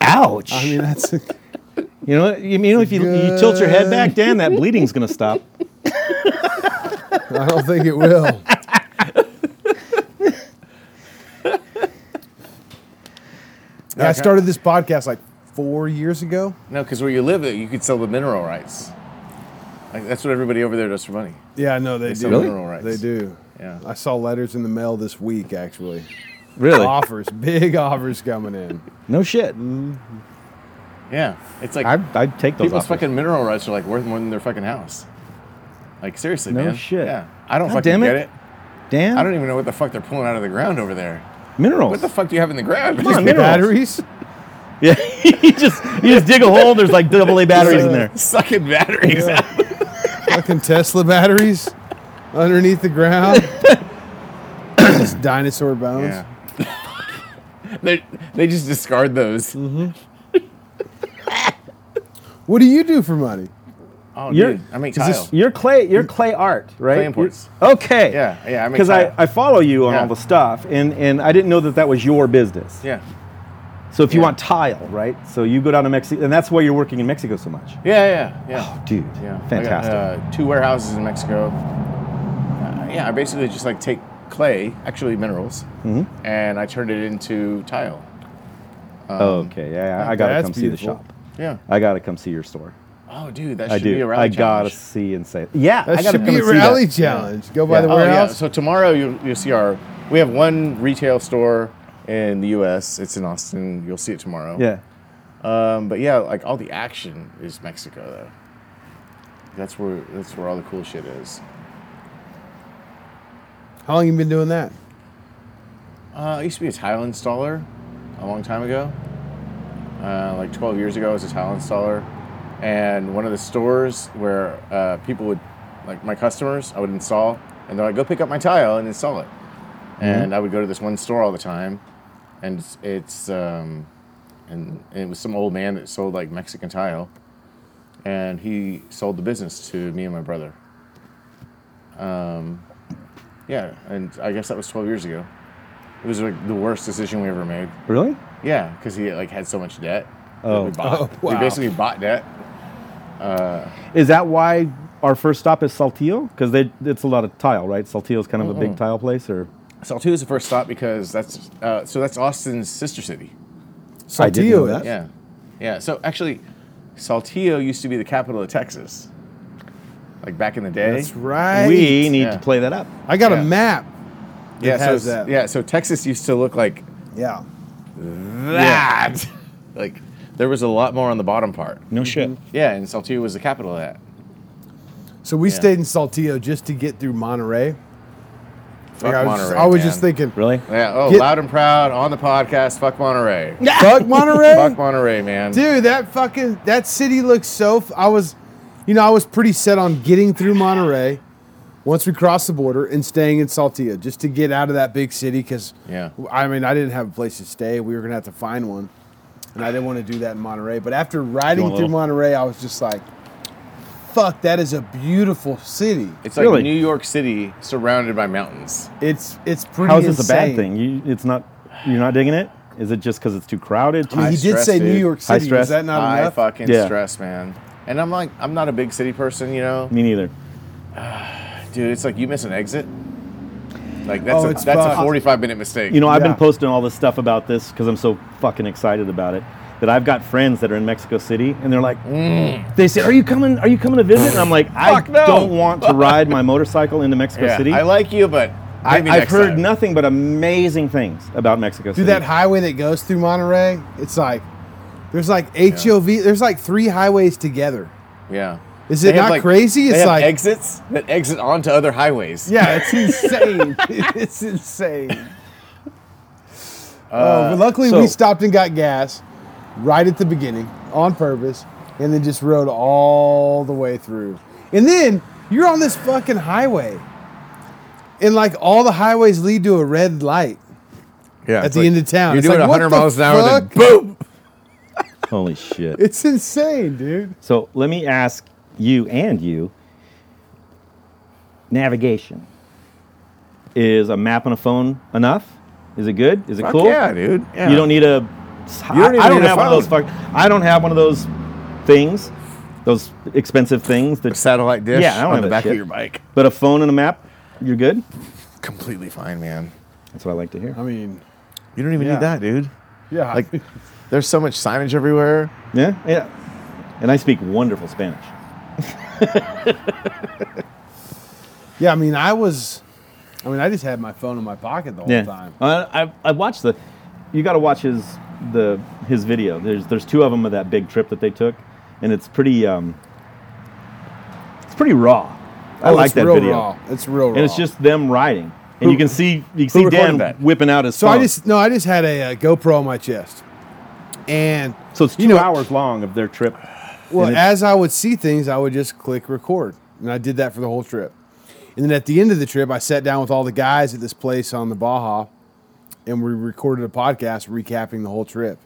Speaker 2: Ouch.
Speaker 1: I mean, that's
Speaker 2: you know, you, you know, if you, you tilt your head back, Dan, that bleeding's going to stop.
Speaker 1: I don't think it will. Yeah, I started this podcast like four years ago.
Speaker 3: No, because where you live, you could sell the mineral rights. Like, that's what everybody over there does for money.
Speaker 1: Yeah, I know they,
Speaker 3: They
Speaker 1: do.
Speaker 3: sell mineral rights.
Speaker 1: They do.
Speaker 3: Yeah.
Speaker 1: I saw letters in the mail this week, actually.
Speaker 2: Really?
Speaker 1: offers, big offers coming in.
Speaker 2: No shit.
Speaker 3: Yeah. It's like
Speaker 2: I I'd take those.
Speaker 3: people's
Speaker 2: offers.
Speaker 3: fucking mineral rights are like worth more than their fucking house. Like seriously,
Speaker 2: No
Speaker 3: man.
Speaker 2: shit.
Speaker 3: Yeah. I don't
Speaker 2: God
Speaker 3: fucking
Speaker 2: damn it.
Speaker 3: get it.
Speaker 2: Dan.
Speaker 3: I don't even know what the fuck they're pulling out of the ground over there.
Speaker 2: minerals.
Speaker 3: What the fuck do you have in the ground?
Speaker 2: Come on,
Speaker 3: Just
Speaker 2: minerals.
Speaker 1: Batteries?
Speaker 2: Yeah, you just you just dig a hole. There's like double A batteries in there.
Speaker 3: Sucking batteries. out.
Speaker 1: Fucking Tesla batteries underneath the ground. Just dinosaur bones.
Speaker 3: Yeah. they, they just discard those.
Speaker 2: Mm-hmm.
Speaker 1: What do you do for money?
Speaker 3: Oh,
Speaker 2: You're-
Speaker 3: dude. I make
Speaker 2: Is
Speaker 3: tile.
Speaker 2: this- You're clay. You're clay art, right?
Speaker 3: Clay imports.
Speaker 2: You're- Okay.
Speaker 3: Yeah, yeah, I make
Speaker 2: Because I,
Speaker 3: tile.
Speaker 2: I follow you on
Speaker 3: Yeah.
Speaker 2: all the stuff, and and I didn't know that that was your business.
Speaker 3: yeah.
Speaker 2: So if you
Speaker 3: Yeah.
Speaker 2: want tile, right? So you go down to Mexico, and that's why you're working in Mexico so much.
Speaker 3: Yeah, yeah, yeah.
Speaker 2: Dude,
Speaker 3: Yeah, I
Speaker 2: Oh, fantastic.
Speaker 3: got, uh, two warehouses in Mexico. Uh, yeah, I basically just like take clay, actually minerals,
Speaker 2: Mm-hmm.
Speaker 3: and I turned it into tile. uh,
Speaker 2: okay. Yeah, I- I gotta
Speaker 1: that's
Speaker 2: come see the
Speaker 1: beautiful.
Speaker 2: shop.
Speaker 3: Yeah.
Speaker 2: I gotta come see your store.
Speaker 3: Oh, dude, that
Speaker 2: I
Speaker 3: should be
Speaker 2: do.
Speaker 3: a
Speaker 2: I
Speaker 3: rally
Speaker 2: gotta
Speaker 3: challenge.
Speaker 2: see and say. Yeah,
Speaker 1: That
Speaker 2: I gotta
Speaker 1: should
Speaker 2: come
Speaker 1: be a
Speaker 2: and see
Speaker 1: rally
Speaker 2: that.
Speaker 1: challenge. Go by
Speaker 2: Yeah.
Speaker 1: the
Speaker 3: Oh, yeah.
Speaker 1: warehouse.
Speaker 3: So tomorrow you'll, you'll see our. We have one retail store in the U.S. It's in Austin. You'll see it tomorrow.
Speaker 2: Yeah.
Speaker 3: Um, but yeah, like all the action is Mexico though. That's where that's where all the cool shit is.
Speaker 1: How long you been doing that?
Speaker 3: Uh, I used to be a tile installer a long time ago. Uh, like 12 years ago, I was a tile installer. And one of the stores where uh, people would, like my customers, I would install, and they're like, go pick up my tile and install it. And I would go to this one store all the time. And it's, it's um, and it was some old man that sold like Mexican tile. And he sold the business to me and my brother. Um, yeah, and I guess that was 12 years ago. It was like the worst decision we ever made.
Speaker 2: Really?
Speaker 3: Yeah, because he like had so much debt. that
Speaker 2: Oh.
Speaker 3: we, bought.
Speaker 1: Oh,
Speaker 3: we
Speaker 1: wow.
Speaker 3: basically bought debt.
Speaker 2: Is that why our first stop is Saltillo? Because it's a lot of tile, right? Saltillo is kind of a big tile place, or
Speaker 3: Saltillo is the first stop because that's uh, so that's Austin's sister city.
Speaker 2: I didn't know
Speaker 1: Saltillo
Speaker 2: that.
Speaker 1: is.
Speaker 3: Yeah, yeah. So actually, Saltillo used to be the capital of Texas, like back in the day.
Speaker 1: That's right.
Speaker 2: we need
Speaker 3: Yeah.
Speaker 2: to play that up.
Speaker 1: I got
Speaker 3: Yeah.
Speaker 1: a map.
Speaker 3: Yeah,
Speaker 1: It has
Speaker 3: so
Speaker 1: that.
Speaker 3: yeah, so Texas used to look like
Speaker 1: Yeah.
Speaker 3: that. like there was a lot more on the bottom part.
Speaker 2: No shit.
Speaker 3: Yeah, and Saltillo was the capital of that.
Speaker 1: So we stayed in Saltillo just to get through Monterey.
Speaker 3: Fuck
Speaker 1: I was,
Speaker 3: Monterey.
Speaker 1: just, I was
Speaker 3: man.
Speaker 1: just thinking,
Speaker 2: Really?
Speaker 3: Yeah. Oh,
Speaker 1: Get-
Speaker 3: loud and proud on the podcast. Fuck Monterey.
Speaker 1: fuck Monterey?
Speaker 3: Fuck Monterey, man.
Speaker 1: Dude, that fucking that city looks so. F- I was, you know, I was pretty set on getting through Monterey once we crossed the border and staying in Saltillo just to get out of that big city because,
Speaker 3: Yeah.
Speaker 1: I mean, I didn't have a place to stay. We were gonna have to find one, and I didn't want to do that in Monterey. But after riding
Speaker 2: want a
Speaker 1: through
Speaker 2: little-
Speaker 1: Monterey, I was just like, "Fuck, that is a beautiful city.
Speaker 3: It's like
Speaker 2: Really?
Speaker 3: New York City surrounded by mountains.
Speaker 1: It's it's pretty."
Speaker 2: How is this a bad
Speaker 1: insane.
Speaker 2: thing? You, it's not. You're not digging it. Is it just because it's too crowded?
Speaker 1: I mean, he did
Speaker 3: stress,
Speaker 1: say New
Speaker 3: dude.
Speaker 1: York
Speaker 2: High
Speaker 1: City.
Speaker 2: stress.
Speaker 1: Is that not
Speaker 3: High
Speaker 1: enough?
Speaker 3: fucking
Speaker 2: Yeah.
Speaker 3: stress, man. And I'm like, I'm not a big city person, you know,
Speaker 2: Me neither.
Speaker 3: dude. It's like you miss an exit. Like that's
Speaker 1: Oh,
Speaker 3: a,
Speaker 1: it's
Speaker 3: that's
Speaker 1: fucked.
Speaker 3: a 45 minute mistake.
Speaker 2: You know, I've
Speaker 1: Yeah.
Speaker 2: been posting all this stuff about this because I'm so fucking excited about it. That I've got friends that are in Mexico City, and they're like, they say, "Are you coming? Are you coming to visit?" And I'm like, "I
Speaker 3: Mm. Fuck no.
Speaker 2: don't want to ride my motorcycle into Mexico
Speaker 3: yeah,
Speaker 2: City."
Speaker 3: I like you, but
Speaker 2: I,
Speaker 3: maybe
Speaker 2: have
Speaker 3: next
Speaker 2: heard
Speaker 3: time.
Speaker 2: nothing but amazing things about Mexico City.
Speaker 1: Dude, that highway that goes through Monterey, it's like there's like HOV. There's like three highways together.
Speaker 3: Yeah.
Speaker 1: Is it
Speaker 3: have,
Speaker 1: not crazy?
Speaker 3: they
Speaker 1: It's
Speaker 3: have
Speaker 1: like-
Speaker 3: exits that exit onto other highways.
Speaker 1: Yeah, it's insane. it's insane. oh, but luckily we
Speaker 2: so-
Speaker 1: stopped and got gas right at the beginning on purpose, and then just rode all the way through. And then you're on this fucking highway, and like all the highways lead to a red light
Speaker 3: yeah.
Speaker 1: at
Speaker 3: it's
Speaker 1: the
Speaker 3: like
Speaker 1: end of town.
Speaker 3: You're
Speaker 1: It's
Speaker 3: doing
Speaker 1: like, what
Speaker 3: 100
Speaker 1: the
Speaker 3: miles an hour, then
Speaker 1: fuck?
Speaker 3: boom.
Speaker 2: Holy shit!
Speaker 1: It's insane, dude.
Speaker 2: So let me ask you and you navigation. Is a map on a phone enough? Is it good? Is it
Speaker 3: Fuck
Speaker 2: cool?
Speaker 3: yeah, dude. Yeah.
Speaker 2: You don't need a.
Speaker 3: You don't
Speaker 2: I- I
Speaker 3: even
Speaker 2: don't
Speaker 3: need a
Speaker 2: have one of those
Speaker 3: phone.
Speaker 2: fuck, I don't have one of those things, those expensive things that.
Speaker 3: satellite dish
Speaker 2: Yeah, I don't
Speaker 3: on
Speaker 2: have
Speaker 3: the
Speaker 2: that
Speaker 3: back
Speaker 2: shit.
Speaker 3: of your bike.
Speaker 2: But a phone and a map, you're good.
Speaker 3: Completely fine, man.
Speaker 2: That's what I like to hear.
Speaker 1: I mean,
Speaker 3: You don't even
Speaker 1: Yeah.
Speaker 3: need that, dude.
Speaker 1: yeah,
Speaker 3: Like, there's so much signage everywhere.
Speaker 2: Yeah, yeah. And I speak wonderful Spanish.
Speaker 1: yeah. I mean, I was, I mean, I just had my phone in my pocket the whole
Speaker 2: yeah.
Speaker 1: time.
Speaker 2: I, I I watched the. You got to watch his the his video. There's there's two of them of that big trip that they took, and it's pretty um. It's pretty raw. I
Speaker 1: Oh,
Speaker 2: like
Speaker 1: it's
Speaker 2: that
Speaker 1: real
Speaker 2: video.
Speaker 1: Raw. It's real raw.
Speaker 2: And it's just them riding, and you can see you can see
Speaker 3: recorded
Speaker 2: Dan
Speaker 3: that?
Speaker 2: whipping out his.
Speaker 1: So I
Speaker 2: phone.
Speaker 1: just no, I just had a, uh GoPro on my chest, and
Speaker 2: so it's two
Speaker 1: you know-
Speaker 2: hours long of their trip.
Speaker 1: well,
Speaker 2: And it-
Speaker 1: as I would see things, I would just click record, and I did that for the whole trip. And then at the end of the trip, I sat down with all the guys at this place on the Baja, and we recorded a podcast recapping the whole trip.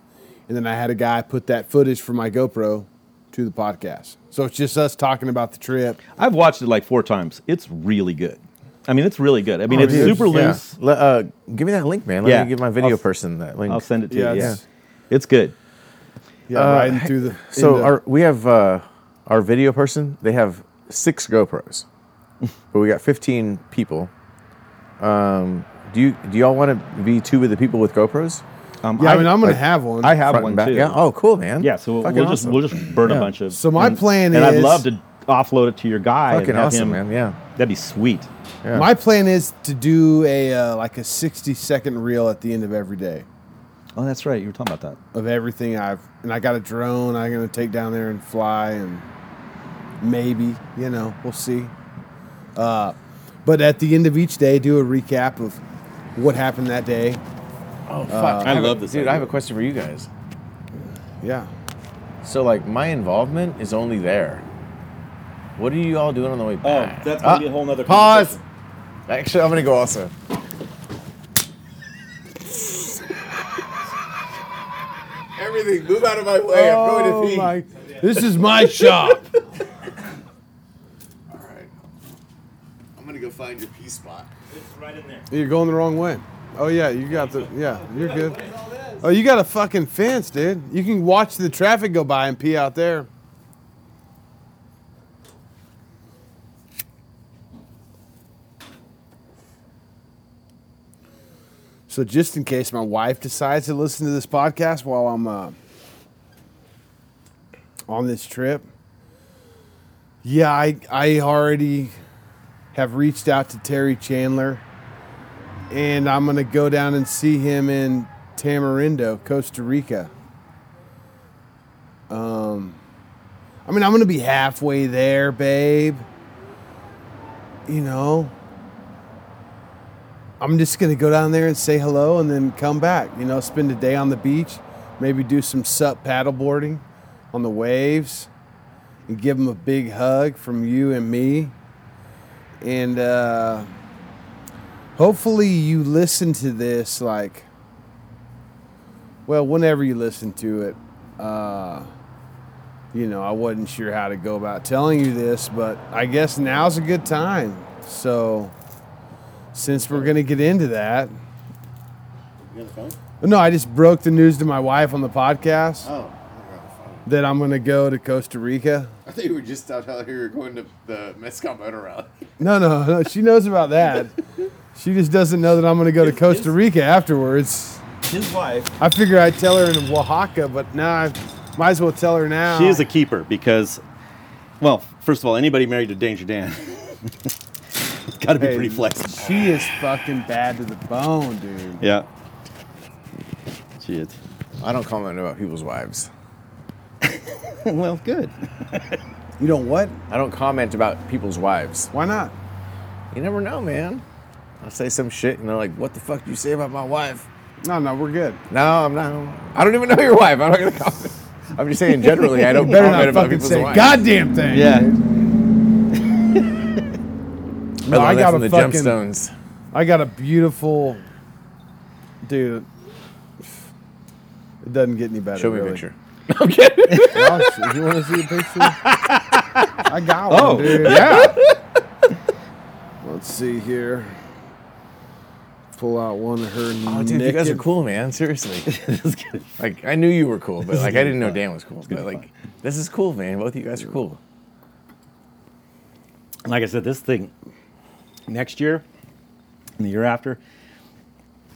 Speaker 1: And then I had a guy put that footage from my GoPro to the podcast. So it's just us talking about the trip.
Speaker 2: I've watched it like four times. It's really good. I mean, it's really good. I mean,
Speaker 1: Oh,
Speaker 2: it's
Speaker 1: dude.
Speaker 2: super
Speaker 1: Yeah.
Speaker 2: loose.
Speaker 3: Le- uh, give me that link, man. Let
Speaker 2: Yeah.
Speaker 3: me give my video
Speaker 2: I'll-
Speaker 3: person that link.
Speaker 2: I'll send it to
Speaker 1: Yeah,
Speaker 2: you. Yeah,
Speaker 1: it's-
Speaker 2: it's good.
Speaker 1: Yeah,
Speaker 3: Uh,
Speaker 1: riding through the
Speaker 3: So
Speaker 1: into-
Speaker 3: our we have uh, our video person. They have six GoPros, but we got 15 people. Um, do you do y'all want to be two of the people with GoPros?
Speaker 2: Um,
Speaker 1: yeah, I, mean, I'm gonna
Speaker 3: I-
Speaker 1: have one.
Speaker 2: I have
Speaker 3: Front
Speaker 2: one
Speaker 3: and back?
Speaker 2: too.
Speaker 3: Yeah. Oh, cool, man.
Speaker 2: Yeah, so we'll,
Speaker 3: Fucking
Speaker 2: we'll just
Speaker 3: awesome.
Speaker 2: we'll just burn a bunch of.
Speaker 1: So my
Speaker 2: and-
Speaker 1: plan
Speaker 2: and I'd
Speaker 1: is-
Speaker 2: love to offload it to your guy. and
Speaker 3: fucking
Speaker 2: have
Speaker 3: awesome,
Speaker 2: him-
Speaker 3: man. Yeah.
Speaker 2: that'd be sweet.
Speaker 3: Yeah.
Speaker 1: My plan is to do a uh, like a 60 second reel at the end of every day
Speaker 2: Oh, that's right. You were talking about
Speaker 1: of everything I've and I got a drone I'm gonna take down there and fly and maybe you know we'll see. Uh, but at the end of each day, do a recap of what happened that day.
Speaker 3: Oh fuck!
Speaker 2: I
Speaker 3: have a-
Speaker 2: love this
Speaker 3: dude.
Speaker 2: idea.
Speaker 3: I have a question for you guys.
Speaker 1: Yeah,
Speaker 3: So like, my involvement is only there. What are you all doing on the way
Speaker 2: that.
Speaker 3: back?
Speaker 2: Oh,
Speaker 3: Uh,
Speaker 2: that's gonna be a whole nother
Speaker 3: Ah, Pause. Actually, I'm gonna go also. Everything, move out of my way. I'm going to pee.
Speaker 1: Oh this is my shop.
Speaker 3: All right. I'm gonna go find your pee spot.
Speaker 2: It's right in there.
Speaker 1: You're going the wrong way. Oh yeah, you got the yeah. You're good. Oh, you got a fucking fence, dude. You can watch the traffic go by and pee out there. So just in case my wife decides to listen to this podcast while I'm uh, on this trip, yeah, I I already have reached out to Terry Chandler, and I'm gonna go down and see him in Tamarindo, Costa Rica. Um, I mean, I'm gonna be halfway there, babe. You know, I'm just gonna go down there and say hello, and then come back. You know, spend a day on the beach, maybe do some sup paddleboarding on the waves, and give him a big hug from you and me and uh, hopefully you listen to this like Well, whenever you listen to it, uh, you know, I wasn't sure how to go about telling you this, but I guess now's a good time. So, since we're going to get into that. No, I just broke the news to my wife on the podcast
Speaker 5: Oh, I got the phone.
Speaker 1: that I'm going to go to Costa Rica.
Speaker 5: I thought you were just out here you were going to the Mezcal Motor Rally.
Speaker 1: No, no, no. She knows about that. She just doesn't know that I'm going to go to Costa Rica afterwards.
Speaker 2: His wife.
Speaker 1: I figure I'd tell her in Oaxaca, but now I might as well tell her
Speaker 3: Ah.
Speaker 1: now.
Speaker 2: She is a keeper because, well, first of all, anybody married to Danger Dan, got to be
Speaker 1: Hey.
Speaker 2: pretty flexible.
Speaker 1: She is fucking bad to the bone, dude.
Speaker 2: Yeah. She is.
Speaker 3: I don't comment about people's wives.
Speaker 2: well, good.
Speaker 1: You know what?
Speaker 3: I don't comment about people's wives.
Speaker 1: Why not?
Speaker 3: You never know, man. I say some shit and they're like, "What the fuck do you say about my wife?"
Speaker 1: No, no, we're good.
Speaker 3: No, I'm not. I don't even know your wife. I'm not gonna comment. I'm just saying generally, I don't
Speaker 1: Better
Speaker 3: comment
Speaker 1: not
Speaker 3: about
Speaker 1: fucking
Speaker 3: people's
Speaker 1: say
Speaker 3: wives.
Speaker 1: goddamn thing.
Speaker 2: Yeah.
Speaker 3: I,
Speaker 1: I
Speaker 3: learned that
Speaker 1: got
Speaker 3: from
Speaker 1: a
Speaker 3: the
Speaker 1: fucking-
Speaker 3: gemstones.
Speaker 1: I got a beautiful, dude. It doesn't get any better.
Speaker 3: Show me
Speaker 1: really.
Speaker 3: a picture.
Speaker 1: Oh, shit, you want to see a picture? I got one,
Speaker 2: Oh,
Speaker 1: dude.
Speaker 2: yeah.
Speaker 1: Let's see here. Pull out one of her.
Speaker 3: Oh, dude, you guys are cool, man. Seriously. Like, I knew you were cool, but like, I didn't know Dan was cool. But like, this is cool, man. Both of you guys are cool.
Speaker 2: like I said, this thing next year and the year after,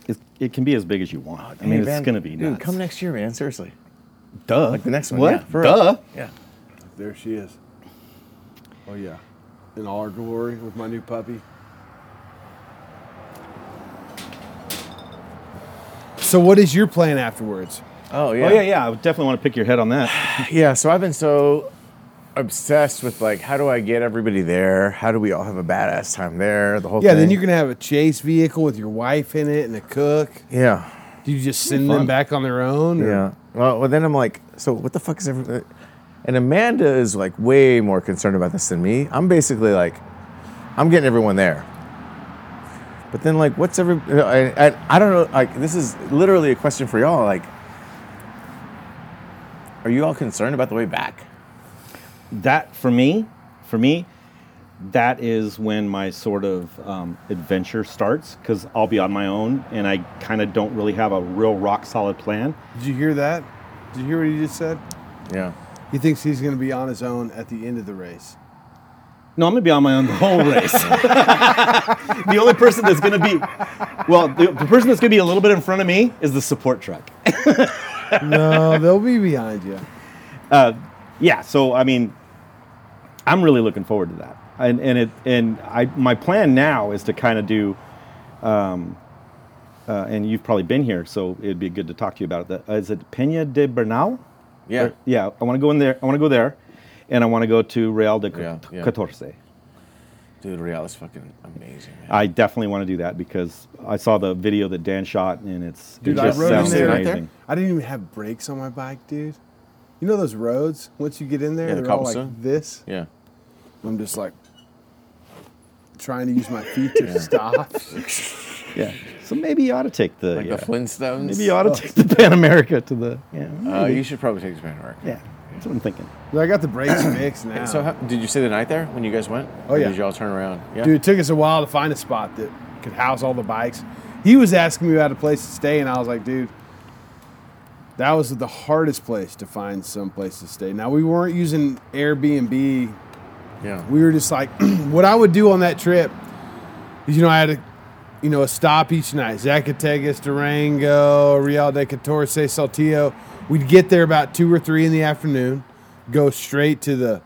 Speaker 2: it, it can be as big as you want. I mean,
Speaker 3: Hey,
Speaker 2: it's
Speaker 3: man,
Speaker 2: going to be
Speaker 3: Dude,
Speaker 2: nuts.
Speaker 3: come next year, man. Seriously.
Speaker 2: Duh.
Speaker 3: Like the next one.
Speaker 2: What?
Speaker 3: Yeah, for real.
Speaker 2: Duh.
Speaker 3: Yeah.
Speaker 1: There she is. Oh yeah, in all her glory with my new puppy. So, what is your plan afterwards?
Speaker 3: Oh yeah.
Speaker 2: Oh yeah, yeah. I would definitely want to pick your head on that.
Speaker 3: Yeah, so I've been so obsessed with like, how do I get everybody there? How do we all have a badass time there? The whole
Speaker 1: Yeah,
Speaker 3: thing.
Speaker 1: then you're gonna have a chase vehicle with your wife in it and a cook.
Speaker 3: Yeah,
Speaker 1: Do you just send them
Speaker 2: fun.
Speaker 1: back on their own? or-
Speaker 3: yeah. Well, well, then I'm like, so what the fuck is everybody? And Amanda is like way more concerned about this than me. I'm basically like, I'm getting everyone there. But then like, what's every? I, I, I don't know. Like, this is literally a question for y'all. Like, are you all concerned about the way back?
Speaker 2: that for me, for me, that is when my sort of um, adventure starts because I'll be on my own and I kind of don't really have a real rock solid plan.
Speaker 1: Did you hear that? Did you hear what he just said?
Speaker 3: Yeah.
Speaker 1: He thinks he's gonna be on his own at the end of the race.
Speaker 2: No, I'm gonna be on my own the whole race. the only person that's gonna be, well, the, the person that's gonna be a little bit in front of me is the support truck.
Speaker 1: No, they'll be behind you.
Speaker 2: yeah, so I mean, I'm really looking forward to that, and and it and I my plan now is to kind of do, um, uh, and you've probably been here, so it'd be good to talk to you about it. That is it Pena de Bernal?
Speaker 3: Yeah.
Speaker 2: Or- yeah, I want to go in there. I want to go there, and I want to go to Real de
Speaker 3: Yeah, yeah.
Speaker 2: Catorce.
Speaker 3: Dude, Real is fucking amazing, man.
Speaker 2: I definitely want to do that because I saw the video that Dan shot, and it's
Speaker 1: Dude,
Speaker 2: it
Speaker 1: I
Speaker 2: just
Speaker 1: rode in
Speaker 2: sounds
Speaker 1: there.
Speaker 2: amazing.
Speaker 1: I didn't even have brakes on my bike, dude. You know those roads? Once you get in there,
Speaker 3: Yeah, the
Speaker 1: they're all like
Speaker 3: cobblestone.
Speaker 1: this.
Speaker 3: Yeah.
Speaker 1: I'm just like trying to use my feet to stop.
Speaker 2: Yeah, so maybe you ought to take the
Speaker 3: Like
Speaker 2: yeah.
Speaker 3: the Flintstones.
Speaker 2: maybe you ought
Speaker 1: Oh.
Speaker 2: to take the Pan America to the yeah.
Speaker 3: Uh, you should probably take this man to work.
Speaker 2: Yeah, that's what I'm thinking.
Speaker 1: But I got the brakes fixed now.
Speaker 3: So, how, did you stay the night there when you guys went?
Speaker 1: Oh,
Speaker 3: Or
Speaker 1: yeah.
Speaker 3: Did you all turn around? Yeah.
Speaker 1: Dude, it took us a while to find a spot that could house all the bikes. He was asking me about a place to stay, and I was like, dude, that was the hardest place to find some place to stay. Now, we weren't using Airbnb.
Speaker 3: Yeah.
Speaker 1: We were just like, what I would do on that trip is, you know, I had a, you know, a stop each night. Zacatecas, Durango, Real de Catorce, Saltillo. We'd get there about two or three in the afternoon, go straight to the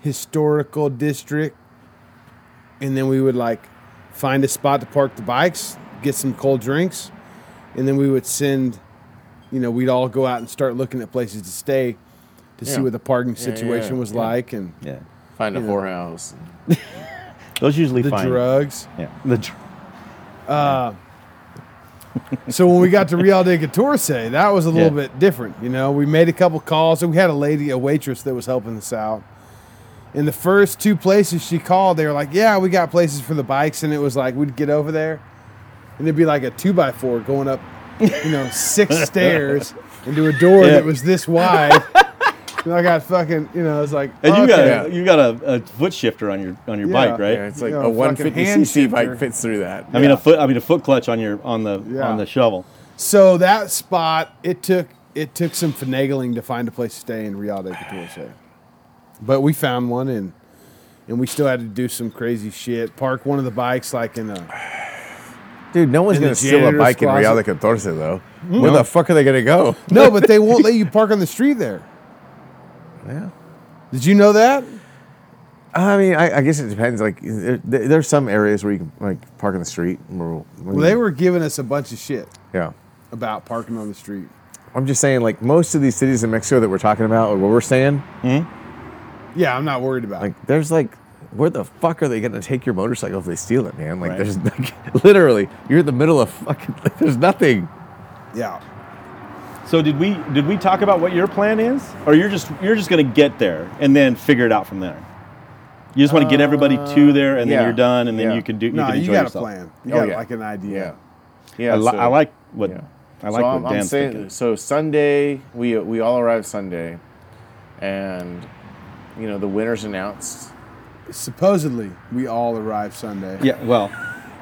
Speaker 1: historical district, and then we would like find a spot to park the bikes, get some cold drinks, and then we would send, you know, we'd all go out and start looking at places to stay to see
Speaker 3: Yeah.
Speaker 1: what the parking
Speaker 3: Yeah, yeah,
Speaker 1: situation was
Speaker 3: yeah.
Speaker 1: like and
Speaker 2: Yeah,
Speaker 3: Find a whorehouse.
Speaker 2: those usually
Speaker 1: the
Speaker 2: find
Speaker 1: drugs.
Speaker 2: yeah the dr-
Speaker 1: So when we got to Real de Catorce, that was a little
Speaker 2: Yeah.
Speaker 1: bit different. You know, we made a couple calls, and we had a lady, a waitress, that was helping us out. And the first two places she called, they were like, "Yeah, we got places for the bikes," and it was like we'd get over there, and it'd be like a two by four going up you know, six stairs into a door
Speaker 2: Yeah.
Speaker 1: that was this wide. and I got fucking, you know, it's like,
Speaker 2: And you got
Speaker 1: okay.
Speaker 2: a, you got a, a foot shifter on your on your bike, right?
Speaker 3: Yeah, it's like
Speaker 1: Yeah,
Speaker 3: a
Speaker 1: fucking
Speaker 3: 150cc
Speaker 1: hand
Speaker 3: bike
Speaker 1: shifter.
Speaker 3: fits through that.
Speaker 2: I mean a foot I mean a foot clutch on your on the
Speaker 1: Yeah.
Speaker 2: on the shovel.
Speaker 1: So that spot, it took it took some finagling to find a place to stay in Real de Catorce. But we found one and and we still had to do some crazy shit. Park one of the bikes like in a
Speaker 3: Dude, no one's
Speaker 1: In
Speaker 3: going to
Speaker 1: the
Speaker 3: steal a
Speaker 1: janitor's
Speaker 3: bike in Real de
Speaker 1: closet. Mm-hmm.
Speaker 3: Catorce, though. Where the fuck are they going to go?
Speaker 1: No, but they won't let you park on the street there.
Speaker 3: Yeah.
Speaker 1: Did you know that?
Speaker 3: I mean, I, I guess it depends. Like, there, there's some areas where you can like park on the street. Well,
Speaker 1: Well, they were giving us a bunch of shit
Speaker 3: Yeah.
Speaker 1: about parking on the street.
Speaker 3: I'm just saying, like most of these cities in Mexico that we're talking about, or what we're saying,
Speaker 1: Yeah, I'm not worried about it.
Speaker 3: like there's like, where the fuck are they gonna take your motorcycle if they steal it, man? Like
Speaker 2: Right.
Speaker 3: there's like, literally, you're in the middle of fucking. Like, there's nothing.
Speaker 1: Yeah.
Speaker 2: So did we did we talk about what your plan is, or you're just you're just gonna get there and then figure it out from there? You just want to get everybody to there, and
Speaker 3: yeah.
Speaker 2: then you're done, and then
Speaker 3: Yeah.
Speaker 2: you can do. You
Speaker 1: No,
Speaker 2: can
Speaker 1: you
Speaker 2: enjoy
Speaker 1: got a
Speaker 2: yourself.
Speaker 1: plan. You
Speaker 3: Oh,
Speaker 1: got
Speaker 3: yeah.
Speaker 1: like an idea.
Speaker 3: Yeah.
Speaker 2: I, li- I like what
Speaker 3: yeah.
Speaker 2: I like
Speaker 5: so
Speaker 2: what
Speaker 5: I'm, I'm
Speaker 2: Dan's
Speaker 5: saying-
Speaker 2: thinking.
Speaker 5: So Sunday, we we all arrived Sunday, and you know the winners announced.
Speaker 1: Supposedly, we all arrived Sunday.
Speaker 2: Yeah, well,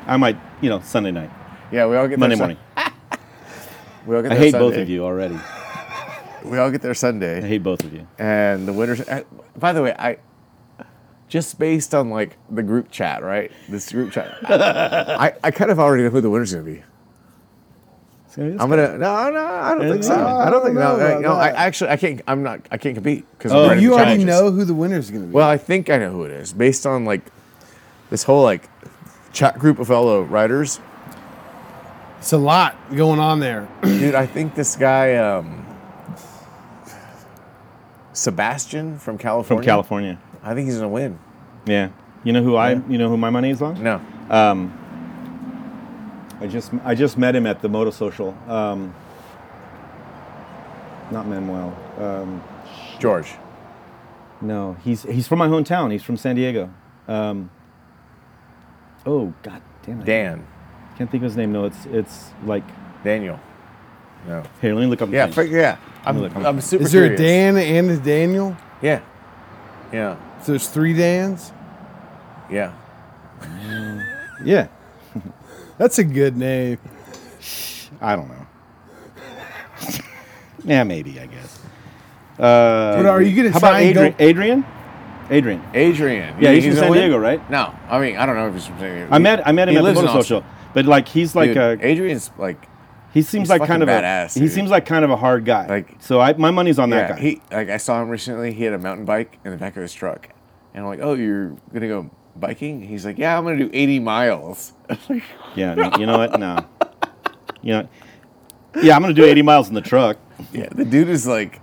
Speaker 2: I might you know Sunday night,
Speaker 5: Yeah, we all get
Speaker 2: Monday
Speaker 5: there Sun-
Speaker 2: morning.
Speaker 5: We all get
Speaker 2: I
Speaker 5: there
Speaker 2: hate
Speaker 5: Sunday.
Speaker 2: both of you already.
Speaker 5: We all get there Sunday.
Speaker 2: I hate both of you.
Speaker 5: and the winners. uh, By the way, I just based on like the group chat, right? This group chat, I,
Speaker 3: I, I kind of already know who the winner's gonna be. I'm gonna. No, no, I don't think so.
Speaker 2: Yeah.
Speaker 3: I don't think
Speaker 1: I
Speaker 3: no.
Speaker 1: don't know
Speaker 3: No, no,
Speaker 1: about
Speaker 3: I
Speaker 1: that.
Speaker 3: actually, I can't. I'm not. I can't compete because
Speaker 2: Oh,
Speaker 1: You already know who the winner's going to be.
Speaker 3: Well, I think I know who it is based on like this whole like chat group of fellow writers.
Speaker 1: it's a lot going on there.
Speaker 3: Dude, I think this guy, um, Sebastian from
Speaker 2: From
Speaker 3: California.
Speaker 2: California.
Speaker 3: I think he's gonna win.
Speaker 2: Yeah, you know who I you know who my money is on.
Speaker 3: No,
Speaker 2: Um, I just I just met him at the Moto Social. Um, not Manuel. Um,
Speaker 3: George.
Speaker 2: no, he's he's from my hometown. He's from San Diego. Um, oh God damn it!
Speaker 3: Dan.
Speaker 2: Can't think of his name. No, it's it's like
Speaker 3: Daniel. No.
Speaker 2: here. Let me look up. the
Speaker 3: Yeah,
Speaker 2: thing.
Speaker 3: fig- yeah. I'm,
Speaker 2: Look, I'm-
Speaker 3: I'm super
Speaker 1: Is there a
Speaker 3: curious.
Speaker 1: Dan and a Daniel?
Speaker 3: Yeah. Yeah.
Speaker 1: So there's three Dans.
Speaker 3: Yeah.
Speaker 2: yeah.
Speaker 1: That's a good name.
Speaker 2: I don't know. yeah, maybe I guess. Uh,
Speaker 1: But are you gonna
Speaker 2: How
Speaker 1: try
Speaker 2: about
Speaker 1: and go-
Speaker 2: Adrian? Adrian? Adrian.
Speaker 3: Adrian.
Speaker 2: Yeah,
Speaker 3: You
Speaker 2: he's
Speaker 3: think
Speaker 2: from San
Speaker 3: gonna win?
Speaker 2: Diego, right?
Speaker 3: No. I mean, I don't know if he's from San Diego.
Speaker 2: I met I met him
Speaker 3: He
Speaker 2: at the
Speaker 3: lives in
Speaker 2: Moto
Speaker 3: Austin.
Speaker 2: Social, but like he's like uh,
Speaker 3: Dude,
Speaker 2: a
Speaker 3: Adrian's like,
Speaker 2: He seems
Speaker 3: He's
Speaker 2: like
Speaker 3: fucking
Speaker 2: kind of
Speaker 3: badass,
Speaker 2: a he
Speaker 3: dude.
Speaker 2: seems like kind of a hard guy.
Speaker 3: Like-
Speaker 2: so, I my money's on that
Speaker 3: yeah,
Speaker 2: guy.
Speaker 3: he like I saw him recently. He had a mountain bike in the back of his truck, and I'm like, "Oh, you're gonna go biking?" He's like, "Yeah, I'm gonna do 80 miles."
Speaker 2: yeah, no, you know what? No, you know, yeah, I'm gonna do 80 miles in the truck.
Speaker 3: yeah, the dude is like,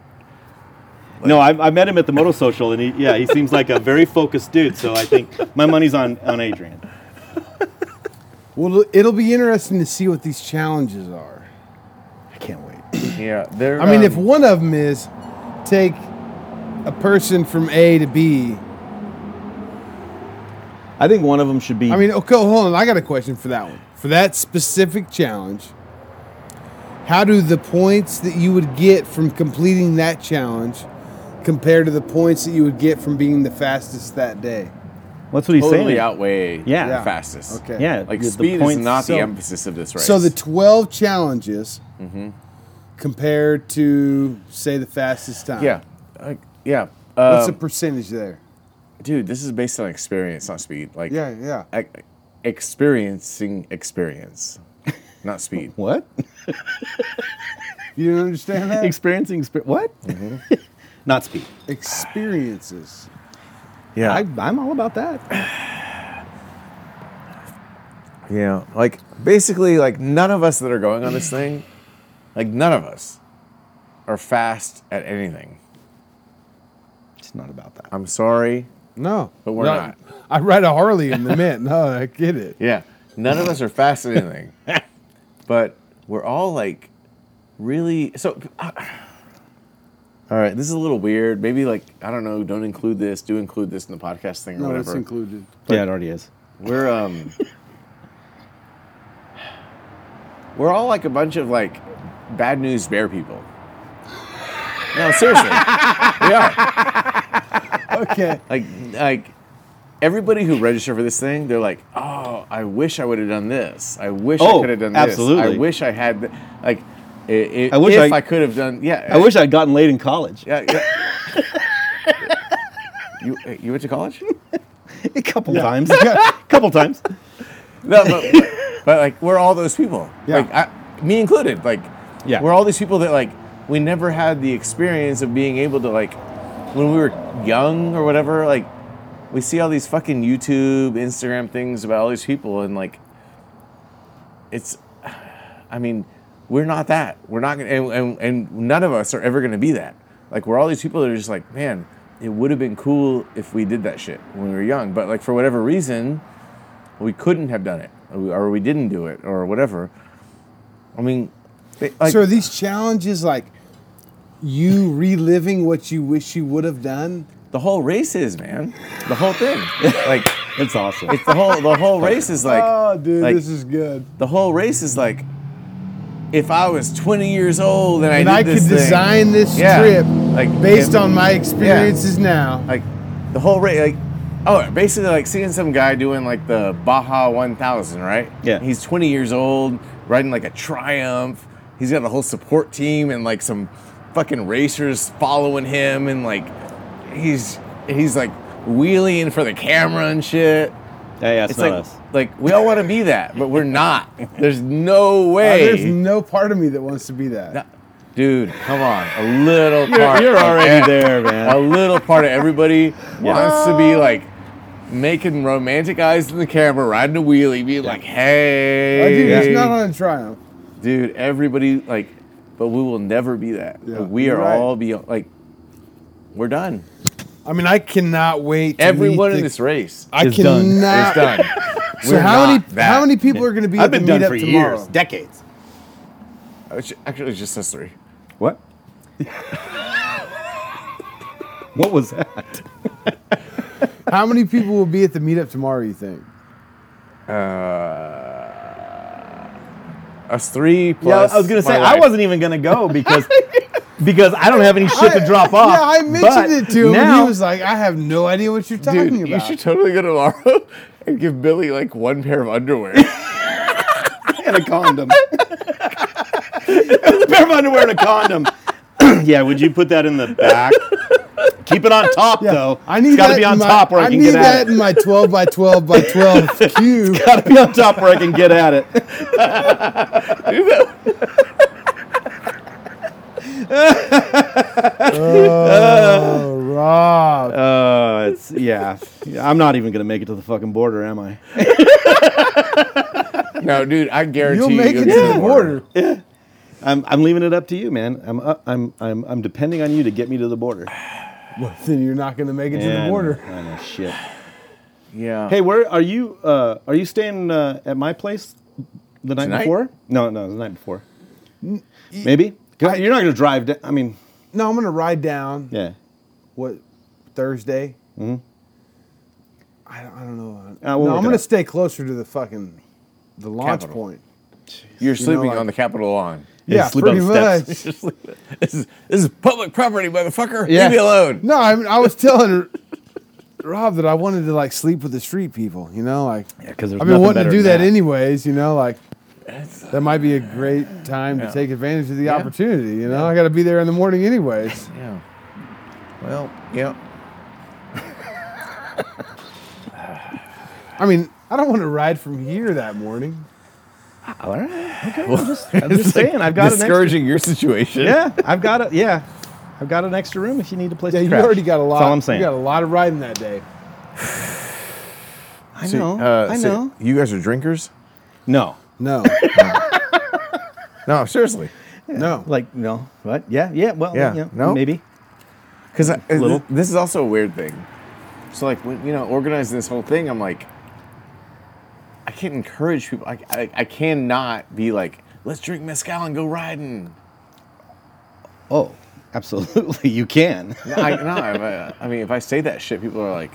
Speaker 2: no, I, I met him at the Moto Social, and he, yeah, he seems like a very focused dude. So I think my money's on on Adrian.
Speaker 1: Well, it'll be interesting to see what these challenges are.
Speaker 2: I can't wait.
Speaker 3: yeah, they're.
Speaker 1: I mean, if
Speaker 3: um,
Speaker 1: one of them is take a person from A to B.
Speaker 2: I think one of them should be.
Speaker 1: I mean, okay, hold on. I got a question for that one. For that specific challenge, how do the points that you would get from completing that challenge compare to the points that you would get from being the fastest that day?
Speaker 2: that's what he's
Speaker 5: totally
Speaker 2: saying.
Speaker 5: outweigh
Speaker 2: Yeah.
Speaker 5: the
Speaker 2: Yeah.
Speaker 5: fastest.
Speaker 1: Okay.
Speaker 2: Yeah,
Speaker 5: like
Speaker 2: the- the
Speaker 5: speed is
Speaker 2: points-
Speaker 5: not
Speaker 2: so-
Speaker 5: the emphasis of this race.
Speaker 1: So the 12 challenges
Speaker 3: Mm-hmm.
Speaker 1: compared to, say, the fastest time.
Speaker 3: yeah, like, yeah,
Speaker 1: What's
Speaker 3: um,
Speaker 1: the percentage there?
Speaker 3: dude, this is based on experience, not speed. Like,
Speaker 1: Yeah, yeah.
Speaker 3: e- experiencing experience, not speed.
Speaker 2: what
Speaker 1: You didn't understand that?
Speaker 2: experiencing spe- what? Mm-hmm. Not speed.
Speaker 1: Experiences.
Speaker 3: yeah,
Speaker 2: I, I'm all about that.
Speaker 3: Yeah, like basically, like none of us that are going on this thing, like none of us, are fast at anything.
Speaker 2: It's not about that.
Speaker 3: I'm sorry,
Speaker 1: No.
Speaker 3: but we're
Speaker 1: No,
Speaker 3: not.
Speaker 1: I ride a Harley in the mint. No, I get it.
Speaker 3: Yeah, none of us are fast at anything, but we're all like really. So, uh, all right, this is a little weird. Maybe like I don't know. Don't include this. Do include this in the podcast thing or
Speaker 1: No,
Speaker 3: whatever.
Speaker 1: it's included.
Speaker 3: um,
Speaker 2: Yeah, it already is.
Speaker 3: We're um We're all like a bunch of like bad news bear people. No, seriously, we are.
Speaker 1: Okay.
Speaker 3: Like, like everybody who registered for this thing, they're like, "Oh, I wish I would have done this. I wish
Speaker 2: Oh,
Speaker 3: I could have done this.
Speaker 2: absolutely.
Speaker 3: I wish I had th- like, i- i-
Speaker 2: I wish
Speaker 3: if I,
Speaker 2: I-
Speaker 3: could have done. Yeah,
Speaker 2: I wish I'd gotten laid in college.
Speaker 3: Yeah, yeah. you you went to college?
Speaker 2: A couple times. A couple times.
Speaker 3: No, but, but, but, like we're all those people.
Speaker 1: Yeah.
Speaker 3: Like I, me included. Like
Speaker 2: Yeah.
Speaker 3: we're all these people that like we never had the experience of being able to like when we were young or whatever, like we see all these fucking YouTube, Instagram things about all these people and like it's I mean, we're not that. We're not gonna and, and, and none of us are ever gonna be that. Like we're all these people that are just like, man, it would have been cool if we did that shit when we were young. But like for whatever reason, we couldn't have done it, or we, or we didn't do it, or whatever. I mean, they, like,
Speaker 1: so are these challenges like you reliving what you wish you would have done?
Speaker 3: the whole race is man, the whole thing. like
Speaker 2: It's awesome.
Speaker 3: it's the whole the whole race is like
Speaker 1: oh, dude,
Speaker 3: like-
Speaker 1: this is good.
Speaker 3: the whole race is like. If I was 20 years old and I,
Speaker 1: And
Speaker 3: did
Speaker 1: I
Speaker 3: this
Speaker 1: could
Speaker 3: thing.
Speaker 1: design this
Speaker 3: Yeah.
Speaker 1: trip
Speaker 3: like
Speaker 1: based
Speaker 3: if-
Speaker 1: on my experiences now.
Speaker 3: like the whole rate like oh basically like seeing some guy doing like the baja 1000 right
Speaker 2: Yeah.
Speaker 3: he's 20 years old riding like a triumph he's got a whole support team and like some fucking racers following him and like he's he's like wheeling for the camera and shit
Speaker 2: yeah, yeah, it's, not
Speaker 3: like
Speaker 2: us.
Speaker 3: like we all want to be that but we're not there's no
Speaker 1: Uh,
Speaker 3: way
Speaker 1: there's no part of me that wants to be that.
Speaker 3: dude come on a little part
Speaker 2: You're
Speaker 3: of
Speaker 2: already
Speaker 3: that
Speaker 2: there,
Speaker 3: a
Speaker 2: man.
Speaker 3: little part of everybody wants to be like making romantic eyes in the camera, riding a wheelie, being like,
Speaker 1: Oh, dude,
Speaker 3: "Hey,
Speaker 1: it's not on a triumph.
Speaker 3: dude, everybody like." But we will never be that.
Speaker 1: Yeah,
Speaker 3: we are
Speaker 1: you're right.
Speaker 3: all beyond like, we're done.
Speaker 1: I mean, I cannot wait. To
Speaker 3: Everyone
Speaker 1: meet
Speaker 3: in
Speaker 1: the-
Speaker 3: this race
Speaker 1: I
Speaker 2: is
Speaker 1: cannot.
Speaker 2: done.
Speaker 3: is done.
Speaker 1: So
Speaker 3: We're
Speaker 1: how many
Speaker 3: not that.
Speaker 1: how many people are going to be at
Speaker 2: I've
Speaker 1: the
Speaker 2: been done
Speaker 1: meetup
Speaker 2: for
Speaker 1: tomorrow?
Speaker 2: years, decades.
Speaker 3: Oh, it's- Actually, it's just us three.
Speaker 2: What? what was that?
Speaker 1: How many people will be at the meetup tomorrow? You think?
Speaker 3: Us three
Speaker 2: Yeah,
Speaker 3: plus.
Speaker 2: I was gonna
Speaker 3: my
Speaker 2: say I
Speaker 3: wife.
Speaker 2: wasn't even gonna go because because I don't have any shit to drop off.
Speaker 1: Yeah, I mentioned it
Speaker 2: But
Speaker 1: to him,
Speaker 2: Now,
Speaker 1: and he was like, "I have no idea what you're talking
Speaker 3: Dude, you
Speaker 1: about."
Speaker 3: should totally go tomorrow and give Billy like one pair of underwear.
Speaker 2: and a condom. the pair of underwear and a condom. yeah, would you put that in the back? Keep it on top
Speaker 1: Yeah,
Speaker 2: though.
Speaker 1: I need
Speaker 2: it's gotta
Speaker 1: that
Speaker 2: be on
Speaker 1: in my-
Speaker 2: top where I, can
Speaker 1: need
Speaker 2: get
Speaker 1: that
Speaker 2: at it.
Speaker 1: in my 12 by 12 by 12 cube.
Speaker 2: Gotta be on top where I can get at it.
Speaker 1: Oh, Rob.
Speaker 2: Uh, it's yeah. Yeah, I'm not even gonna make it to the fucking border, am I?
Speaker 3: no, dude, I guarantee
Speaker 1: You'll make
Speaker 3: you'll
Speaker 1: it
Speaker 3: get
Speaker 1: to the border.
Speaker 2: I'm, I'm leaving it up to you, man. I'm up, I'm I'm I'm depending on you to get me to the border.
Speaker 1: Well, then you're not going to make it to
Speaker 2: Yeah, I
Speaker 1: the
Speaker 2: know,
Speaker 1: border.
Speaker 2: I know, shit.
Speaker 3: Yeah.
Speaker 2: Hey, where are you? Uh, are you staying uh, at my place the night
Speaker 3: Tonight?
Speaker 2: before? No, no, the night before. Maybe 'Cause you're not gonna drive. Da- I mean,
Speaker 1: No, I'm going to ride down.
Speaker 2: yeah.
Speaker 1: What Thursday? Mm-hmm. I don't, I don't know.
Speaker 2: Uh, we'll
Speaker 1: no,
Speaker 2: work
Speaker 1: I'm
Speaker 2: it
Speaker 1: going to
Speaker 2: out.
Speaker 1: stay closer to the fucking the launch
Speaker 3: Capitol.
Speaker 1: point.
Speaker 3: You're sleeping
Speaker 1: like-
Speaker 3: on the Capitol lawn.
Speaker 1: Yeah,
Speaker 2: sleep on
Speaker 1: pretty
Speaker 2: the
Speaker 1: much.
Speaker 3: Just leave it. This is this is public property, motherfucker.
Speaker 2: Yeah.
Speaker 3: Leave me alone.
Speaker 1: No, I, mean, I was telling Rob that I wanted to like sleep with the street people. You know, like
Speaker 2: Because
Speaker 1: I've been wanting to do that, anyways. You know, like that might be a great time to take advantage of the opportunity. You know, I got to be there in the morning, anyways.
Speaker 3: Yeah. Well, yeah.
Speaker 1: I mean, I don't want to ride from here that morning.
Speaker 2: All right. Okay. I'm just, I'm just saying. I've got an extra.
Speaker 3: discouraging your situation.
Speaker 2: Yeah, I've got it. Yeah, I've got an extra room if you need a place.
Speaker 1: Yeah,
Speaker 2: to
Speaker 1: you
Speaker 2: crash.
Speaker 1: already got a lot.
Speaker 2: That's all I'm saying.
Speaker 1: You got a lot of riding that day.
Speaker 2: I
Speaker 3: So,
Speaker 2: know.
Speaker 3: uh,
Speaker 2: I
Speaker 3: so
Speaker 2: know.
Speaker 3: you guys are drinkers?
Speaker 2: no.
Speaker 1: No,
Speaker 3: No, seriously.
Speaker 1: no.
Speaker 2: Like no. What? Yeah. Yeah. Well.
Speaker 3: Yeah,
Speaker 2: yeah,
Speaker 3: no.
Speaker 2: Maybe.
Speaker 3: Because uh,
Speaker 2: Little.
Speaker 3: this is also a weird thing. So like when you know organizing this whole thing, I'm like, I can't encourage people. I I, I cannot be like, let's drink mezcal and go riding.
Speaker 2: Oh, absolutely. You can.
Speaker 3: I, no, I, I mean, if I say that shit, people are like,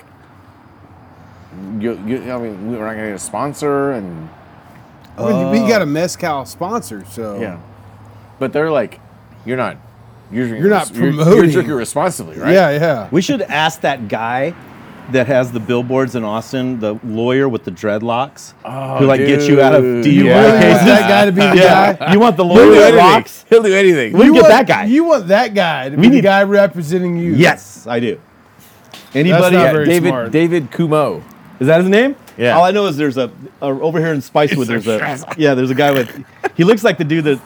Speaker 3: you, you, I mean, we're not going to get a sponsor, and
Speaker 1: We, we got
Speaker 2: Uh,
Speaker 1: a mezcal sponsor, so
Speaker 5: Yeah. But they're like, you're not. You're, drinking
Speaker 1: You're not
Speaker 5: you're- You're
Speaker 1: promoting.
Speaker 5: drinking responsibly, right?
Speaker 1: yeah, yeah.
Speaker 2: We should ask that guy that has the billboards in Austin, the lawyer with the dreadlocks,
Speaker 5: Oh,
Speaker 2: who like gets you out of
Speaker 5: dude.
Speaker 2: DUI
Speaker 1: Really want
Speaker 2: cases.
Speaker 1: that guy to be the guy.
Speaker 2: yeah, you want the
Speaker 5: He'll
Speaker 2: lawyer
Speaker 5: do
Speaker 2: with the
Speaker 5: anything.
Speaker 2: rocks?
Speaker 5: He'll do anything.
Speaker 2: We can
Speaker 1: You
Speaker 2: get
Speaker 1: want-
Speaker 2: that guy.
Speaker 1: You want that guy to be
Speaker 2: We
Speaker 1: the
Speaker 2: need-
Speaker 1: guy representing you.
Speaker 2: yes, I do. Anybody?
Speaker 1: not
Speaker 5: Yeah,
Speaker 1: very
Speaker 5: David
Speaker 1: smart.
Speaker 5: David Kumo.
Speaker 2: Is that his name?
Speaker 5: Yeah.
Speaker 2: All I know is there's a, a over here in Spicewood.
Speaker 5: It's
Speaker 2: There's
Speaker 5: so
Speaker 2: a
Speaker 5: stressful.
Speaker 2: yeah. There's a guy with. He looks like the dude that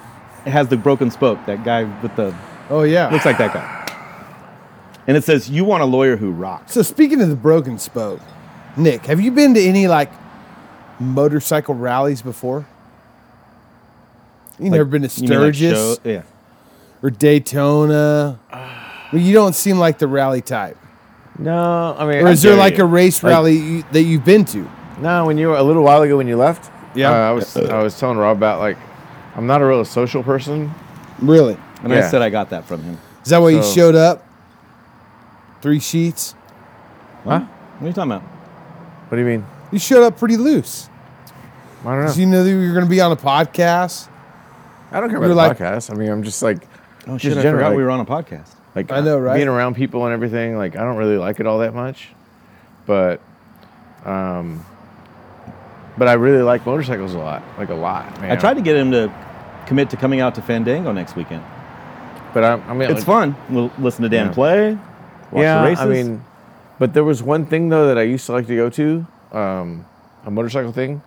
Speaker 2: has the broken spoke. That guy with the
Speaker 1: Oh yeah.
Speaker 2: looks like that guy. And it says you want a lawyer who rocks.
Speaker 1: So speaking of the broken spoke, Nick, have you been to any like motorcycle rallies before? You never been to
Speaker 2: You mean like
Speaker 1: Sturgis
Speaker 2: show- yeah.
Speaker 1: or Daytona? well, you don't seem like the rally type.
Speaker 5: No, I mean,
Speaker 1: Or is
Speaker 5: I
Speaker 1: there
Speaker 5: dare
Speaker 1: like
Speaker 5: you.
Speaker 1: a race rally you, that you've been to?
Speaker 5: No, when you were a little while ago when you left.
Speaker 1: Yeah.
Speaker 3: Uh, I was I was telling Rob about like I'm not a real social person.
Speaker 1: Really?
Speaker 2: And I
Speaker 3: Yeah.
Speaker 2: said I got that from him.
Speaker 1: Is that why you
Speaker 3: So-
Speaker 1: showed up? Three sheets.
Speaker 2: What
Speaker 3: Huh?
Speaker 2: are you talking about?
Speaker 3: What do you mean?
Speaker 1: You showed up pretty loose.
Speaker 3: I don't know.
Speaker 1: 'Cause you know that you were going to be on a podcast.
Speaker 3: I don't care
Speaker 1: You're
Speaker 3: about the
Speaker 1: like-
Speaker 3: podcast. I mean, I'm just like
Speaker 2: Oh
Speaker 3: Just
Speaker 2: shit! I
Speaker 3: generally-
Speaker 2: forgot we were on a podcast.
Speaker 3: like
Speaker 1: I know, right?
Speaker 3: being around people and everything. Like I don't really like it all that much, but um, but I really like motorcycles a lot, like a lot. Man.
Speaker 2: I tried to get him to commit to coming out to Fandango next weekend.
Speaker 3: but I'm, I mean,
Speaker 2: It's
Speaker 3: like-
Speaker 2: fun. We'll listen to Dan
Speaker 3: Yeah.
Speaker 2: play. Watch
Speaker 5: yeah,
Speaker 2: the races.
Speaker 5: I mean, but there was one thing though that I used to like to go to,
Speaker 3: um, a motorcycle thing,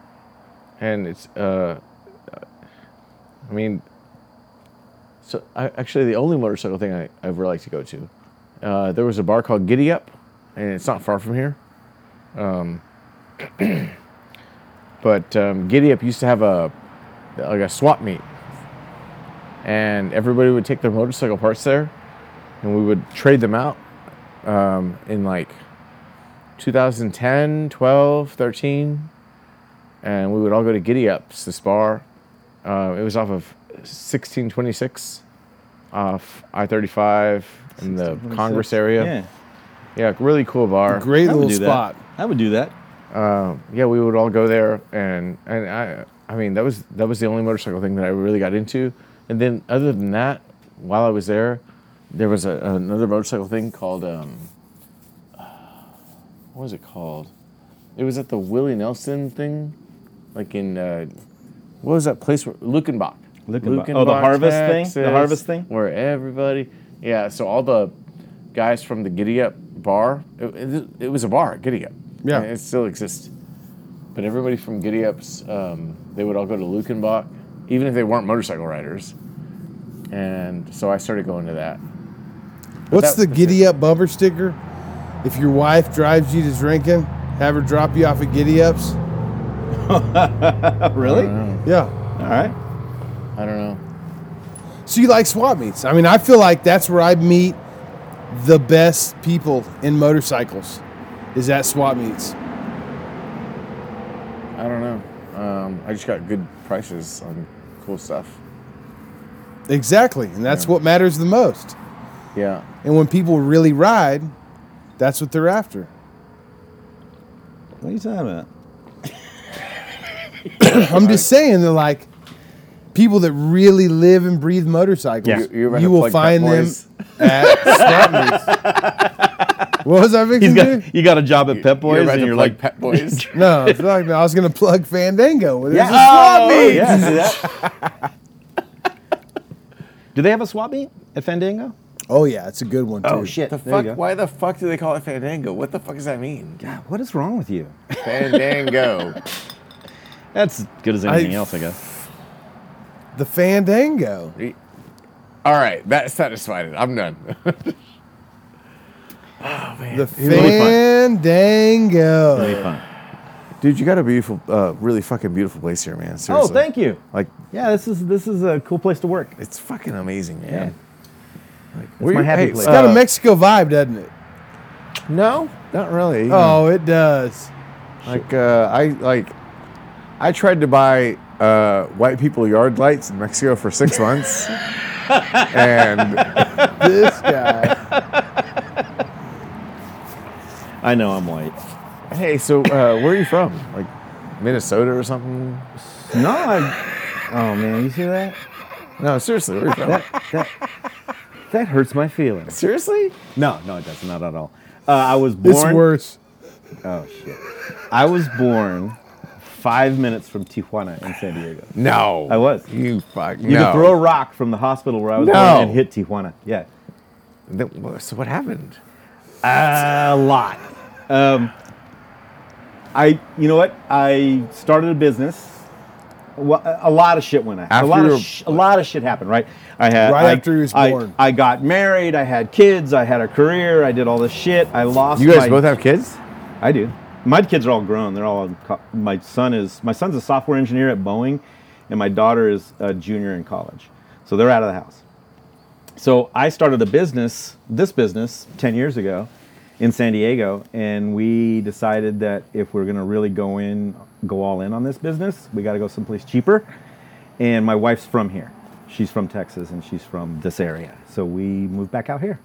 Speaker 3: and it's uh, I mean, so I, actually the only motorcycle thing I, I ever liked to go to, uh, there was a bar called Giddy Up, and it's not far from here, um, but um, Giddy Up used to have a like a swap meet, and everybody would take their motorcycle parts there, and we would trade them out, um, in like 2010, 12, 13, and we would all go to Giddy Ups, this bar. Uh, it was off of 1626, off I 35 in the Congress area.
Speaker 2: Yeah,
Speaker 3: Yeah, really cool bar.
Speaker 1: Great
Speaker 2: I would
Speaker 1: little
Speaker 2: do that.
Speaker 1: spot.
Speaker 2: I would do that.
Speaker 3: Um, yeah, we would all go there, and and I, I mean, that was that was the only motorcycle thing that I really got into. And then other than that, while I was there, there was a, another motorcycle thing called um, what was it called? It was at the Willie Nelson thing, like in uh, what was that place? Where, Lukenbach.
Speaker 2: Lukenbach. Oh, the harvest thing? The harvest thing?
Speaker 3: Where everybody, yeah. So all the guys from the Giddy Up bar, it, it, it was a bar, Giddy Up.
Speaker 1: Yeah.
Speaker 3: And it still exists. But everybody from Giddy Ups, um, they would all go to Lukenbach, even if they weren't motorcycle riders. And so I started going to that.
Speaker 1: What's
Speaker 3: that-
Speaker 1: the giddy up bumper sticker? If your wife drives you to drinking, have her drop you off at giddy ups.
Speaker 2: really?
Speaker 1: Yeah.
Speaker 2: All right.
Speaker 3: I don't know.
Speaker 1: So you like swap meets? I mean, I feel like that's where I meet the best people in motorcycles. Is at swap meets?
Speaker 3: I don't know. Um, I just got good prices on cool stuff.
Speaker 1: Exactly, and that's what matters the most.
Speaker 3: Yeah.
Speaker 1: And when people really ride, that's what they're after.
Speaker 2: What are you talking about?
Speaker 1: I'm just saying that like people that really live and breathe motorcycles,
Speaker 2: Yeah.
Speaker 3: You- you
Speaker 1: you,
Speaker 3: better
Speaker 1: will
Speaker 3: plug that
Speaker 1: find them
Speaker 3: voice.
Speaker 1: at swap meets. What was I
Speaker 2: He's
Speaker 1: fixing to do?
Speaker 2: got Mm-hmm. you got a job at Pep Boys, and you're like,
Speaker 3: Pet Boys.
Speaker 1: No, it's not- no, I was gonna plug Fandango. There's a
Speaker 2: Oh,
Speaker 1: swap meet.
Speaker 2: yeah, see that? do they have a swap meet at Fandango?
Speaker 1: Oh yeah, it's a good one too.
Speaker 5: The
Speaker 2: There you
Speaker 5: fuck?
Speaker 2: go.
Speaker 5: Why the fuck do they call it Fandango? What the fuck does that mean?
Speaker 2: God, what is wrong with you?
Speaker 3: Fandango.
Speaker 2: That's as good as anything
Speaker 1: I-
Speaker 2: else, I guess.
Speaker 1: The Fandango.
Speaker 3: All right, that satisfied it. I'm done.
Speaker 1: The
Speaker 2: really fun.
Speaker 1: Fandango.
Speaker 2: Pretty fun.
Speaker 5: Dude, you got a beautiful, uh, really fucking beautiful place here, man.
Speaker 2: Oh,
Speaker 5: Seriously.
Speaker 2: thank you.
Speaker 5: Like,
Speaker 2: Yeah, this is this is a cool place to work.
Speaker 5: it's fucking amazing, man.
Speaker 2: Yeah.
Speaker 5: Like,
Speaker 2: my happy
Speaker 5: hey,
Speaker 2: place.
Speaker 1: It's got
Speaker 5: uh,
Speaker 1: a Mexico vibe, doesn't it?
Speaker 2: hmm.
Speaker 5: no, not really.
Speaker 1: Oh, it does.
Speaker 5: Like uh, I like, I tried to buy uh, white people yard lights in Mexico for six months, and
Speaker 1: This guy.
Speaker 2: I know I'm white.
Speaker 3: hey, so uh, where are you from? Like, Minnesota or something?
Speaker 2: No, I, oh man, you see that?
Speaker 3: No, seriously. Where are you from?
Speaker 2: That hurts my feelings.
Speaker 3: seriously?
Speaker 2: No, no, it does not at all. Uh, I was born.
Speaker 1: It's worse.
Speaker 2: Oh shit! I was born five minutes from Tijuana in San Diego.
Speaker 3: No.
Speaker 2: I was.
Speaker 3: You fuck.
Speaker 2: You could throw a rock from the hospital where I was
Speaker 3: No.
Speaker 2: born and hit Tijuana. Yeah,
Speaker 3: throw. So what happened?
Speaker 2: a lot. Um, I, you know what? I started a business. Well, a lot of shit went out. A
Speaker 3: After
Speaker 2: lot
Speaker 3: you
Speaker 2: of
Speaker 3: were-
Speaker 2: sh- a lot of shit happened. Right? I had
Speaker 1: Right
Speaker 2: I-
Speaker 1: after he was
Speaker 2: I-
Speaker 1: born.
Speaker 2: I got married. I had kids. I had a career. I did all this shit. I lost.
Speaker 3: You guys
Speaker 2: my-
Speaker 3: both have kids?
Speaker 2: I do. My kids are all grown. They're all. co- My son is. My son's a software engineer at Boeing, and my daughter is a junior in college. So they're out of the house. So I started a business, this business, ten years ago, in San Diego, and we decided that if we're going to really go in, go all in on this business, we got to go someplace cheaper. And my wife's from here. She's from Texas, and she's from this area. So we moved back out here,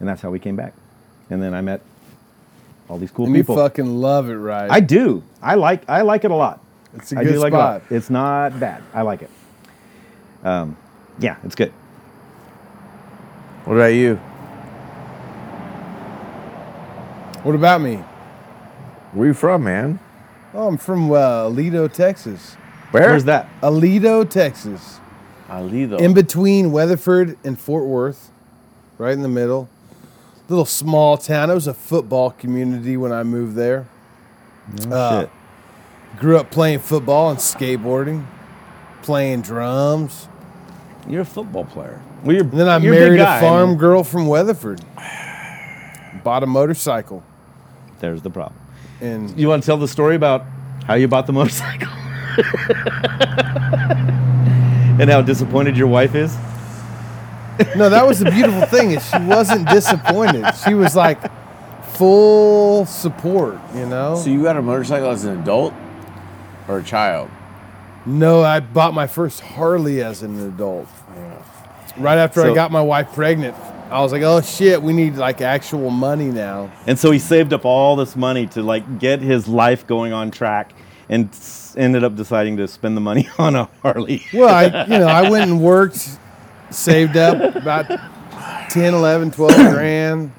Speaker 2: and that's how we came back. And then I met all these cool
Speaker 1: And you
Speaker 2: people.
Speaker 1: fucking love it, right?
Speaker 2: I do. I like I like it a lot.
Speaker 1: It's a
Speaker 2: I
Speaker 1: good
Speaker 2: do like it a lot.
Speaker 1: spot.
Speaker 2: It's not bad. I like it. Um, yeah, it's good.
Speaker 3: What about you?
Speaker 1: what about me?
Speaker 3: Where you from, man?
Speaker 1: Oh, I'm from uh, Alito, Texas.
Speaker 3: Where?
Speaker 2: Where's that?
Speaker 1: Alito, Texas.
Speaker 2: Oh.
Speaker 5: Alido.
Speaker 1: In between Weatherford and Fort Worth, right in the middle. Little small town. It was a football community when I moved there. Uh,
Speaker 2: Shit.
Speaker 1: Grew up playing football and skateboarding, playing drums.
Speaker 5: You're a football player.
Speaker 2: Well, you're,
Speaker 1: And then I
Speaker 2: you're big
Speaker 1: married
Speaker 2: guy.
Speaker 1: a farm girl from Weatherford. Bought a motorcycle.
Speaker 2: There's the problem.
Speaker 1: And
Speaker 2: You want to tell the story about how you bought the motorcycle and how disappointed your wife is?
Speaker 1: no, that was the beautiful thing is she wasn't disappointed. She was like full support, you know?
Speaker 5: So you got a motorcycle as an adult or a child?
Speaker 1: No, I bought my first Harley as an adult. Right after I
Speaker 2: So-
Speaker 1: got my wife pregnant, I was like, "Oh shit, we need like actual money now."
Speaker 2: And so he saved up all this money to like get his life going on track, and s- ended up deciding to spend the money on a Harley.
Speaker 1: Well, I, you know, I went and worked, saved up about 10, 11, 12 grand.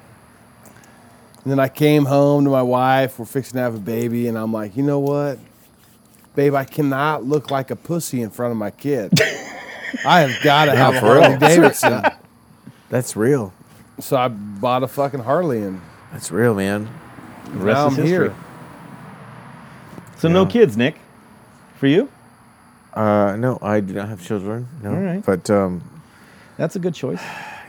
Speaker 1: And then I came home to my wife, we're fixing to have a baby, and I'm like, "You know what? Babe, I cannot look like a pussy in front of my kid. I have got to have a
Speaker 3: for real.
Speaker 1: Harley Davidson."
Speaker 5: That's real.
Speaker 1: So I bought a fucking Harley and
Speaker 5: That's real, man.
Speaker 2: The rest
Speaker 1: now I'm
Speaker 2: is history.
Speaker 1: here.
Speaker 2: So no kids, Nick. For you,
Speaker 5: Uh, no, I do not have children. No.
Speaker 2: All right.
Speaker 3: But um,
Speaker 2: that's a good choice.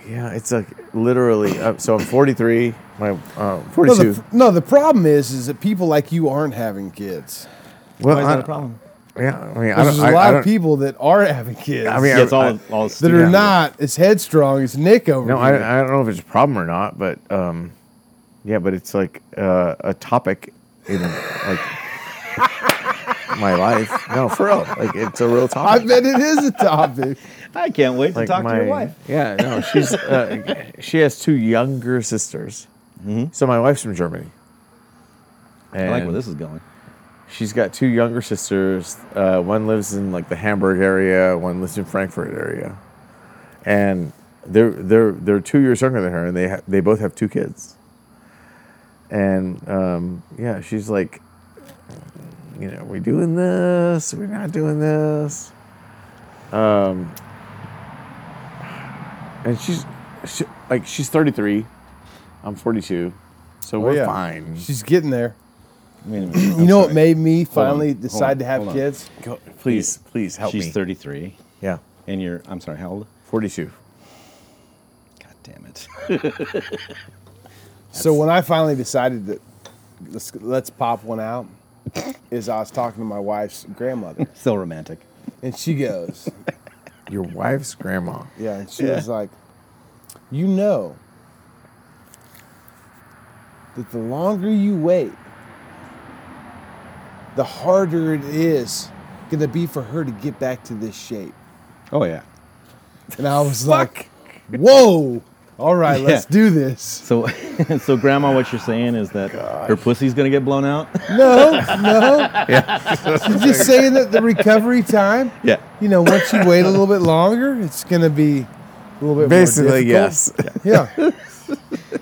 Speaker 5: Yeah, it's like literally. Uh, so I'm 43.
Speaker 3: my uh,
Speaker 1: No
Speaker 3: 42.
Speaker 1: the, no, the problem is, is that people like you aren't having kids.
Speaker 3: well,
Speaker 2: Why is
Speaker 3: I,
Speaker 2: that a problem?
Speaker 3: Yeah, I mean, I
Speaker 1: There's
Speaker 3: don't.
Speaker 1: a
Speaker 3: I, I
Speaker 1: lot
Speaker 3: don't,
Speaker 1: of people that are having kids
Speaker 3: I mean,
Speaker 2: Yeah, it's all,
Speaker 3: I-
Speaker 2: all
Speaker 1: that
Speaker 2: stupid.
Speaker 1: are not as headstrong as Nick over
Speaker 3: No,
Speaker 1: here.
Speaker 3: I, I don't know if it's a problem or not, but um, yeah, but it's like uh, a topic in like my life. No, for real, like it's a real
Speaker 1: I
Speaker 3: topic.
Speaker 1: bet it is a topic.
Speaker 2: I can't wait to
Speaker 3: like
Speaker 2: talk
Speaker 3: my,
Speaker 2: to your wife.
Speaker 3: Yeah, no, she's uh, she has two younger sisters. So my wife's from Germany.
Speaker 2: Mm-hmm. I like where
Speaker 3: And-
Speaker 2: this is going.
Speaker 3: She's got two younger sisters. Uh, one lives in like the Hamburg area. One lives in Frankfurt area, and they're they're they're two years younger than her, and they ha- they both have two kids. And um, yeah, she's like, you know, are we doing this? Are we not doing this? Um, and she's she, like she's thirty three. I'm forty two, so we're
Speaker 1: yeah.
Speaker 3: fine.
Speaker 1: She's getting there.
Speaker 2: Wait a minute.
Speaker 1: You know what made me finally
Speaker 2: hold
Speaker 1: decide
Speaker 2: on,
Speaker 1: to have
Speaker 2: hold on.
Speaker 1: kids?
Speaker 5: Go, please, please help
Speaker 2: She's
Speaker 5: me.
Speaker 2: 33,
Speaker 3: Yeah,
Speaker 2: and you're. I'm sorry. How old?
Speaker 3: forty two.
Speaker 2: God damn it.
Speaker 1: So when I finally decided that let's let's pop one out, is I was talking to my wife's grandmother,
Speaker 2: so romantic.
Speaker 1: and she goes,
Speaker 3: Your wife's grandma.
Speaker 1: Yeah, and she was like, You know that the longer you wait, the harder it is gonna be for her to get back to this shape.
Speaker 2: Oh yeah.
Speaker 1: And I was like, Whoa, All right, let's
Speaker 2: Yeah.
Speaker 1: do this.
Speaker 2: So, so grandma, what you're saying is that her pussy's gonna get blown out.
Speaker 1: No, no. She's just saying that the recovery time,
Speaker 2: yeah.
Speaker 1: you know, once you wait a little bit longer, it's going to be a little bit more
Speaker 3: Basically,
Speaker 1: difficult.
Speaker 3: yes.
Speaker 1: Yeah.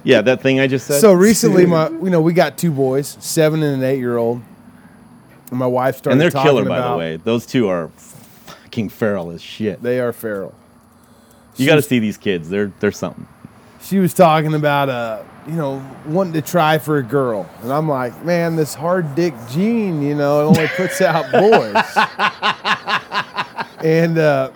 Speaker 2: Yeah, that thing I just said.
Speaker 1: So recently, my you know we got two boys, seven and an eight year old. And my wife started.
Speaker 2: and they're
Speaker 1: talking
Speaker 2: killer, by
Speaker 1: about-
Speaker 2: the way. Those two are fucking feral as shit.
Speaker 1: They are feral.
Speaker 2: You got to see these kids. They're they're something.
Speaker 1: She was talking about uh, you know, wanting to try for a girl, and I'm like, man, this hard dick gene, you know, it only puts out boys. and uh,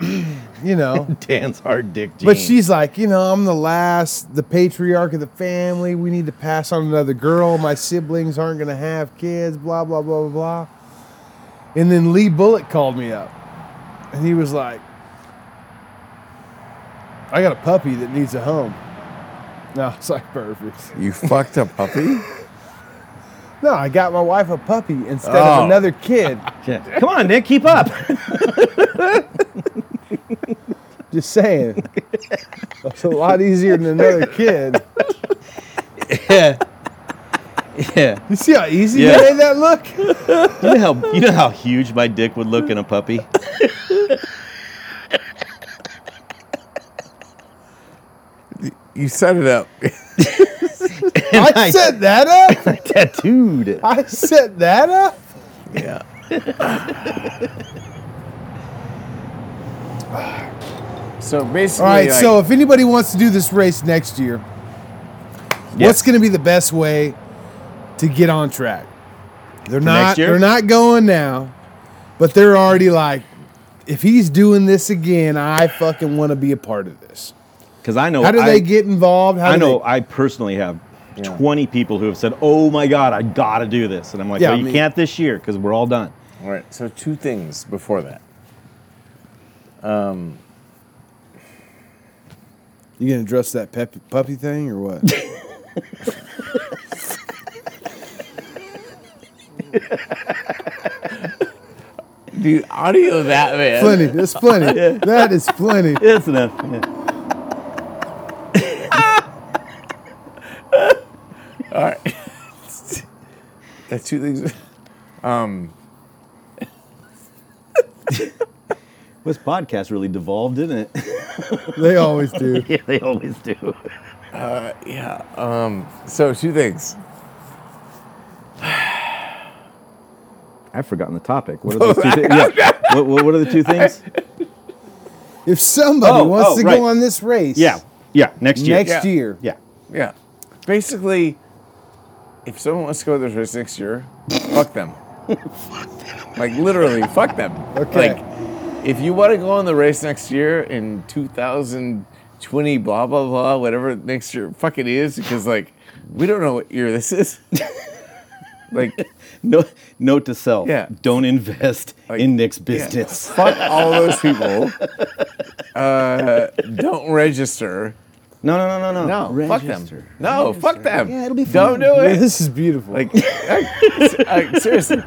Speaker 1: you know,
Speaker 2: Dan's hard dick. Gene.
Speaker 1: But she's like, you know, I'm the last, the patriarch of the family. We need to pass on another girl. My siblings aren't going to have kids, blah, blah, blah, blah, blah. And then Lee Bullock called me up and he was like, I got a puppy that needs a home. No, it's like perfect.
Speaker 3: You fucked a puppy?
Speaker 1: No, I got my wife a puppy instead
Speaker 3: Oh.
Speaker 1: of another kid.
Speaker 2: Yeah. Come on, Nick, keep up.
Speaker 1: Just saying. It's a lot easier than another kid.
Speaker 2: yeah. Yeah.
Speaker 1: You see how easy
Speaker 2: Yeah.
Speaker 1: you made that look?
Speaker 2: You know how you know how huge my dick would look in a puppy.
Speaker 3: You set it up.
Speaker 1: I set that up.
Speaker 2: Tattooed. it.
Speaker 1: I set that up.
Speaker 3: yeah. so basically,
Speaker 1: All right.
Speaker 3: like,
Speaker 1: So if anybody wants to do this race next year,
Speaker 2: Yeah.
Speaker 1: what's going to be the best way to get on track? They're not.
Speaker 2: next year?
Speaker 1: They're not going now, but they're already like, if he's doing this again, I fucking want to be a part of this.
Speaker 2: Because I know.
Speaker 1: How do
Speaker 2: I,
Speaker 1: they get involved? How
Speaker 2: I
Speaker 1: do
Speaker 2: know.
Speaker 1: They,
Speaker 2: I personally have. 20 people who have said, "Oh my God, I gotta do this," and I'm like,
Speaker 1: Yeah,
Speaker 2: "Well,
Speaker 1: I
Speaker 2: you
Speaker 1: mean-
Speaker 2: can't this year because we're all done."
Speaker 3: all right. So two things before that.
Speaker 1: you gonna address that pep- puppy thing or what?
Speaker 3: Dude, audio that man.
Speaker 1: plenty. That's plenty. That is plenty.
Speaker 2: It's enough. Yeah.
Speaker 3: All right. That's two things.
Speaker 2: This podcast really devolved, didn't it?
Speaker 1: They always do.
Speaker 2: yeah, they always do.
Speaker 3: Yeah. Um, so two things.
Speaker 2: I've forgotten the topic. What are those two things? Yeah. What, what, what are the two things?
Speaker 1: If somebody
Speaker 2: Oh,
Speaker 1: wants
Speaker 2: oh,
Speaker 1: to
Speaker 2: right.
Speaker 1: go on this race,
Speaker 2: Yeah. Yeah. Next year.
Speaker 1: next
Speaker 3: Yeah.
Speaker 1: year,
Speaker 2: Yeah.
Speaker 3: Yeah. Basically, if someone wants to go to this race next year, fuck them. fuck them. Like literally, fuck them.
Speaker 1: Okay.
Speaker 3: Like, if you want to go on the race next year in 2020, blah blah blah, whatever next year fucking is, because like we don't know what year this is. like,
Speaker 2: No, note to self.
Speaker 3: Yeah.
Speaker 2: Don't invest
Speaker 3: Like,
Speaker 2: in Nick's business.
Speaker 3: fuck all those people. Uh, don't register.
Speaker 2: No, no, no, no,
Speaker 3: No,
Speaker 2: no.
Speaker 3: fuck
Speaker 2: Register.
Speaker 3: them. No, fuck them.
Speaker 2: Yeah, it'll be
Speaker 3: Don't
Speaker 2: fun.
Speaker 3: do it.
Speaker 1: this is beautiful.
Speaker 3: Like, like, s- like, seriously,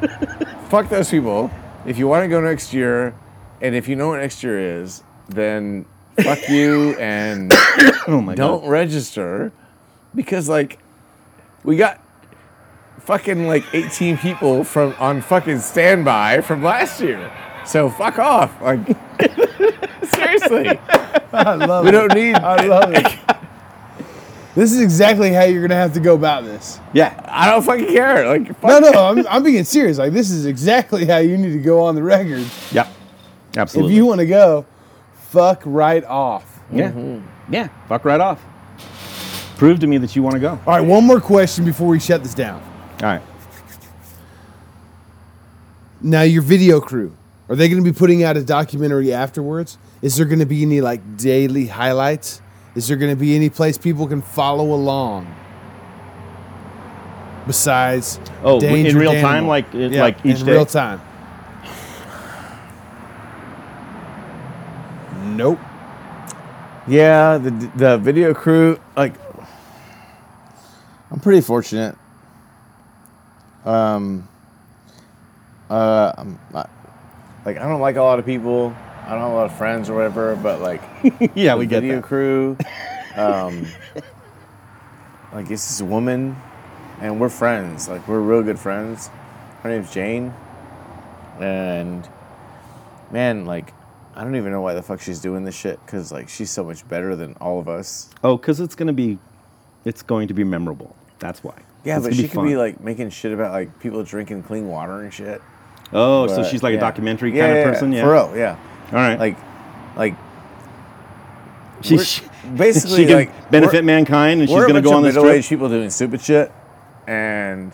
Speaker 3: fuck those people. If you want to go next year, and if you know what next year is, then fuck you and
Speaker 2: Oh my
Speaker 3: don't
Speaker 2: god.
Speaker 3: register because, like, we got fucking like 18 people from on fucking standby from last year. So fuck off. Like, seriously,
Speaker 1: I love
Speaker 3: we
Speaker 1: it.
Speaker 3: don't need.
Speaker 1: I love it. This is exactly how you're gonna have to go about this.
Speaker 2: Yeah.
Speaker 3: I don't fucking care. Like, fuck
Speaker 1: No, no, I'm, I'm being serious. Like this is exactly how you need to go on the record
Speaker 2: Yeah.
Speaker 1: if
Speaker 2: Absolutely.
Speaker 1: you want to go. Fuck right off.
Speaker 2: yeah.
Speaker 3: Mm-hmm.
Speaker 2: Yeah. Fuck right off. Prove to me that you want to go. All
Speaker 1: All right, one more question before we shut this down.
Speaker 2: right.
Speaker 1: Now, your video crew are they going to be putting out a documentary afterwards? Is there going to be any like daily highlights? Is there going to be any place people can follow along? Besides,
Speaker 2: Oh, in
Speaker 1: Dangerous
Speaker 2: real time,
Speaker 1: Animal?
Speaker 2: like, it- like each
Speaker 1: in
Speaker 2: day?
Speaker 1: real time. Nope.
Speaker 3: Yeah, the the video crew like I'm pretty fortunate. Um uh I'm not, like I don't like a lot of people. I don't have a lot of friends or whatever, but like
Speaker 2: Yeah,
Speaker 3: the
Speaker 2: we get
Speaker 3: video
Speaker 2: that.
Speaker 3: crew Um, like it's this woman, and we're friends. Like we're real good friends. Her name's Jane, and man, like I don't even know why the fuck she's doing this shit because like she's so much better than all of us.
Speaker 2: Oh, because it's gonna be, it's going to be memorable. That's why.
Speaker 3: Yeah,
Speaker 2: It's
Speaker 3: but
Speaker 2: gonna
Speaker 3: she could be
Speaker 2: fun.
Speaker 3: like making shit about like people drinking clean water and shit.
Speaker 2: oh, so
Speaker 3: But,
Speaker 2: she's like
Speaker 3: yeah.
Speaker 2: a documentary
Speaker 3: Yeah,
Speaker 2: kind
Speaker 3: yeah,
Speaker 2: of person. Yeah,
Speaker 3: for real. Yeah,
Speaker 2: All right,
Speaker 3: like, like
Speaker 2: she,
Speaker 3: we're-
Speaker 2: she
Speaker 3: basically,
Speaker 2: she can
Speaker 3: like,
Speaker 2: benefit
Speaker 3: we're-
Speaker 2: mankind, and she's
Speaker 3: we're a
Speaker 2: gonna
Speaker 3: bunch
Speaker 2: go
Speaker 3: of
Speaker 2: on this trip.
Speaker 3: middle-aged people doing stupid shit, and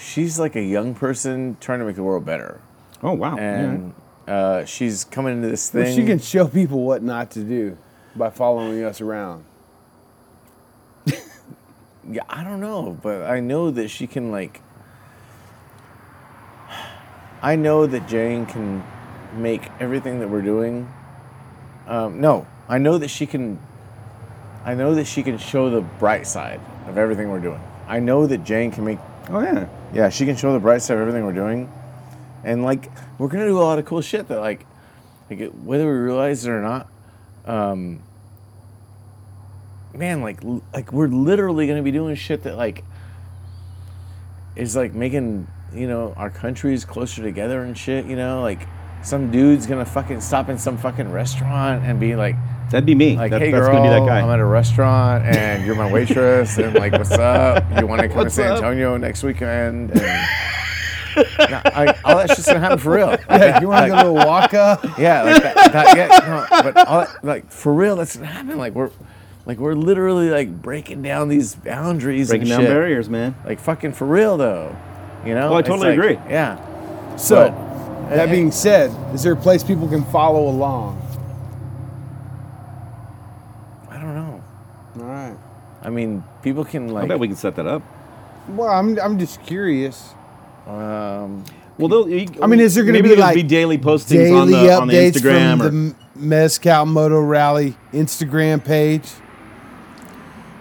Speaker 3: she's like a young person trying to make the world better,
Speaker 2: Oh wow.
Speaker 3: and uh, she's coming into this thing.
Speaker 1: Well, she can show people what not to do by following us around.
Speaker 3: yeah, I don't know, but I know that she can like. I know that Jane can make everything that we're doing. Um, no, I know that she can. I know that she can show the bright side of everything we're doing. I know that Jane can make
Speaker 2: yeah. Oh yeah.
Speaker 3: yeah, she can show the bright side of everything we're doing, and like we're gonna do a lot of cool shit that like, like it- whether we realize it or not, um, man, like l- like we're literally gonna be doing shit that like is like making you know our countries closer together and shit. You know, like some dude's gonna fucking stop in some fucking restaurant and be like,
Speaker 2: That'd be me.
Speaker 3: like,
Speaker 2: That-
Speaker 3: hey
Speaker 2: that's
Speaker 3: girl,
Speaker 2: gonna be that guy.
Speaker 3: I'm at a restaurant and you're my waitress and like, what's up? You want to come
Speaker 2: What's
Speaker 3: to San
Speaker 2: up?
Speaker 3: Antonio next weekend? And, No, I- all that shit's gonna happen for real.
Speaker 1: Yeah, you want to go to a walk up?
Speaker 3: Yeah, like that, that- yeah, no, but all that, like for real, that's gonna happen. Like we're, like we're literally like breaking down these boundaries,
Speaker 2: Breaking
Speaker 3: and
Speaker 2: down
Speaker 3: shit.
Speaker 2: barriers, man.
Speaker 3: Like fucking for real though, you know?
Speaker 2: Oh, I
Speaker 3: It's
Speaker 2: totally
Speaker 3: like-
Speaker 2: agree.
Speaker 3: Yeah,
Speaker 1: So,
Speaker 3: But-
Speaker 1: that being said, is there a place people can follow along?
Speaker 3: I don't know.
Speaker 1: All right.
Speaker 3: I mean, people can
Speaker 2: I
Speaker 3: like.
Speaker 2: bet we can set that up.
Speaker 1: Well, I'm, I'm just curious.
Speaker 3: um,
Speaker 2: Well, they'll, you-
Speaker 1: I mean, is there gonna
Speaker 2: maybe
Speaker 1: be,
Speaker 2: there'll
Speaker 1: like,
Speaker 2: be daily postings
Speaker 1: Daily
Speaker 2: on the
Speaker 1: updates
Speaker 2: on the Instagram or
Speaker 1: from the Mezcal Moto Rally Instagram page?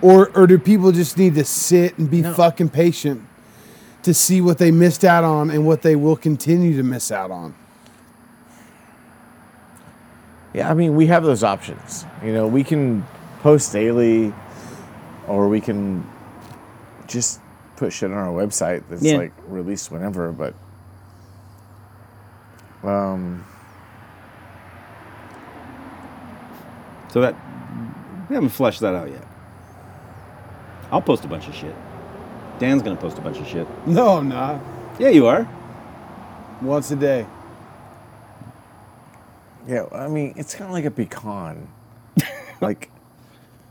Speaker 1: Or, or do people just need to sit and be fucking patient to see what they missed out on and what they will continue to miss out on?
Speaker 3: Yeah, I mean, we have those options. You know, we can post daily, or we can just put shit on our website that's
Speaker 2: Yeah.
Speaker 3: like released whenever. But
Speaker 2: so that we haven't fleshed that out yet. I'll post a bunch of shit. Dan's gonna post a bunch of shit.
Speaker 1: No, I'm not.
Speaker 2: Yeah, you are.
Speaker 1: Once a day.
Speaker 3: yeah, I mean, it's kind of like a pecan. like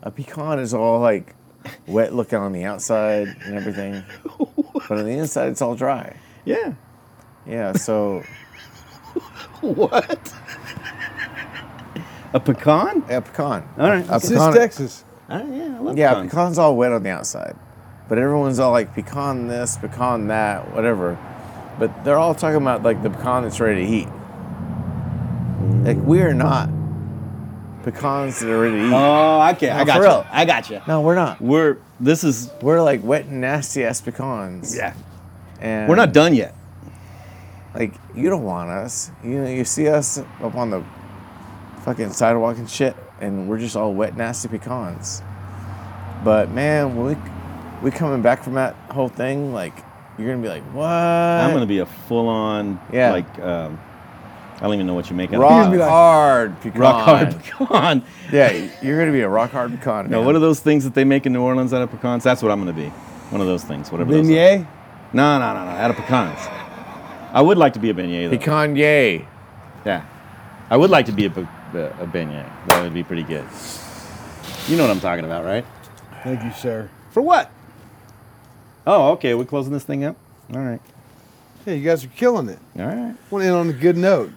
Speaker 3: a pecan is all like wet looking on the outside and everything, but on the inside it's all dry.
Speaker 2: Yeah.
Speaker 3: Yeah, so
Speaker 2: What? a pecan?
Speaker 3: yeah, pecan.
Speaker 2: All right.
Speaker 3: A
Speaker 1: This is
Speaker 3: pecan-
Speaker 1: Texas.
Speaker 2: Uh, yeah, I love
Speaker 3: Yeah,
Speaker 2: pecans.
Speaker 3: pecan's all wet on the outside, but everyone's all like pecan this, pecan that, whatever. But they're all talking about like the pecan that's ready to eat. Like we are not pecans that are ready to eat.
Speaker 2: Oh, okay. I
Speaker 3: No,
Speaker 2: got
Speaker 3: for
Speaker 2: you.
Speaker 3: real.
Speaker 2: I got you.
Speaker 3: no, we're not.
Speaker 2: We're this is
Speaker 3: We're like wet and nasty ass pecans.
Speaker 2: yeah.
Speaker 3: and
Speaker 2: We're not done yet.
Speaker 3: like you don't want us. You know, you see us up on the fucking sidewalk and shit, and we're just all wet, nasty pecans. But man, when we we coming back from that whole thing, like you're gonna be like, what?
Speaker 2: I'm gonna be a full on
Speaker 3: Yeah.
Speaker 2: like um, I don't even know what you make out
Speaker 3: rock
Speaker 2: of it.
Speaker 3: hard pecan.
Speaker 2: rock hard pecan.
Speaker 3: yeah, you're gonna be a rock hard pecan.
Speaker 2: No,
Speaker 3: man.
Speaker 2: what are those things that they make in New Orleans out of pecans? That's what I'm gonna be. One of those things, whatever those are.
Speaker 1: Beignet?
Speaker 2: No, no, no, no. Out of pecans. I would like to be a beignet though.
Speaker 3: pecan? Yay!
Speaker 2: Yeah. I would like to be a, be- a beignet. That would be pretty good. You know what I'm talking about, right?
Speaker 1: Thank you, sir.
Speaker 2: For what? Oh, okay. We're closing this thing up. All right.
Speaker 1: Yeah, you guys are killing it.
Speaker 2: All right.
Speaker 1: Went in on a good note.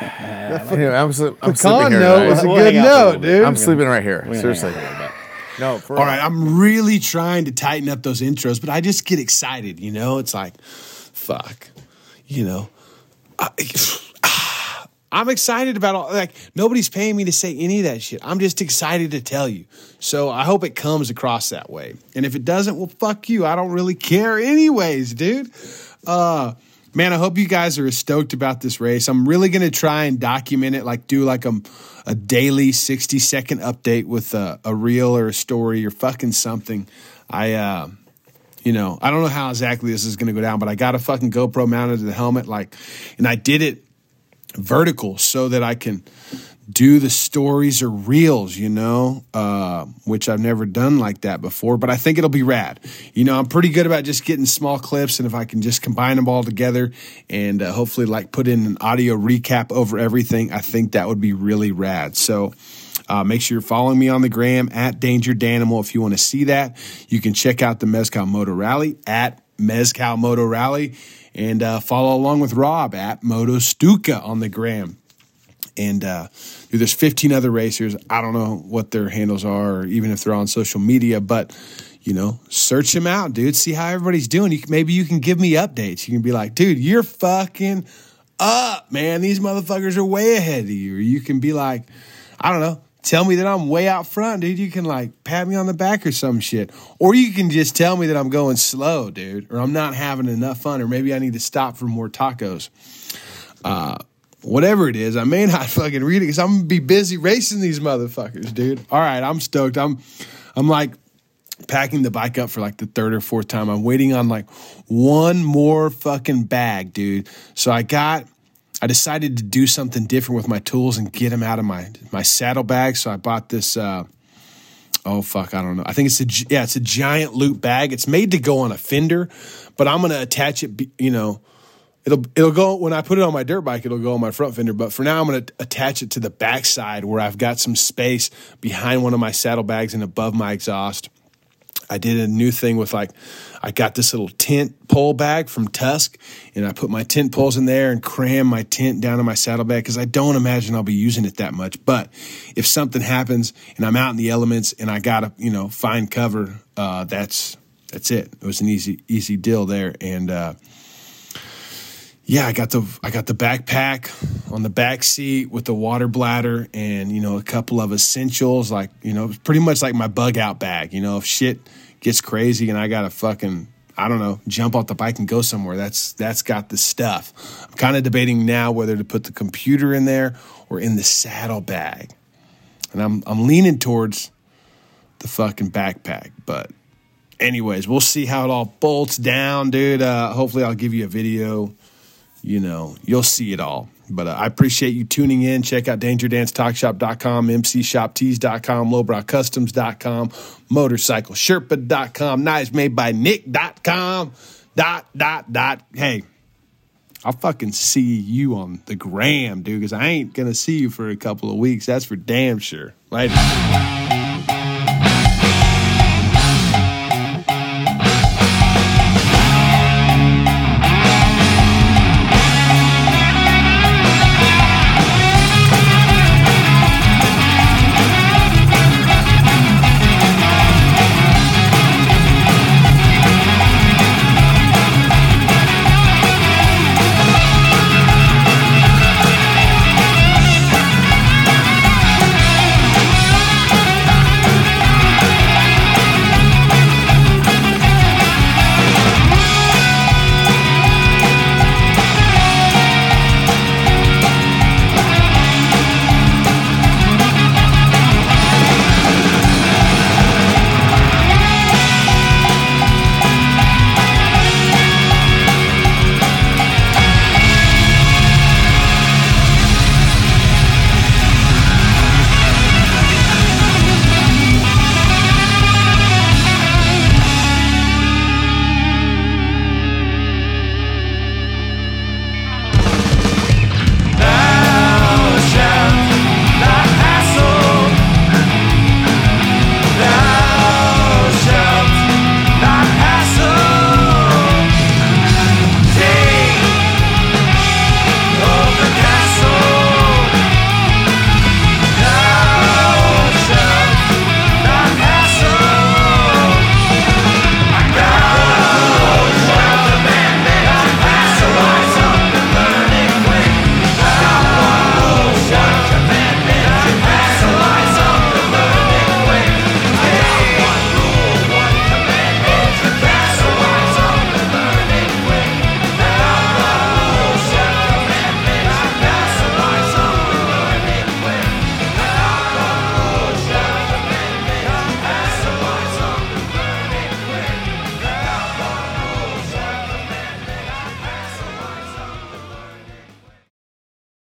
Speaker 3: Anyway, I'm, sli- I'm sleeping
Speaker 1: Pecan
Speaker 3: here.
Speaker 1: note
Speaker 3: tonight.
Speaker 1: was a
Speaker 2: We'll
Speaker 1: good
Speaker 2: hang out for a little
Speaker 1: note,
Speaker 2: bit.
Speaker 1: dude.
Speaker 3: I'm sleeping right here.
Speaker 2: We're gonna hang
Speaker 3: Seriously.
Speaker 2: out for a little bit.
Speaker 3: No. For
Speaker 6: All right, I'm really trying to tighten up those intros, but I just get excited, you know? It's like, fuck, you know? I, I'm excited about all, like, nobody's paying me to say any of that shit. I'm just excited to tell you. So I hope it comes across that way. And if it doesn't, well, fuck you. I don't really care, anyways, dude. Uh,
Speaker 1: man, I hope you guys are as stoked about this race. I'm really going to try and document it, like do like a, a daily 60 second update with a, a reel or a story or fucking something. I, uh, you know, I don't know how exactly this is going to go down, but I got a fucking GoPro mounted to the helmet, like, and I did it vertical so that I can do the stories or reels, you know, uh, which I've never done like that before, but I think it'll be rad. You know, I'm pretty good about just getting small clips, and if I can just combine them all together and uh, hopefully like put in an audio recap over everything, I think that would be really rad. So, uh, make sure you're following me on the gram at Danger Danimal if you want to see that. You can check out the Mezcal Moto Rally at Mezcal Moto Rally and uh, follow along with Rob at Moto Stuka on the gram. And uh, dude, there's 15 other racers. I don't know what their handles are, or even if they're on social media, but you know, search them out, dude. See how everybody's doing. You can, maybe you can give me updates. You can be like, dude, you're fucking up, man. These motherfuckers are way ahead of you. Or you can be like, I don't know. Tell me that I'm way out front, dude. You can like pat me on the back or some shit. Or you can just tell me that I'm going slow, dude, or I'm not having enough fun, or maybe I need to stop for more tacos. Uh, whatever it is, I may not fucking read it because I'm gonna be busy racing these motherfuckers, dude. All right, I'm stoked. I'm I'm like packing the bike up for like the third or fourth time. I'm waiting on like one more fucking bag, dude. So I got I decided to do something different with my tools and get them out of my my saddlebag. So I bought this uh oh fuck, I don't know. I think it's a gi- yeah, it's a giant loop bag. It's made to go on a fender, but I'm going to attach it, be- you know, It'll it'll go when I put it on my dirt bike. It'll go on my front fender, but for now I'm going to attach it to the backside where I've got some space behind one of my saddlebags and above my exhaust. I did a new thing with like I got this little tent pole bag from Tusk and I put my tent poles in there and cram my tent down in my saddlebag because I don't imagine I'll be using it that much. But if something happens and I'm out in the elements and I gotta, you know, find cover, uh, that's that's it. It was an easy, easy deal there. And uh yeah, I got the I got the backpack on the back seat with the water bladder and you know a couple of essentials like you know pretty much like my bug out bag. You know if shit gets crazy and I gotta fucking I don't know jump off the bike and go somewhere. That's that's got the stuff. I'm kind of debating now whether to put the computer in there or in the saddle bag, and I'm I'm leaning towards the fucking backpack, but. Anyways, we'll see how it all bolts down, dude. Uh, hopefully, I'll give you a video you know, you'll see it all. But uh, I appreciate you tuning in. Check out DangerDanceTalkShop.com, MCShopTees.com, LowbrowCustoms.com, MotorcycleSherpa.com, Knives Made by Nick.com, dot, dot, dot. Hey, I'll fucking see you on the gram, dude, because I ain't going to see you for a couple of weeks. That's for damn sure. Later.